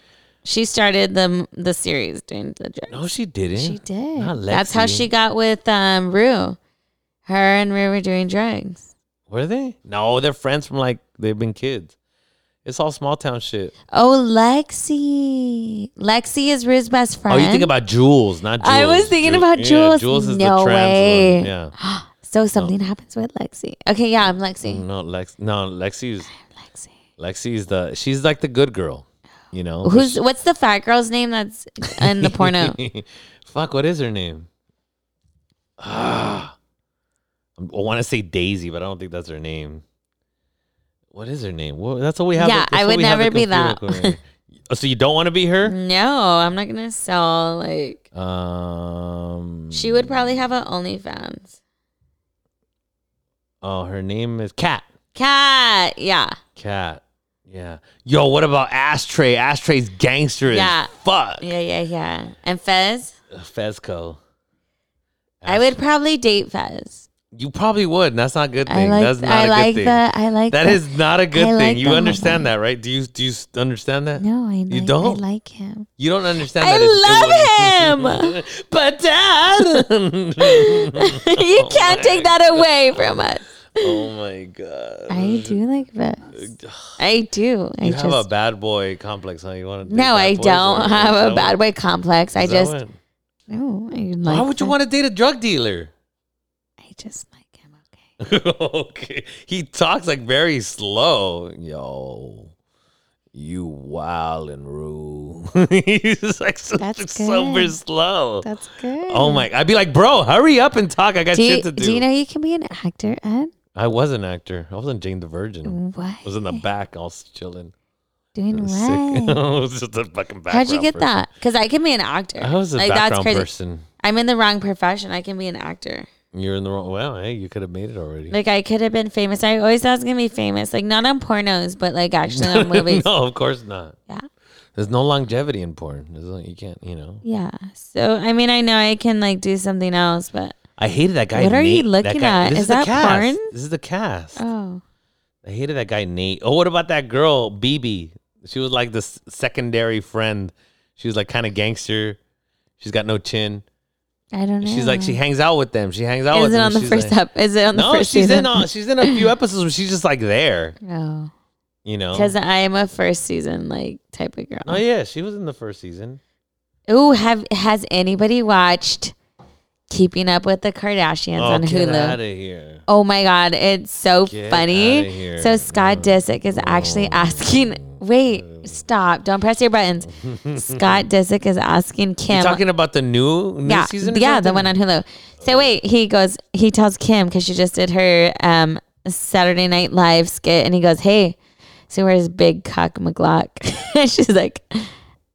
S3: She started the the series doing the drugs.
S2: no she didn't
S3: She did.
S2: not
S3: That's how
S2: Lexi.
S3: she got with um Rue. Her and Rue were doing drugs.
S2: Were they? No, they're friends from like they've been kids. It's all small town shit.
S3: Oh, Lexi. Lexi is Rue's best friend.
S2: Oh, you think about Jules, not Jules.
S3: I was thinking about
S2: Yeah,
S3: Jules.
S2: Jules is
S3: No
S2: the trans
S3: way.
S2: one. Yeah.
S3: so something happens with Lexi. Okay, yeah, I'm Lexi.
S2: No, Lex. No, Lexi's.
S3: Lexi.
S2: Lexi's the. She's like the good girl. You know. but
S3: Who's what's the fat girl's name that's in the porno?
S2: Fuck, what is her name? Ah, I want to say Daisy, but I don't think that's her name. What is her name? Well, that's what we have.
S3: Yeah,
S2: that's
S3: I
S2: what
S3: would
S2: we have the
S3: never be that.
S2: computer corner. Oh, so you don't want to be her?
S3: no, I'm not gonna sell. Like
S2: Um,
S3: she would probably have a OnlyFans.
S2: Oh, her name is Cat.
S3: Cat, yeah,
S2: Cat. Yeah. Yo, what about Ashtray? Ashtray's gangster
S3: Yeah.
S2: as fuck.
S3: yeah, yeah, yeah. And Fez,
S2: Fezco.
S3: I would probably date Fez.
S2: You probably would. and That's not a good
S3: I
S2: thing.
S3: like,
S2: that's not
S3: I
S2: a
S3: like
S2: good thing.
S3: the, I like
S2: That
S3: the-
S2: is not a good
S3: I
S2: thing.
S3: like
S2: you
S3: the
S2: understand that, right? Do you do you s- understand that?
S3: No, I like,
S2: You don't?
S3: I like him.
S2: You don't understand
S3: I
S2: that.
S3: love
S2: it's- it was- but dad.
S3: you can't take that away from us.
S2: oh my god.
S3: I do like Fez. I do. I
S2: You
S3: just
S2: have a bad boy complex, huh? You want to?
S3: no, I don't have a bad boy complex. I just no. I like.
S2: Why would you
S3: Fez.
S2: want to date a drug dealer?
S3: I just like him. Okay.
S2: okay. He talks like very slow. Yo, you wild and rude. He's just like so,
S3: That's
S2: super
S3: good.
S2: slow.
S3: That's good.
S2: oh my! I'd be like, bro, hurry up and talk. I got
S3: Do you,
S2: shit to do.
S3: do you know you can be an actor, Ed?
S2: I was an actor. I was on Jane the Virgin.
S3: What?
S2: I was in the back, all s- chilling.
S3: Doing
S2: Sick.
S3: what?
S2: I was just a fucking background.
S3: How'd you get
S2: person.
S3: that? Because I can be an actor.
S2: I was a background person.
S3: I'm in the wrong profession. I can be an actor.
S2: You're in the wrong. Well, hey, you could have made it already.
S3: Like I could have been famous. I always thought I was gonna be famous. Like not on pornos, but like actually on movies.
S2: no, of course not.
S3: Yeah.
S2: There's no longevity in porn. There's no, you can't, you know.
S3: Yeah. So I mean, I know I can like do something else, but
S2: I hated that guy.
S3: What are you
S2: Nate. That
S3: looking
S2: guy-
S3: at?
S2: This
S3: Is
S2: the
S3: that
S2: cast.
S3: porn?
S2: This is the cast.
S3: oh,
S2: I hated that guy Nate. Oh, what about that girl BB? She was like the s- secondary friend. She was like kind of gangster. She's got no chin.
S3: I don't know.
S2: She's like she hangs out with them. She hangs out with
S3: Is it
S2: them.
S3: on the
S2: She's
S3: first
S2: like-
S3: up? Is it on the
S2: No,
S3: first
S2: she's
S3: season?
S2: in. all she's in a few episodes, but she's just like there.
S3: No,
S2: You know.
S3: because I am a first season like type of girl.
S2: Oh yeah, she was in the first season.
S3: Ooh, have has anybody watched Keeping Up with the Kardashians
S2: oh,
S3: on
S2: get out
S3: Hulu?
S2: of here.
S3: Oh my god, it's so
S2: Get outta
S3: funny.
S2: here. Oh.
S3: So Scott Disick is actually asking wait, stop, don't press your buttons. Scott Disick is asking
S2: You
S3: Kim
S2: talking about the new new
S3: yeah,
S2: season? or
S3: yeah, the
S2: something?
S3: one on Hulu. So wait, he goes, he tells Kim because she just did her um, Saturday Night Live skit, and he goes, "Hey, so where's Big Cock McGlock?" And She's like,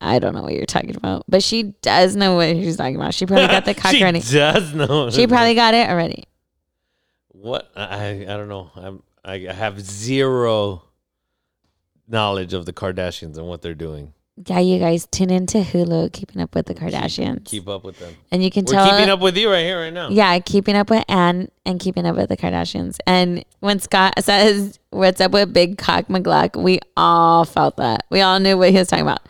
S3: "I don't know what you're talking about," but she does know what she's talking about. She probably got the cock
S2: she
S3: running.
S2: does know.
S3: She probably got it already.
S2: What I I I don't know. I'm I have zero knowledge of the Kardashians and what they're doing.
S3: Yeah, you guys tune into Hulu, Keeping Up with the Kardashians,
S2: Keep up with them.
S3: and you can
S2: We're
S3: tell.
S2: keeping up with you right here, right now.
S3: yeah, keeping up with Anne and keeping up with the Kardashians. And when Scott says, What's up with Big Cock McGluck? We all felt that. We all knew what he was talking about.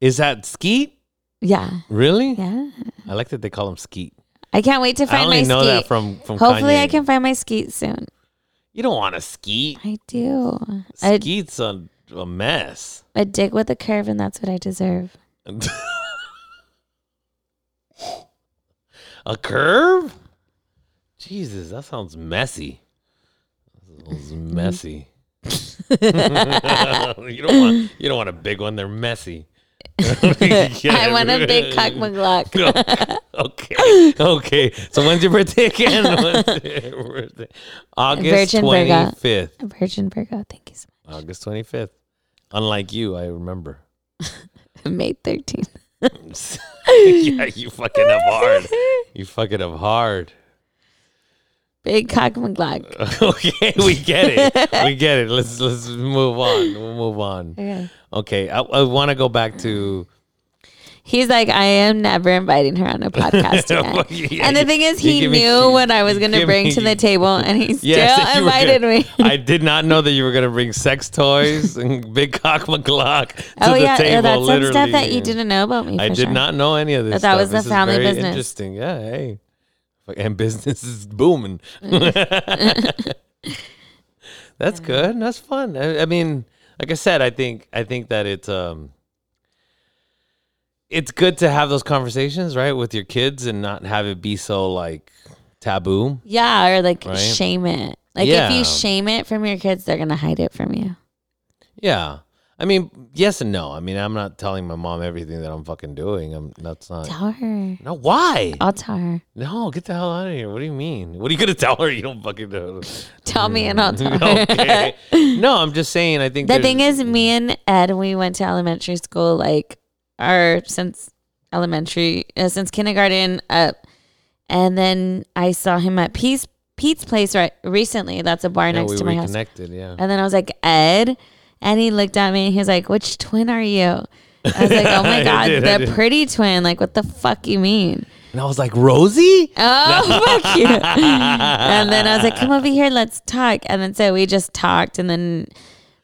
S2: Is that Skeet?
S3: Yeah.
S2: Really?
S3: Yeah.
S2: I like that they call him Skeet.
S3: I can't wait to
S2: I
S3: find
S2: only
S3: my
S2: know
S3: skeet.
S2: that from from
S3: Hopefully,
S2: Kanye.
S3: I can find my skeet soon.
S2: You don't want a Skeet.
S3: I do. A,
S2: Skeet's a, a mess.
S3: a dick with a curve, and that's what I deserve.
S2: a curve? Jesus, that sounds messy. That sounds
S3: Mm-hmm.
S2: messy. you don't want you don't want a big one. They're messy.
S3: I want a big cock McGluck.
S2: okay. Okay. So when's your birthday again? When's your birthday? August
S3: Virgin Virgo.
S2: twenty fifth.
S3: A Virgin Virgo. Thank you so
S2: August twenty fifth. Unlike you, I remember.
S3: much. May 13th.
S2: yeah, you fucking up hard. You fucking up hard.
S3: Big Cock
S2: Uh,
S3: McGluck.
S2: okay, we get it. We get it. Let's let's move on. We'll move on.
S3: Okay.
S2: Okay, I, I want to go back to.
S3: He's like, I am never inviting her on a podcast
S2: Well,
S3: again.
S2: yeah,
S3: and the
S2: you-
S3: thing is,
S2: you
S3: he
S2: give me-
S3: knew what I was going to
S2: give
S3: bring
S2: me-
S3: to the table, and he still
S2: Yes, you were
S3: invited
S2: gonna-
S3: me.
S2: I did not know that you were gonna bring sex toys and big cock McGlock to
S3: oh
S2: the
S3: yeah,
S2: table.
S3: yeah, that's some
S2: literally,
S3: stuff that you didn't know about me.
S2: I
S3: for
S2: did
S3: sure.
S2: not know any of this.
S3: But that was
S2: stuff.
S3: the
S2: This is
S3: family
S2: very
S3: business.
S2: Interesting. Yeah. Hey, and business is booming.
S3: Mm.
S2: that's good. That's fun. I, I mean, like I said, I think I think that it's um it's good to have those conversations, right, with your kids and not have it be so like taboo.
S3: Yeah, or like
S2: Right?
S3: shame it. Like
S2: Yeah.
S3: if you shame it from your kids, they're gonna hide it from you.
S2: Yeah. I mean, yes and no. I mean, I'm not telling my mom everything that I'm fucking doing. I'm that's not
S3: Tell her.
S2: No, why?
S3: I'll tell her.
S2: No, get the hell out of here. What do you mean? What are you gonna tell her? You don't fucking know.
S3: Tell me and I'll tell her.
S2: okay. No, I'm just saying. I think
S3: The
S2: there's-
S3: thing is, me and Ed, we went to elementary school, like, or since elementary, uh, since kindergarten up. And then I saw him at Pete's, Pete's place right recently. That's a bar
S2: yeah,
S3: next
S2: we
S3: to my house. Uh,
S2: reconnected. Yeah.
S3: And then I was like, Ed. And he looked at me and he was like, which twin are you? I was like, oh
S2: I
S3: my God,
S2: did, I
S3: the
S2: did.
S3: pretty twin. Like, what the fuck you mean?
S2: And I was like, Rosie.
S3: Oh, fuck you. And then I was like, come over here, let's talk. And then so we just talked and then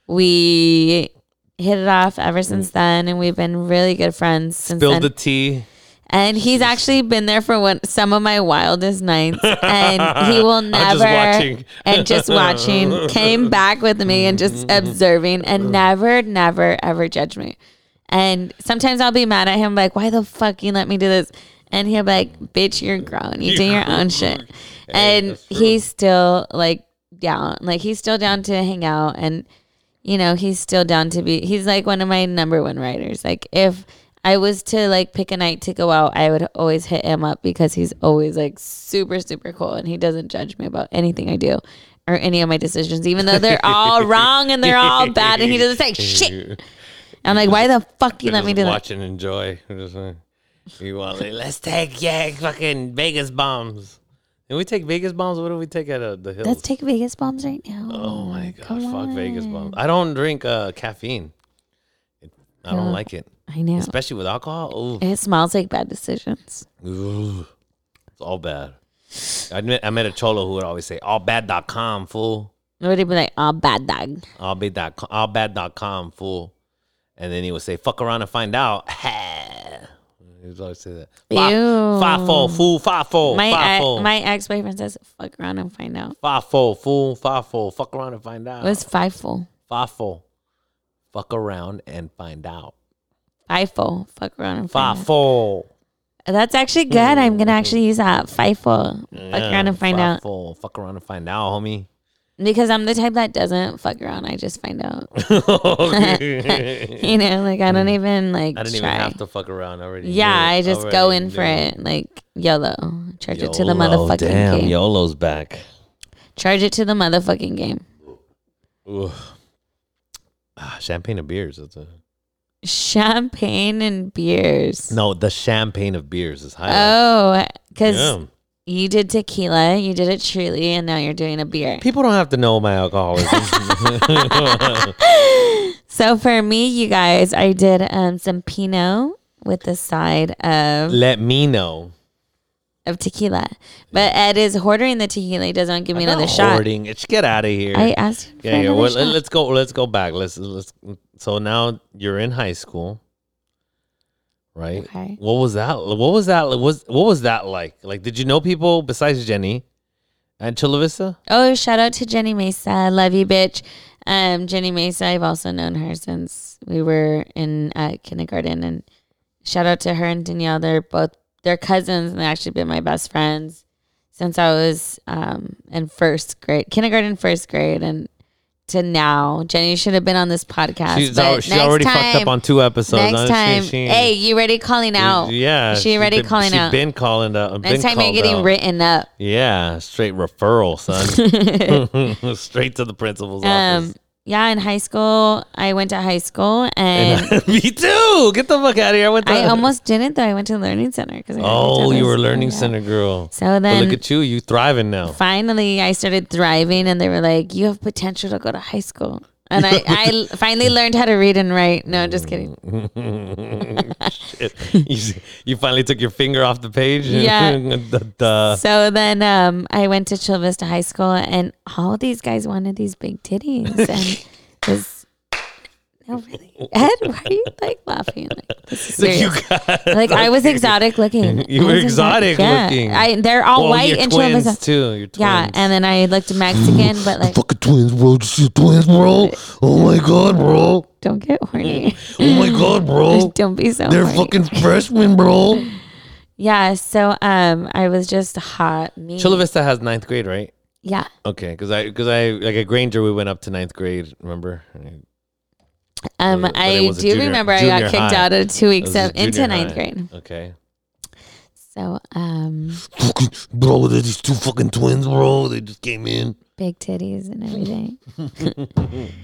S3: we hit it off ever since then. And we've been really good friends since
S2: Build
S3: then.
S2: the tea.
S3: and he's actually been there for one, some of my wildest nights. And he will
S2: I'm
S3: never.
S2: just watching.
S3: And just watching. Came back with me and just observing and never, never, ever judge me. And sometimes I'll be mad at him, like, why the fuck you let me do this? And he'll be like, bitch, you're grown. You do your own shit. And
S2: that's true.
S3: he's still like down. Like, he's still down to hang out. And, you know, he's still down to be, he's like one of my number one writers. Like, if I was to like pick a night to go out, I would always hit him up because he's always like super, super cool. And he doesn't judge me about anything I do or any of my decisions, even though they're all wrong and they're all bad. And he doesn't say shit. I'm like, why the fuck you let me
S2: Just
S3: do that?
S2: watch and enjoy. Just, uh, You want? like, Let's take yeah, fucking Vegas bombs. Did we take Vegas bombs? What do we take at uh, the hills?
S3: Let's take Vegas bombs right now.
S2: oh my god! Fuck Vegas bombs. I don't drink uh, caffeine. It- I don't like it,
S3: I know.
S2: especially with alcohol. Ooh.
S3: It smells like bad decisions.
S2: Ugh. It's all bad. I met, I met a cholo who would always say, allbad.com, fool.
S3: Nobody be like, oh, bad dog.
S2: Allbad.com, allbad.com, fool. And then he would say, fuck around and find out. he would always say that.
S3: Ew.
S2: Fafo, fool, fafo,
S3: My,
S2: fafo.
S3: e- my ex boyfriend says, fuck around and find out.
S2: Fafo, fool, fafo. Fuck around and find
S3: It
S2: out.
S3: was FIFO.
S2: Fafo. Fuck around and find out.
S3: FIFO. Fuck around and find out.
S2: Fafo.
S3: That's actually good.
S2: Mm,
S3: I'm going to actually use that. FIFO. Fuck around and find out.
S2: Fafo. Fuck around and find out, homie.
S3: Because I'm the type that doesn't fuck around. I just find out.
S2: Okay.
S3: you know, like I don't even like
S2: Mm. I didn't
S3: try.
S2: even have to fuck around already. knew
S3: Yeah,
S2: it. Oh,
S3: I just go
S2: Already
S3: in for
S2: knew
S3: it. Like YOLO. Charge it to the
S2: YOLO,
S3: motherfucking
S2: damn,
S3: game.
S2: YOLO's back.
S3: Charge it to the motherfucking game.
S2: Ooh. Ah, champagne of beers. That's a,
S3: Champagne and beers.
S2: no, the champagne of beers is high.
S3: Oh, because
S2: Yeah.
S3: you did tequila, you did it truly, and now you're doing a beer.
S2: People don't have to know my alcoholism.
S3: So for me, you guys, I did um, some Pinot with the side of,
S2: Let me know.
S3: of tequila. But Ed is hoarding the tequila. He doesn't give me
S2: Not
S3: another shot.
S2: hoarding. It's get out of here.
S3: I asked him for
S2: yeah, yeah.
S3: another
S2: Well,
S3: shot.
S2: let- let's go. Let's go back. Let's let's. So now you're in high school, right?
S3: Okay.
S2: What was that? What was that? Was what was that like? Like, did you know people besides Jenny and Chula Vista?
S3: Oh, shout out to Jenny Mesa. Love you, bitch. Um, Jenny Mesa, I've also known her since we were in uh, kindergarten. And shout out to her and Danielle. They're both, they're cousins and they've actually been my best friends since I was um, in first grade, kindergarten, first grade. And to now, Jenny should have been on this podcast.
S2: She's
S3: but
S2: al- she already fucked up on two episodes.
S3: Next
S2: honestly.
S3: time,
S2: She-
S3: hey, you ready calling out?
S2: yeah,
S3: She already
S2: been-
S3: calling
S2: she
S3: out.
S2: been calling out. been
S3: Next time you're
S2: called
S3: getting
S2: out.
S3: written up.
S2: Yeah, straight referral, son. straight to the principal's
S3: Um, yeah, in high school, I went to high school and
S2: office. Me too. Get the fuck out of here. I went to-
S3: I almost didn't though. I went to Learning Center because
S2: Oh, you were learning center girl.
S3: So
S2: But
S3: then,
S2: look at you. You thriving now.
S3: finally, I started thriving, and they were like, "You have potential to go to high school." And I, I finally learned how to read and write. No, just kidding.
S2: Mm, Shit. you, s- you finally took your finger off the page.
S3: Yeah.
S2: the, the,
S3: So then um, I went to Chula Vista High School, and all these guys wanted these big titties, and it was No, really. Ed, why are you like laughing? Like, this is
S2: Like, you
S3: serious.
S2: got-
S3: Like, I was exotic looking.
S2: You
S3: I
S2: were
S3: was
S2: exotic
S3: yeah.
S2: looking.
S3: I, they're all
S2: Well,
S3: white
S2: you're
S3: and
S2: twins
S3: Chilean.
S2: too. You're twins.
S3: Yeah, and then I looked Mexican, but like,
S5: Fucking twins, bro. Just see twins, bro. Oh my god, bro.
S3: don't get
S2: Mm.
S3: horny.
S5: Oh my god, bro.
S3: don't be so.
S5: They're
S3: horny.
S5: fucking freshmen, bro.
S3: Yeah, so um, I was just hot. Me.
S2: Chula Vista has ninth grade, right?
S3: Yeah.
S2: Okay, because I because I like at Granger we went up to ninth grade. Remember?
S3: Um,
S2: But it
S3: I
S2: was a
S3: do
S2: junior-
S3: remember I
S2: junior
S3: got kicked
S2: high.
S3: out of two
S2: It
S3: weeks
S2: was
S3: of,
S2: junior
S3: into ninth
S2: high.
S3: grade.
S2: Okay.
S3: So um,
S5: Fucking, bro, they're these two fucking twins, bro. They just came in.
S3: big titties and everything.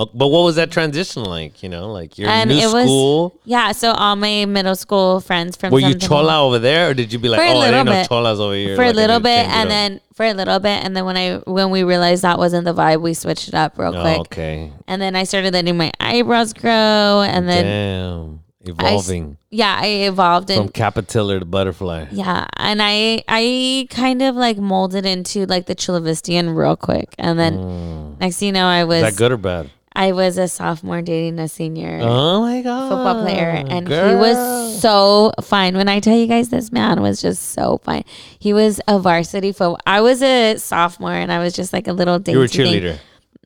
S2: Oh, but what was that transition like? You know, like your
S3: Um,
S2: new
S3: it was-
S2: school.
S3: Yeah. So all my middle school friends from
S2: Were you
S3: something-
S2: chola over there, or did you be like,
S3: For a
S2: oh, I
S3: little
S2: didn't know
S3: bit.
S2: cholas over here
S3: for
S2: like,
S3: a
S2: I
S3: little
S2: need to
S3: bit,
S2: change it
S3: and
S2: up?
S3: then for a little bit, and then when I when we realized that wasn't the vibe, we switched it up real
S2: Oh,
S3: quick.
S2: okay,
S3: And then I started letting my eyebrows grow, and then
S2: damn,
S3: I s-
S2: evolving
S3: yeah, I evolved
S2: from
S3: and
S2: caterpillar to butterfly.
S3: yeah, and I I kind of like molded into like the Chulovistian real quick, and then next thing you know, I
S2: Mm. Is that
S3: was
S2: good or bad?
S3: I was a sophomore dating a senior.
S2: Oh my god,
S3: football player and he
S2: Oh, girl.
S3: was so fine when i tell you guys this man was just so fine he was a varsity football i was a sophomore and i was just like a little dainty
S2: You were a
S3: thing.
S2: cheerleader.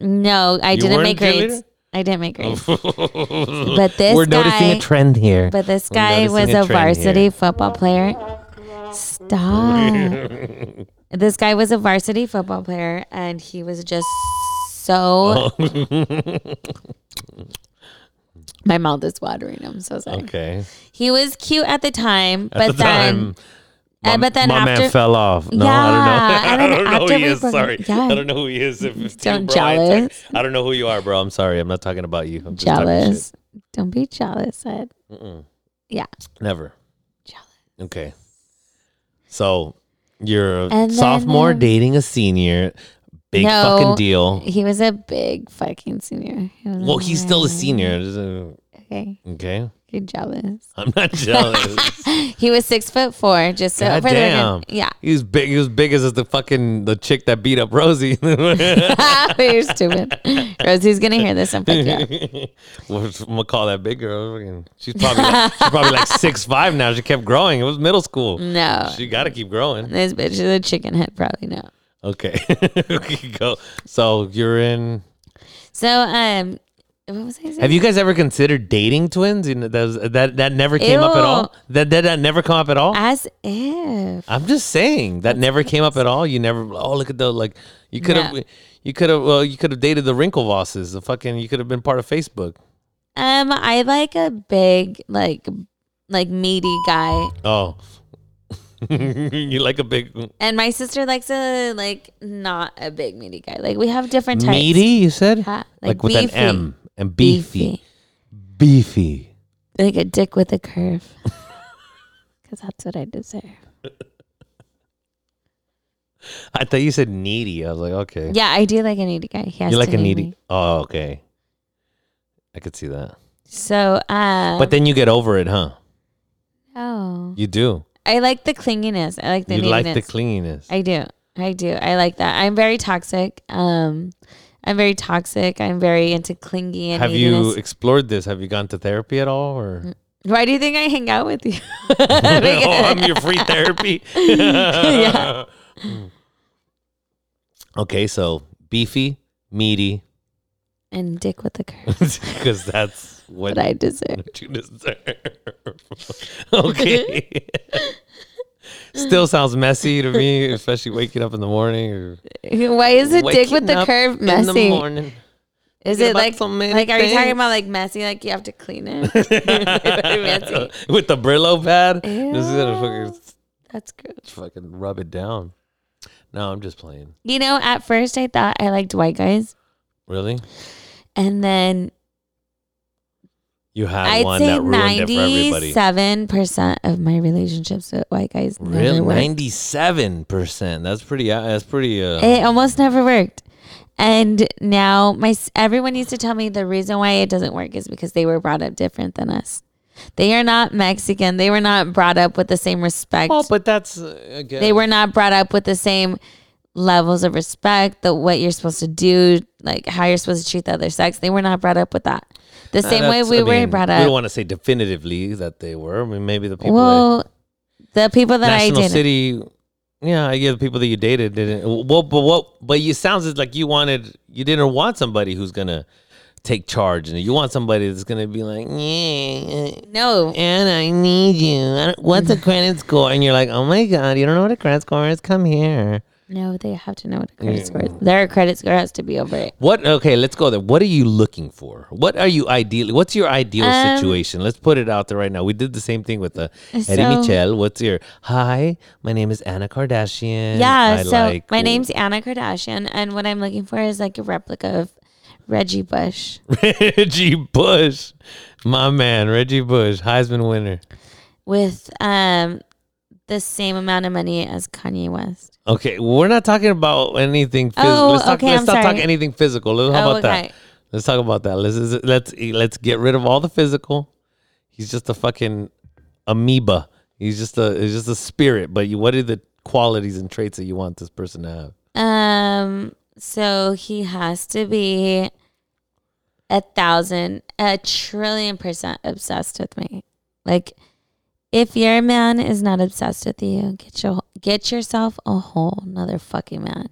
S3: no i didn't
S2: weren't
S3: make
S2: a cheerleader?
S3: grades i didn't make grades but this
S2: We're
S3: guy
S2: noticing a trend here.
S3: but this guy
S2: noticing
S3: was
S2: a
S3: a
S2: trend
S3: varsity
S2: here.
S3: football player stop this guy was a varsity football player and he was just so my mouth is watering i'm so sorry
S2: okay,
S3: he was cute at the time,
S2: at
S3: but
S2: the
S3: then,
S2: time,
S3: uh, but then
S2: my
S3: after,
S2: man fell off. No,
S3: Yeah,
S2: I
S3: and
S2: don't
S3: then
S2: know. I don't know
S3: after
S2: who he
S3: we
S2: is.
S3: broke-
S2: Sorry,
S3: yeah.
S2: I don't know who he is. If it's
S3: Don't
S2: you, bro, I ain't
S3: jealous.
S2: talking- I don't know who you are, bro. I'm sorry. I'm not talking about you. I'm just talking shit.
S3: jealous. Don't be jealous, Ed. Yeah,
S2: Never.
S3: jealous.
S2: Okay. So you're a
S3: And then,
S2: sophomore
S3: um,
S2: dating a senior. Big
S3: No.
S2: fucking deal.
S3: He was a big fucking senior. He was
S2: Well, he's still a
S3: very-
S2: senior. It doesn't-
S3: Okay,
S2: Okay.
S3: you're jealous.
S2: I'm not jealous.
S3: He was six foot four. Just so
S2: God
S3: for the record-
S2: damn.
S3: yeah.
S2: He was big. He was big as the fucking the chick that beat up Rosie.
S3: You're stupid. Rosie's gonna hear this and fuck you. up.
S2: Well, I'm gonna call that big girl. Fucking- She's probably like, she's probably like six five now. She kept growing. It was middle school.
S3: No,
S2: She got to keep growing.
S3: this bitch is a chicken head. Probably no.
S2: Okay. okay. Go. So you're in.
S3: So um, what was I saying?
S2: Have you guys ever considered dating twins? You know, that was- that that never came up at all. That that, that never come up at all.
S3: As if.
S2: I'm just saying that never came up at all. You never. Oh, look at the like. You could have.
S3: No.
S2: You could have. Well, you could have dated the wrinkle vosses. The fucking. You could have been part of Facebook.
S3: Um, I like a big, like, like meaty guy,
S2: Oh. you like a big
S3: and my sister likes a like not a big meaty guy. Like we have different types.
S2: meaty. You said
S3: Huh?
S2: like,
S3: Like
S2: with
S3: beefy.
S2: an M and beefy, beefy.
S3: like a dick with a curve, because that's what I deserve.
S2: I thought you said needy. I was like, okay.
S3: Yeah, I do like a needy guy. He has
S2: you like
S3: to
S2: a
S3: need
S2: needy.
S3: me.
S2: Oh, okay. I could see that.
S3: So, um,
S2: But then you get over it, huh?
S3: oh,
S2: You do.
S3: I like the clinginess. I like the
S2: you
S3: neediness.
S2: like the clinginess.
S3: I do. I do. I like that. I'm very toxic. Um, I'm very toxic. I'm very into clingy and
S2: Have
S3: neediness.
S2: you explored this? Have you gone to therapy at all? Or
S3: Why do you think I hang out with you?
S2: oh, I'm your free therapy.
S3: Yeah.
S2: Okay, so beefy, meaty,
S3: and dick with the curve
S2: because that's what
S3: that I deserve.
S2: you deserve. okay. Still sounds messy to me, especially waking up in the morning. Or
S3: Why is a dick with
S2: Waking
S3: the
S2: up
S3: curve
S2: In the
S3: messy?
S2: morning.
S3: Is
S2: Thinking
S3: it
S2: about
S3: like
S2: so many
S3: like are you talking
S2: things.
S3: about like messy? Like you have to clean it? messy.
S2: With the Brillo pad, just gonna fucking,
S3: That's gross.
S2: fucking rub it down. No, I'm just playing.
S3: You know, at first I thought I liked white guys,
S2: Really?
S3: and then
S2: You had
S3: I'd
S2: one
S3: say
S2: that ruined it for everybody.
S3: ninety-seven percent of my relationships with white guys
S2: Really,
S3: never worked.
S2: ninety-seven percent. That's pretty. uh, That's pretty. Uh,
S3: It almost never worked. And now my s- everyone used to tell me the reason why it doesn't work is because they were brought up different than us. They are not Mexican. They were not brought up with the same respect.
S2: oh, but that's uh, again.
S3: they were not brought up with the same levels of respect that what you're supposed to do like how you're supposed to treat the other sex. They were not brought up with that. The same
S2: Uh,
S3: way
S2: that's-
S3: we
S2: I
S3: were
S2: mean,
S3: brought
S2: We
S3: up.
S2: don't want to say definitively that they were. I mean, maybe the people. that,
S3: well, the people that I
S2: National
S3: dated.
S2: City. Yeah, I guess the people that you dated didn't. Well, but what? But you sounds as like you wanted. You didn't want somebody who's gonna take charge, and you want somebody that's gonna be like, yeah,
S3: No,
S2: and I need you. I don't- What's a credit score? And you're like, oh my god, you don't know what a credit score is. Come here.
S3: no, they have to know what a credit score. Is. Their credit score has to be over it.
S2: What? Okay, let's go there. What are you looking for? What are you ideally? What's your ideal
S3: Um,
S2: situation? Let's put it out there right now. We did the same thing with the Eddie
S3: So-
S2: Michelle. What's your hi? My name is Anna Kardashian.
S3: Yeah,
S2: I
S3: so
S2: like-
S3: my name's Anna Kardashian, and what I'm looking for is like a replica of Reggie Bush.
S2: Reggie Bush, my man, Reggie Bush, Heisman winner.
S3: with um the same amount of money as Kanye West.
S2: Okay, we're not talking about anything. Phys-
S3: Oh,
S2: let's talk,
S3: okay,
S2: Let's
S3: I'm
S2: not talk
S3: sorry.
S2: anything physical. Let's, how
S3: Oh,
S2: about that?
S3: okay.
S2: Let's talk about that. Let's let's let's get rid of all the physical. He's just a fucking amoeba. He's just a he's just a spirit. But you, what are the qualities and traits that you want this person to have?
S3: Um so he has to be a thousand a trillion percent obsessed with me. Like if your man is not obsessed with you, get your get yourself a whole nother fucking man.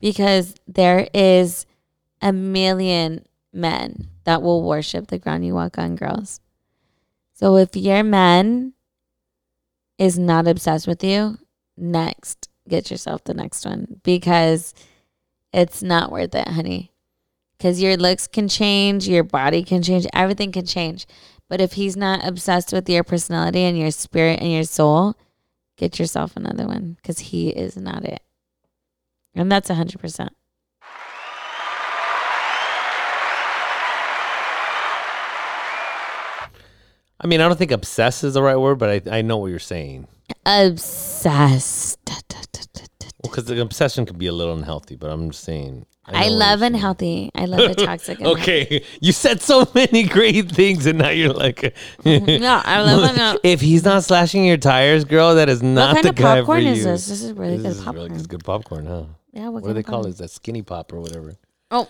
S3: Because there is a million men that will worship the ground you walk on, girls. So if your man is not obsessed with you, next, get yourself the next one because it's not worth it, honey. Because your looks can change, your body can change, everything can change. But if he's not obsessed with your personality and your spirit and your soul, get yourself another one because he is not it. And that's 100%.
S2: I mean, I don't think obsess is the right word, but I I know what you're saying.
S3: Obsessed.
S2: Because the obsession could be a little unhealthy, but I'm just saying.
S3: I,
S2: know what
S3: love
S2: you're saying.
S3: unhealthy. I love the toxic. unhealthy.
S2: Okay, you said so many great things, and now you're like,
S3: No, I love unhealthy.
S2: if he's not slashing your tires, girl, that is not
S3: What kind
S2: the
S3: of
S2: guy
S3: popcorn
S2: for
S3: is
S2: you.
S3: this? This is really
S2: This
S3: good
S2: is
S3: popcorn.
S2: really good popcorn, huh?
S3: Yeah,
S2: What, do
S3: kind
S2: they
S3: of
S2: call
S3: popcorn?
S2: it? Is that skinny pop or whatever?
S3: Oh,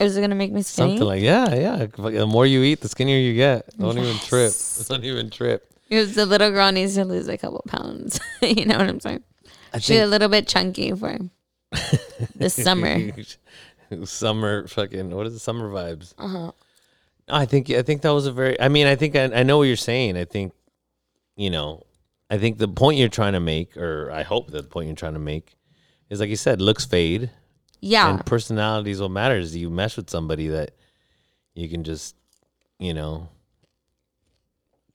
S3: is it gonna make me skinny?
S2: Something like yeah, yeah. Fuck, The more you eat, the skinnier you get. Don't even trip.
S3: Yes.
S2: Don't even trip.
S3: Because the little girl needs to lose a couple pounds. you know what I'm saying? She's a little bit chunky for the summer.
S2: summer fucking what is it? Summer vibes.
S3: Uh-huh.
S2: I think I think that was a very. I mean, I think I, I know what you're saying. I think, you know, I think the point you're trying to make, or I hope that the point you're trying to make, is like you said, looks fade,
S3: Yeah.
S2: and personality is what matters. You mesh with somebody that you can just, you know,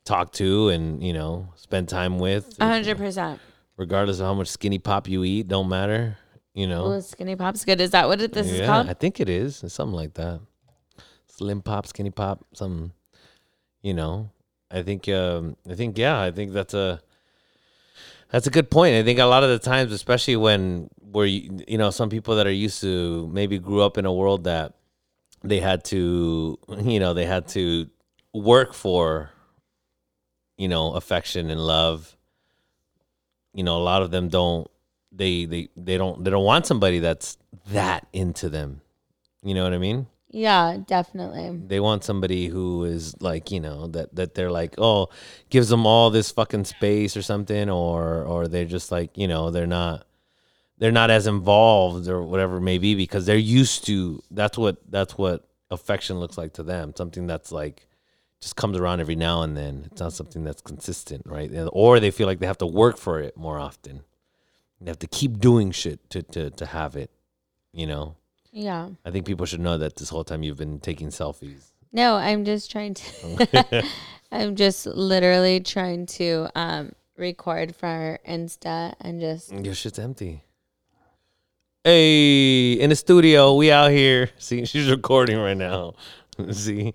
S2: talk to and you know spend time with,
S3: A hundred percent.
S2: regardless of how much skinny pop you eat. Don't matter, you know.
S3: Well, skinny pop's good. Is that what it, this is
S2: Oh. Yeah, I
S3: called?
S2: think it is. It's something like that. Slim pop, skinny pop, something. You know, I think. Um, I think. Yeah, I think that's a. That's a good point. I think a lot of the times, especially when where you, you know some people that are used to maybe grew up in a world that they had to you know they had to work for you know affection and love. You know, a lot of them don't they they they don't they don't want somebody that's that into them. You know what I mean?
S3: Yeah, definitely.
S2: They want somebody who is like, you know, that that they're like, oh, gives them all this fucking space or something or or they're just like, you know, they're not they're not as involved or whatever it may be because they're used to that's what that's what affection looks like to them. Something that's like just comes around every now and then. It's not something that's consistent, right? And- Or they feel like they have to work for it more often. They have to keep doing shit to to to have it, you know.
S3: Yeah.
S2: I think people should know that this whole time you've been taking selfies.
S3: No, I'm just trying to. I'm just literally trying to um, record for Insta and just
S2: Your shit's empty. Hey, in the studio, we out here. See, she's recording right now. See.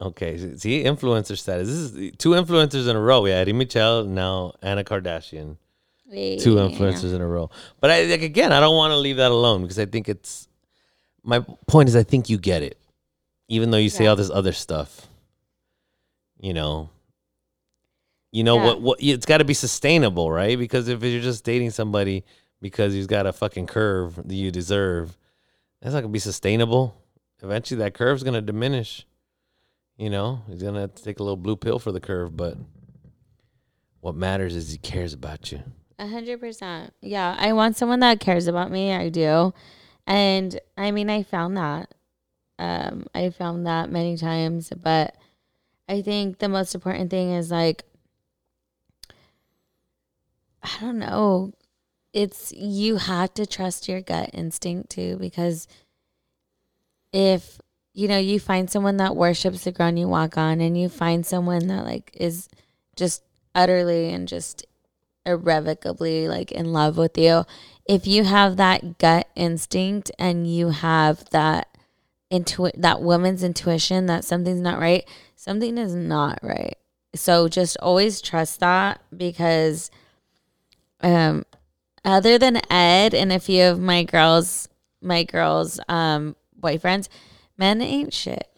S2: Okay, see- see influencer status. This is two influencers in a row. We had Eddie Michelle, now Anna Kardashian. two influencers in a row. But I like again, I don't want to leave that alone because I think it's my point is I think you get it, even though you say
S3: Yeah.
S2: all this other stuff. You know, you know
S3: Yeah.
S2: what? What it's got to be sustainable, right? Because if you're just dating somebody because he's got a fucking curve that you deserve, that's not gonna be sustainable. Eventually, that curve's gonna diminish. You know, he's gonna have to take a little blue pill for the curve, but what matters is he cares about you.
S3: A hundred percent. Yeah, I want someone that cares about me. I do, and I mean, I found that. Um, I found that many times, but I think the most important thing is like, I don't know. It's you have to trust your gut instinct too, because if you know you find someone that worships the ground you walk on, and you find someone that like is just utterly and just irrevocably like in love with you if you have that gut instinct and you have that intu- that woman's intuition that something's not right something is not right so just always trust that because um other than ed and a few of my girls my girls um boyfriends men ain't shit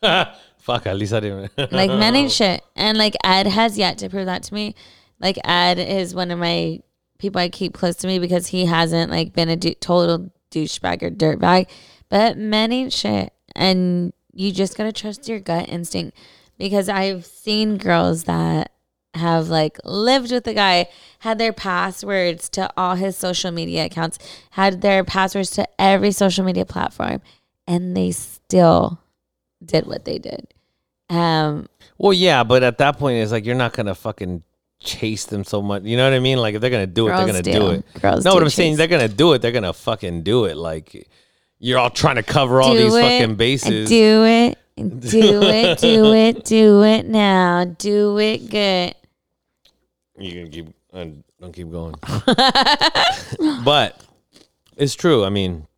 S2: Fuck, at least I didn't.
S3: like men ain't shit. And like Ed has yet to prove that to me. Like Ed is one of my people I keep close to me because he hasn't like been a du- total douchebag or dirtbag. But men ain't shit, and you just gotta trust your gut instinct because I've seen girls that have like lived with the guy, had their passwords to all his social media accounts, had their passwords to every social media platform, and they still did what they did. Um,
S2: well, yeah, but at that point, it's like you're not gonna fucking chase them so much. You know what I mean? Like if they're gonna do it, they're
S3: Girls
S2: gonna do,
S3: do.
S2: it.
S3: Girls
S2: no, what
S3: do
S2: I'm saying,
S3: chase.
S2: they're gonna do it. They're gonna fucking do it. Like you're all trying to cover all
S3: do
S2: these
S3: it,
S2: fucking bases.
S3: Do it, do it, do it, do it now. Do it good.
S2: You can keep uh, don't keep going. but it's true. I mean,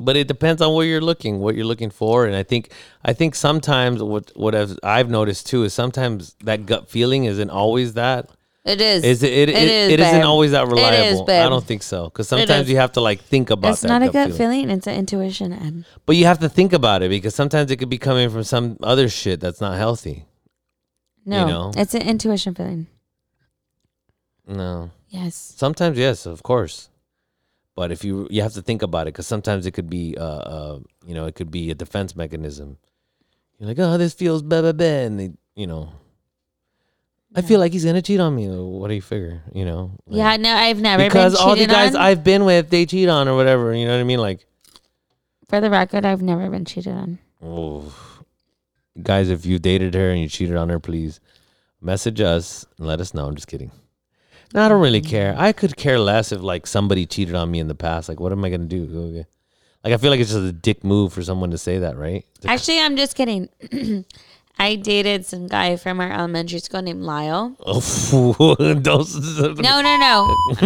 S2: but it depends on what you're looking, what you're looking for, and I think I think sometimes what what I've, I've noticed too is sometimes that gut feeling isn't always that.
S3: It is.
S2: Is it? It, it,
S3: is,
S2: it isn't
S3: babe.
S2: always that reliable.
S3: It is, babe.
S2: I don't think so because sometimes
S3: is.
S2: you have to like think about
S3: It's
S2: that.
S3: not a gut
S2: feeling.
S3: feeling. It's an intuition, Ed.
S2: but you have to think about it because sometimes it could be coming from some other shit that's not healthy.
S3: No,
S2: know?
S3: it's an intuition feeling.
S2: No.
S3: Yes.
S2: Sometimes, yes, of course. But if you you have to think about it, because sometimes it could be, uh, uh, you know, it could be a defense mechanism. You're like, oh, this feels blah blah blah, and they, you know, I feel like he's gonna cheat on me. What do you figure? You know, like,
S3: Yeah. No, I've never
S2: because
S3: been
S2: all the
S3: cheated
S2: guys
S3: on.
S2: I've been with, they cheat on or whatever. You know what I mean? Like,
S3: For the record, I've never been cheated on.
S2: oh, guys, if you dated her and you cheated on her, please message us and let us know. I'm just kidding. No, I don't really care. I could care less if like somebody cheated on me in the past. Like, what am I gonna do? Okay. Like, I feel like it's just a dick move for someone to say that, right?
S3: Actually, I'm just kidding. I dated some guy from our elementary school named Lyle.
S2: Oh, those-
S3: No, no, no, no, no, no, no,
S2: was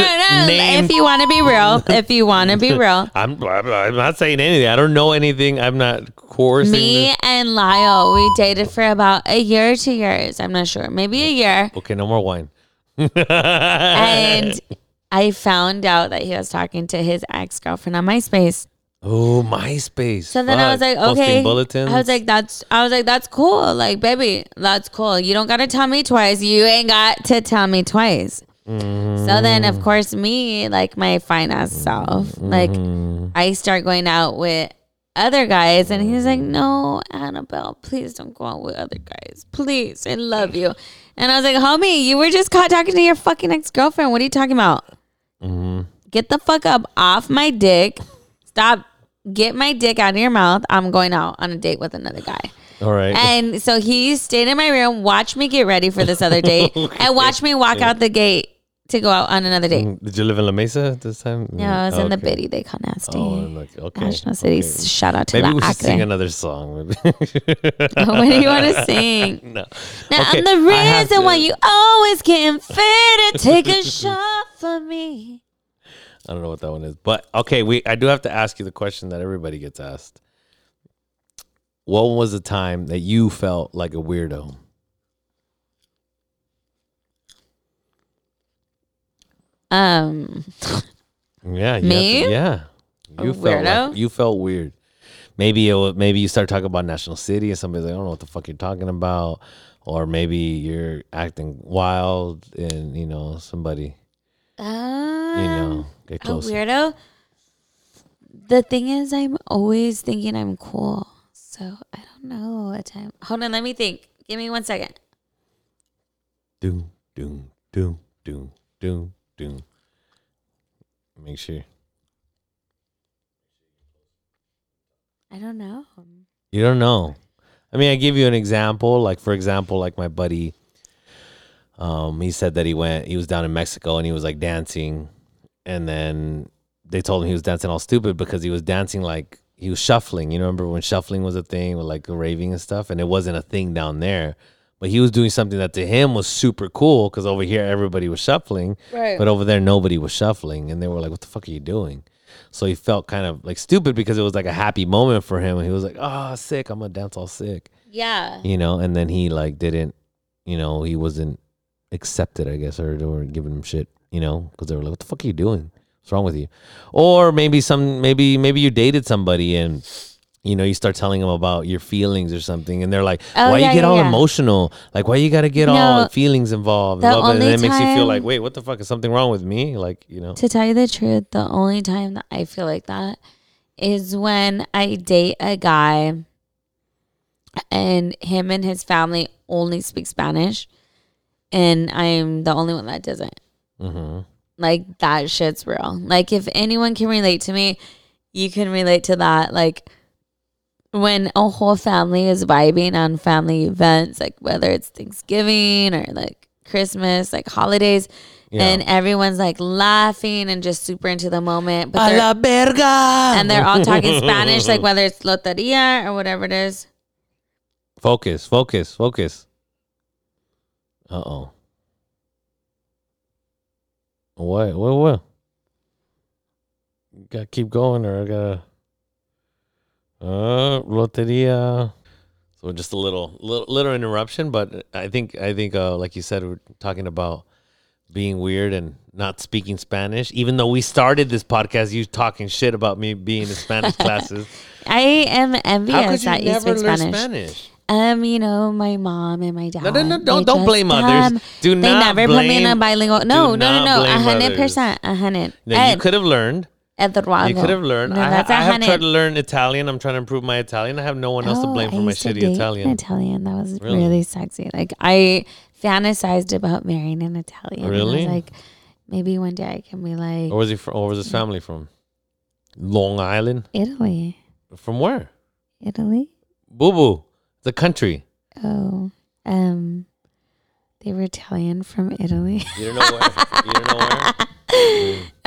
S2: it?
S3: no.
S2: Name-
S3: If you want to be real, if you want to be real,
S2: I'm, I'm I'm not saying anything. I don't know anything. I'm not coercing.
S3: Me
S2: this.
S3: and Lyle, we dated for about a year or two years. I'm not sure. Maybe a year.
S2: Okay, no more wine.
S3: And I found out that he was talking to his ex girlfriend on MySpace.
S2: Oh, MySpace.
S3: So then I was
S2: Fuck.
S3: like, okay.
S2: Posting bulletins.
S3: I was like, that's I was like, that's cool. Like, baby, that's cool. You don't gotta tell me twice. You ain't got to tell me twice. So then
S2: Mm-hmm.
S3: of course me, like my fine ass self, like
S2: Mm-hmm.
S3: I start going out with other guys and he's
S2: Mm-hmm.
S3: like, No, Annabelle, please don't go out with other guys. Please. I love you. And I was like, homie, you were just caught talking to your fucking ex girlfriend. What are you talking about?
S2: Mm-hmm.
S3: Get the fuck up off my dick. Stop. Get my dick out of your mouth. I'm going out on a date with another guy.
S2: all right.
S3: And so he stayed in my room, watched me get ready for this other date,
S2: Oh
S3: and watched me walk out the gate to go out on another date.
S2: Mm, Did you live in La Mesa this time?
S3: No, I was in the
S2: Okay.
S3: bitty they call nasty.
S2: Oh, I'm like, okay.
S3: National City.
S2: okay.
S3: Shout out to
S2: Maybe we
S3: the
S2: should sing
S3: actor.
S2: another song.
S3: what do you want to sing?
S2: no.
S3: Now
S2: Okay,
S3: I'm the
S2: I have
S3: reason why
S2: to-
S3: you always can't fit it. Take a shot for me.
S2: I don't know what that one is, but okay. We I do have to ask you the question that everybody gets asked. What was the time that you felt like a weirdo?
S3: Um,
S2: Yeah, you have
S3: Me?
S2: to- yeah, you felt like-
S3: weirdo?
S2: you felt weird. Maybe it wa- maybe you start talking about National City and somebody's like, I don't know what the fuck you're talking about, or maybe you're acting wild and you know somebody
S3: um,
S2: you know get
S3: a
S2: close.
S3: weirdo. the thing is, I'm always thinking I'm cool. So I don't know a time. Hold on, let me think. Give me one second.
S2: Doom, doom, doom, doom, doom, doom. Make sure
S3: I don't know.
S2: you don't know. I mean, I give you an example. Like for example, like my buddy, um, he said that he went, he was down in Mexico and he was like dancing, and then they told him he was dancing all stupid because he was dancing like he was shuffling. You remember when shuffling was a thing with like the raving and stuff, and it wasn't a thing down there. But he was doing something that to him was super cool because over here everybody was shuffling,
S3: Right.
S2: but over there nobody was shuffling, and they were like, "What the fuck are you doing?" So he felt kind of like stupid because it was like a happy moment for him, and he was like, "Oh, sick! I'm gonna dance all sick,"
S3: Yeah.
S2: you know. And then he like didn't, you know, he wasn't accepted, I guess, or they were giving him shit, you know, because they were like, "What the fuck are you doing? What's wrong with you?" Or maybe some, maybe maybe you dated somebody and. You know, you start telling them about your feelings or something, and they're like,
S3: Oh,
S2: "Why
S3: yeah,
S2: you get
S3: yeah,
S2: all
S3: yeah.
S2: emotional? Like, why you gotta get all
S3: No,
S2: feelings involved?"
S3: the
S2: and blah, blah,
S3: only
S2: and it makes you feel
S3: time-
S2: like, "Wait, what the fuck is something wrong with me?" Like, you know,
S3: To tell you the truth, the only time that I feel like that is when I date a guy and him and his family only speak Spanish and I'm the only one that doesn't.
S2: hmm
S3: Like that shit's real. Like if anyone can relate to me, you can relate to that. Like when a whole family is vibing on family events, like whether it's Thanksgiving or like Christmas, like holidays,
S2: Yeah.
S3: and everyone's like laughing and just super into the moment. But they're, and they're all talking Spanish, like whether it's loteria or whatever it is.
S2: Focus, focus, focus. Uh oh. What? What? What? Gotta keep going, or I gotta. Uh, loteria. So just a little, little, little interruption, but I think, I think, uh, like you said, we're talking about being weird and not speaking Spanish. Even though we started this podcast, you talking shit about me being in Spanish classes.
S3: I am envious
S2: How could you
S3: that you
S2: never
S3: speak
S2: learn
S3: Spanish.
S2: Spanish?
S3: Um, you know, my mom and my dad.
S2: No, no, no,
S3: they
S2: don't- don't
S3: just,
S2: blame others. Do
S3: they
S2: not
S3: never put me in a
S2: blame-
S3: bilingual.
S2: do
S3: No, no, no,
S2: not
S3: no, a
S2: blame
S3: hundred
S2: others.
S3: percent, a hundred.
S2: No, you
S3: Ed,
S2: could have learned.
S3: Eduardo.
S2: You could have learned.
S3: No,
S2: I,
S3: that's
S2: I
S3: a
S2: have tried
S3: hundred.
S2: to learn Italian. I'm trying to improve my Italian. I have no one else to
S3: Oh,
S2: blame
S3: I
S2: for my
S3: used to
S2: shitty
S3: date an
S2: Italian.
S3: Italian that was
S2: Really?
S3: really? sexy. Like I fantasized about marrying an Italian. and I was
S2: Really?
S3: like maybe one day I can be like
S2: Or was he? From, or was his family from? Long Island.
S3: Italy,
S2: From where?
S3: Italy.
S2: Boo boo. The country.
S3: Oh, um, they were Italian from Italy.
S2: You don't know where. you don't know where.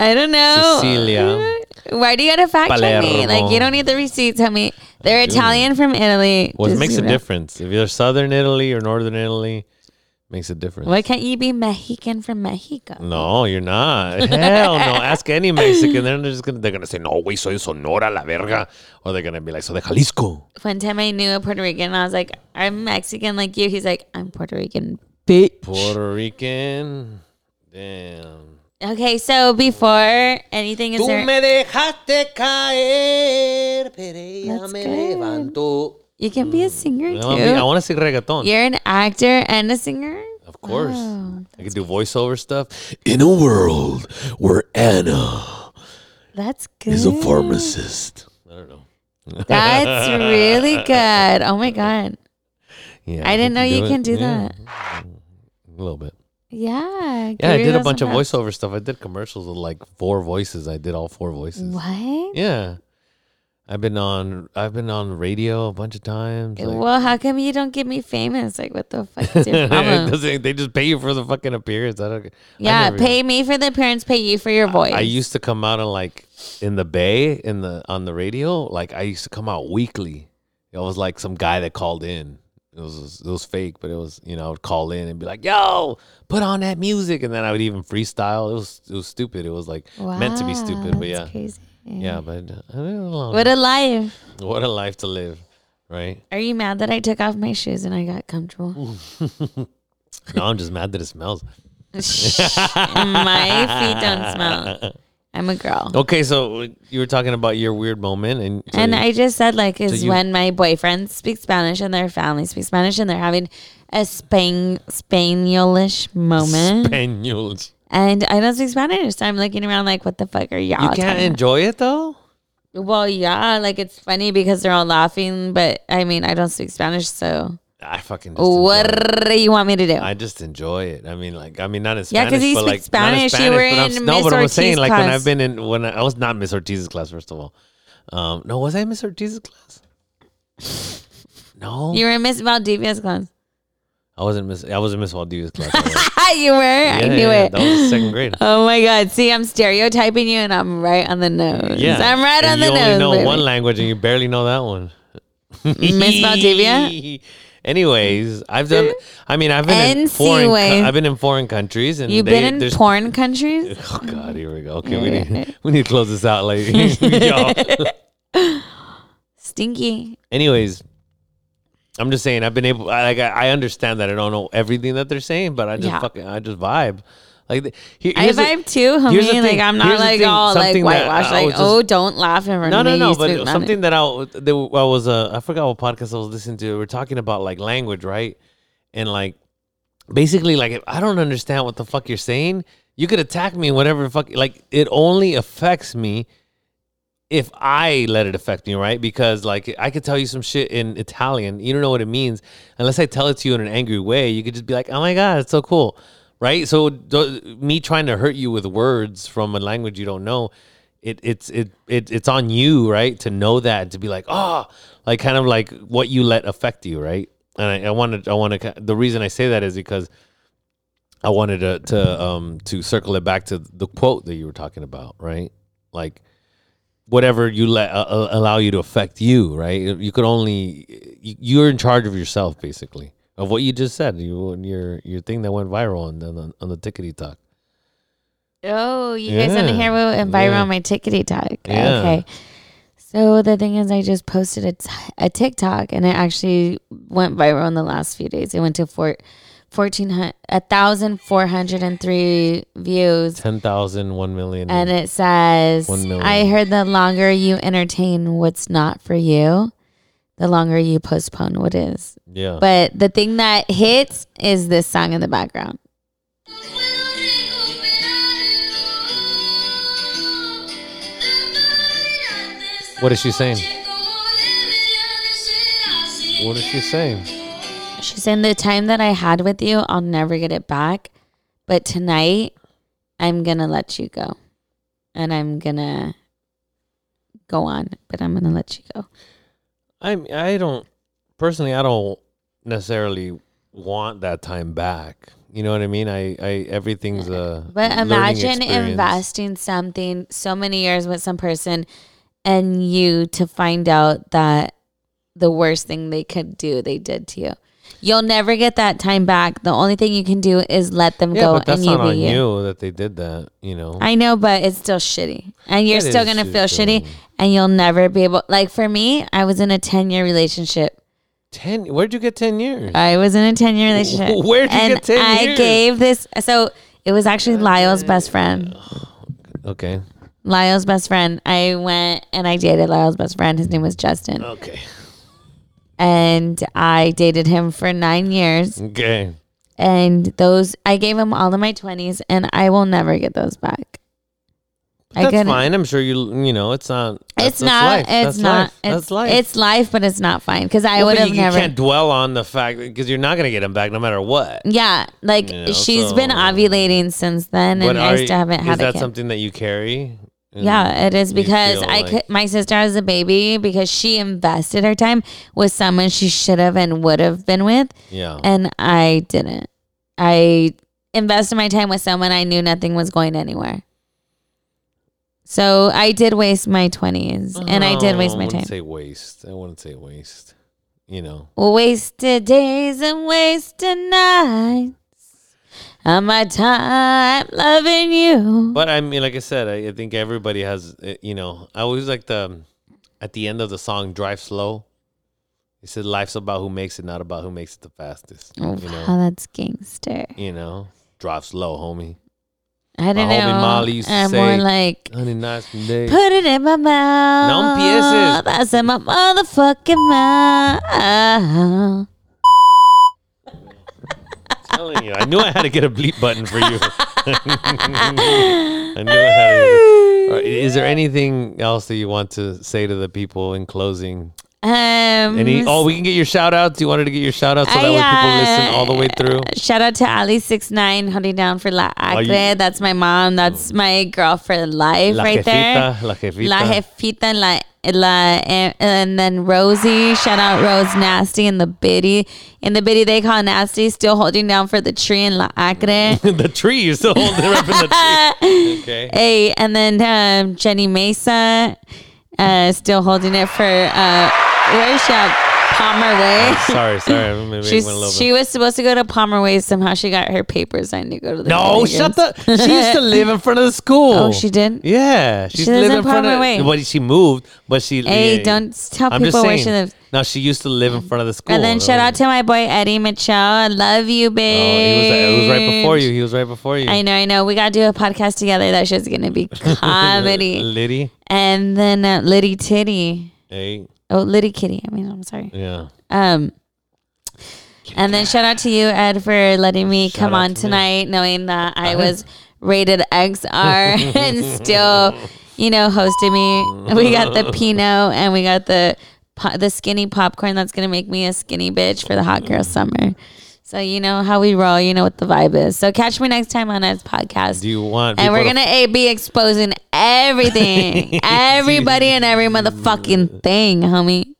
S3: I don't know.
S2: Sicilia.
S3: Why do you gotta fact check me? Like
S2: Palermo.
S3: you don't need the receipts, homie. They're
S2: do.
S3: Italian from Italy.
S2: Well, it
S3: Just
S2: makes a
S3: zero.
S2: difference if you're Southern Italy or Northern Italy. Makes a difference.
S3: Why can't you be Mexican from Mexico?
S2: No, you're not. Hell no. Ask any Mexican. They're just gonna they're gonna say no,
S5: No, güey, soy de Sonora, la verga.
S2: or they're gonna be like, so de Jalisco.
S3: One time I knew a Puerto Rican and I was like, I'm Mexican like you. He's like, I'm Puerto Rican, bitch.
S2: Puerto Rican. Damn.
S3: okay, so before anything is there,
S2: dejaste caer,
S3: That's me good. you can be a singer
S2: Mm, I mean, I
S3: too.
S2: want to sing reggaeton.
S3: You're an actor and a singer.
S2: Of course.
S3: Wow.
S2: I can do voiceover stuff.
S5: In a world where Anna
S3: That's good.
S5: is a pharmacist.
S2: I don't know.
S3: That's really good. Oh my god.
S2: Yeah.
S3: I didn't know you can do
S2: Yeah.
S3: that.
S2: A little bit.
S3: Yeah.
S2: Yeah, I
S3: give
S2: did a
S3: yourself
S2: bunch of
S3: some props.
S2: voiceover stuff. I did commercials with like four voices. I did all four voices.
S3: What?
S2: Yeah. I've been on I've been on radio a bunch of times. like-
S3: well, how come you don't get me famous? Like, what the fuck is your
S2: It
S3: problem?
S2: doesn't- they just pay you for the fucking appearance. I don't. I
S3: yeah,
S2: never-
S3: pay me for the appearance, pay you for your voice.
S2: I used to come out on like in the Bay in the on the radio. Like I used to come out weekly. It was like some guy that called in. It was it was fake, but it was you know I would call in and be like, "Yo, put on that music," and then I would even freestyle. It was it was stupid. It was like meant to be stupid,
S3: Wow,
S2: but yeah,
S3: that's crazy.
S2: yeah. But uh, I don't know.
S3: What a life.
S2: what a life to live, right?
S3: Are you mad that I took off my shoes and I got comfortable?
S2: No, I'm just mad that it smells.
S3: my feet don't smell. I'm a girl.
S2: Okay, so uh, you were talking about your weird moment, and so
S3: and I just said like is
S2: you-
S3: when my boyfriend speaks Spanish and their family speaks Spanish and they're having a Spain Spanielish moment.
S2: Spaniels.
S3: and I don't speak Spanish, so I'm looking around like, what the fuck are y'all?
S2: You can't
S3: talking about?
S2: enjoy it though.
S3: Well, yeah, like it's funny because they're all laughing, but I mean, I don't speak Spanish, so
S2: I fucking just enjoy
S3: what
S2: it.
S3: do you want me to do?
S2: I just enjoy it. I mean, like, I mean, not in
S3: Yeah,
S2: Spanish,
S3: 'cause you
S2: but
S3: speak
S2: like not in
S3: Spanish. You were
S2: but I'm
S3: in
S2: s- no,
S3: Miss
S2: but I'm saying,
S3: Ortiz's
S2: like, when
S3: class.
S2: I've been in, when I, I was not Miss Ortiz's class, first of all. Um, no, was I Miss Ortiz's class? No,
S3: you were in Miss Valdivia's class.
S2: I wasn't Miss. I wasn't Miss Waldiva's class. I was-
S3: Ah, you were. I
S2: Yeah,
S3: knew
S2: yeah,
S3: it.
S2: That was second grade.
S3: Oh my God! See, I'm stereotyping you, and I'm right on the nose.
S2: Yeah,
S3: I'm right on
S2: and
S3: the
S2: you
S3: nose.
S2: only know
S3: baby.
S2: one language, and you barely know that one.
S3: Miss Valdivia. Hmm?
S2: Anyways, I've done. I mean, I've been in foreign. co-
S3: Anyway.
S2: I've been in foreign countries, and
S3: You've
S2: they,
S3: been in
S2: there's-
S3: porn countries.
S2: Oh God, here we go. Okay, we need we need to close this out, ladies. Y'all.
S3: Stinky.
S2: Anyways, I'm just saying I've been able. I, like I I understand that I don't know everything that they're saying, but I just
S3: Yeah.
S2: fucking I just vibe. Like the- here-
S3: I
S2: here's the-
S3: vibe too,
S2: here's the
S3: homie. Like
S2: thing-
S3: I'm not
S2: here's the
S3: like
S2: thing,
S3: all like
S2: something that
S3: whitewashed.
S2: I- I
S3: Like
S2: was just-
S3: oh, don't laugh in front
S2: No,
S3: of
S2: no,
S3: me.
S2: no.
S3: you
S2: But
S3: sweet man.
S2: something that I that I was uh, I forgot what podcast I was listening to. We're talking about like language, right? And like basically, like if I don't understand what the fuck you're saying, you could attack me, whatever. Fuck, like it only affects me if I let it affect me, right? Because like I could tell you some shit in Italian, you don't know what it means unless I tell it to you in an angry way. You could just be like, "Oh my god, it's so cool," right? So do, me trying to hurt you with words from a language you don't know, it it's it, it it's on you, right? To know that to be like, "Oh," like kind of like what you let affect you, right? And I, I wanted I want to the reason I say that is because I wanted to to um to circle it back to the quote that you were talking about, right? Like whatever you let uh, uh, allow you to affect you, right? You could only you- you're in charge of yourself, basically, of what you just said. You your your thing that went viral on the, on the tickety talk.
S3: Oh, you guys want to hear what went viral
S2: Yeah.
S3: on my tickety talk?
S2: Yeah.
S3: Okay. So the thing is, I just posted a, t- a TikTok and it actually went viral in the last few days. It went to four, 1,403 views.
S2: Ten thousand, one million.
S3: And it says,
S2: One million.
S3: I heard the longer you entertain what's not for you, the longer you postpone what is.
S2: yeah,
S3: But the thing that hits is this song in the background.
S2: What is she saying? what is she saying?
S3: She's saying the time that I had with you, I'll never get it back. But tonight, I'm gonna let you go, and I'm gonna go on, but I'm gonna let you go.
S2: I I don't personally I don't necessarily want that time back. You know what I mean? I I everything's a
S3: But
S2: learning
S3: imagine
S2: experience.
S3: investing something so many years with some person, and you to find out that the worst thing they could do, they did to you. You'll never get that time back. The only thing you can do is let them
S2: Yeah,
S3: go
S2: but that's
S3: and you
S2: not
S3: be
S2: on
S3: you.
S2: you that they did that. You know.
S3: I know, but it's still shitty. And you're
S2: It
S3: still
S2: is
S3: going to feel
S2: shitty.
S3: shitty and you'll never be able like for me, I was in a 10-year relationship.
S2: ten. Where'd you get ten years?
S3: I was in a 10-year relationship.
S2: Where'd you
S3: and
S2: get 10
S3: I
S2: years?
S3: gave this so it was actually Lyle's best friend.
S2: okay.
S3: Lyle's best friend. I went and I dated Lyle's best friend. His name was Justin.
S2: Okay.
S3: And I dated him for 9 years
S2: Okay.
S3: and those I gave him all of my 20s and I will never get those back. I
S2: That's
S3: couldn't-
S2: fine. I'm sure you. You know, it's not. that's-
S3: It's
S2: that's
S3: not.
S2: life.
S3: It's
S2: That's
S3: not.
S2: Life.
S3: It's,
S2: that's life.
S3: It's life, but it's not fine because I
S2: Well,
S3: would
S2: but
S3: have
S2: you,
S3: never.
S2: You can't dwell on the fact because you're not gonna get him back no matter what.
S3: yeah, like
S2: You know,
S3: she's been
S2: so-
S3: ovulating since then,
S2: But
S3: and
S2: are
S3: I
S2: you-
S3: still haven't
S2: Is
S3: had a
S2: that
S3: kid.
S2: something that you carry? And
S3: yeah, it is
S2: you
S3: because
S2: feel
S3: I
S2: like-
S3: could. My sister has a baby because she invested her time with someone she should have and would have been with,
S2: Yeah.
S3: and I didn't. I invested my time with someone I knew nothing was going anywhere. So I did waste my 20s and I did
S2: Oh,
S3: waste my
S2: wouldn't
S3: time.
S2: Say waste. I wouldn't say waste. You know.
S3: Wasted days and wasted nights. And my time loving you.
S2: But I mean, like I said, I, I think everybody has. uh, You know, I always like the at the end of the song "Drive Slow." It said, "Life's about who makes it, not about who makes it the fastest."
S3: Oh,
S2: you know.
S3: wow, that's gangster.
S2: You know, drive slow, homie.
S3: I don't
S2: homie
S3: know.
S2: Molly used to
S3: I'm
S2: say-
S3: more like,
S2: Honey, nice and day.
S3: put it in my mouth.
S2: empieces.
S3: That's in my motherfucking mouth. Um,
S2: telling you, I knew I had to get a bleep button for you. I knew I had to. Or i- Is there anything else that you want to say to the people in closing?
S3: Um,
S2: Any? Oh, we can get your shout outs. You wanted to get your shout outs so that way
S3: I,
S2: people
S3: uh,
S2: listen all the way through.
S3: Shout out to Ali six nine holding down for La Acre.
S2: you- Oh.
S3: That's my mom. That's my girl for life
S2: La
S3: right there.
S2: jefita, la jefita.
S3: La jefita, la la, and then Rosie. Shout out Rose Nasty and the Biddy. And the Biddy they call Nasty still holding down for the tree in La Acre.
S2: the tree. You're still holding her up in the tree. Okay.
S3: hey, and then um, Jenny Mesa, uh, still holding it for uh, where's she at? Palmer Way.
S2: Sorry, sorry. Maybe it
S3: She's,
S2: went a little
S3: she
S2: bit.
S3: was supposed to go to Palmer Way. Somehow she got her papers signed to go to the.
S2: No,
S3: Dominicans.
S2: shut the. She used to live in front of the school.
S3: Oh, she did?
S2: Yeah, she's
S3: lives
S2: living
S3: in
S2: in front
S3: Palmer
S2: of.
S3: Way.
S2: Well, she moved, but she.
S3: Hey,
S2: yeah.
S3: don't tell
S2: I'm just
S3: people where she
S2: saying.
S3: lives.
S2: No, she used to live in front of the school.
S3: And then
S2: That
S3: shout
S2: was-
S3: out to my boy Eddie Mitchell. I love you,
S2: Oh,
S3: babe.
S2: he was. It was right before you. He was right before you.
S3: I know, I know. We gotta do a podcast together. That shit's gonna be comedy.
S2: uh, Liddy.
S3: and then uh, Liddy Titty.
S2: Hey.
S3: Oh, Liddy Kitty. I mean, I'm sorry.
S2: Yeah.
S3: Um, and then shout out to you, Ed, for letting me come
S2: out
S3: on
S2: to me.
S3: tonight, knowing that I was rated XR and still, you know, hosted me. We got the Pinot and we got the po- the skinny popcorn that's gonna make me a skinny bitch for the hot
S2: Mm.
S3: girl summer. So you know how we roll. You know what the vibe is. So catch me next time on Ed's podcast.
S2: Do you want?
S3: and
S2: people
S3: we're
S2: to-
S3: gonna a, be exposing everything, everybody, and every motherfucking thing, homie.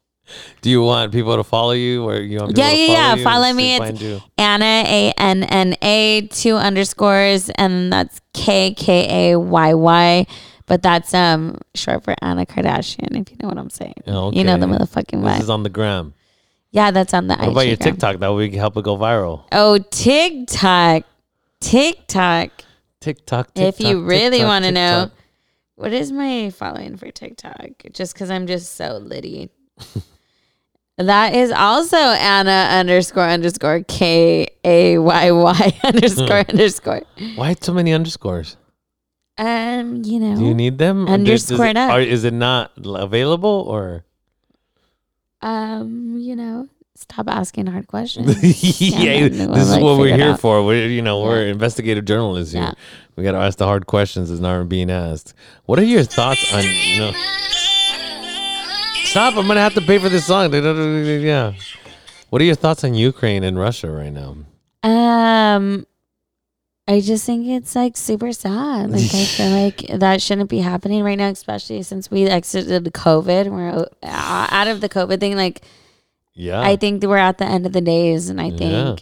S2: Do you want people to follow you, or you want? People
S3: Yeah,
S2: to
S3: yeah,
S2: follow
S3: yeah.
S2: you
S3: Follow
S2: and
S3: me.
S2: see- find
S3: It's
S2: you?
S3: Anna A N N A two underscores, and that's K K A Y Y. But that's um short for Anna Kardashian, if you know what I'm saying.
S2: Oh,
S3: You know
S2: okay.
S3: the motherfucking
S2: This is
S3: vibe.
S2: on the gram.
S3: yeah, that's on the.
S2: What about your
S3: Instagram.
S2: TikTok? That way we can help it go viral.
S3: Oh, TikTok, TikTok.
S2: TikTok. TikTok
S3: if you really
S2: TikTok,
S3: want to know,
S2: TikTok.
S3: what is my following for TikTok? Just because I'm just so litty. that is also Anna underscore underscore K A Y Y underscore underscore.
S2: why so many underscores?
S3: Um, you
S2: Do you
S3: know,
S2: need them? Or does- does it-
S3: Underscored up.
S2: Are, is it not l- available or?
S3: um, you know, stop asking hard questions.
S2: yeah,
S3: no, we'll,
S2: this is
S3: like,
S2: what
S3: figure
S2: we're
S3: it
S2: here
S3: out.
S2: for. We're you know we're investigative journalists here.
S3: Yeah.
S2: We got to ask the hard questions that aren't being asked. What are your thoughts on you know? Stop! I'm gonna have to pay for this song. Yeah. What are your thoughts on Ukraine and Russia right now?
S3: Um, I just think it's like super sad. Like I feel like that shouldn't be happening right now, especially since we exited COVID. and We're o- out of the COVID thing. Like
S2: Yeah.
S3: I think that we're at the end of the days, and I think
S2: Yeah.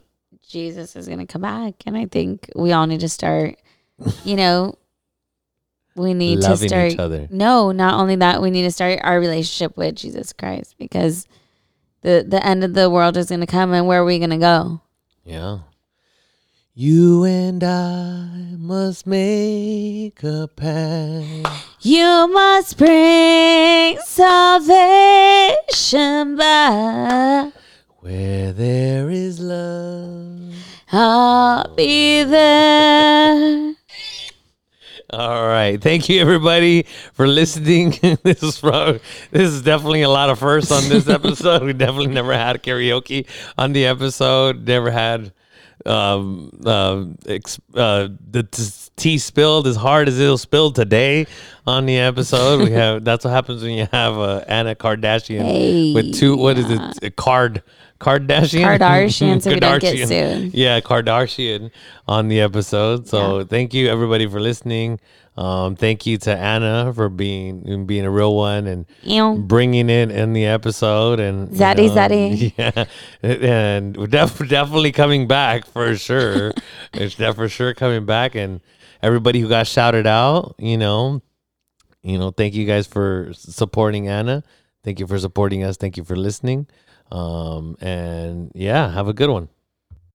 S3: Jesus is gonna come back, and I think we all need to start. You know, we need
S2: Loving
S3: to start.
S2: each other.
S3: No, not only that, we need to start our relationship with Jesus Christ because the the end of the world is gonna come, and where are we gonna go?
S2: Yeah. You and I must make a pact.
S3: You must bring salvation by.
S2: Where there is love.
S3: I'll be there.
S2: All right. Thank you everybody for listening. this is from, this is definitely a lot of firsts on this episode. we definitely never had karaoke on the episode. Never had um uh, ex- uh the t- tea spilled as hard as it'll spill today on the episode we have that's what happens when you have uh anna kardashian with two what is it a card kardashian
S3: Kardashian, so we don't get
S2: Kardashian.
S3: sued.
S2: yeah kardashian on the episode so thank you everybody for listening um thank you to anna for being being a real one and
S3: Ew.
S2: bringing it in the episode and you
S3: Zaddy, zaddy.
S2: yeah and we're def- definitely coming back for sure it's def- for sure coming back and everybody who got shouted out you know you know thank you guys for s- supporting anna thank you for supporting us thank you for listening um and yeah have a good one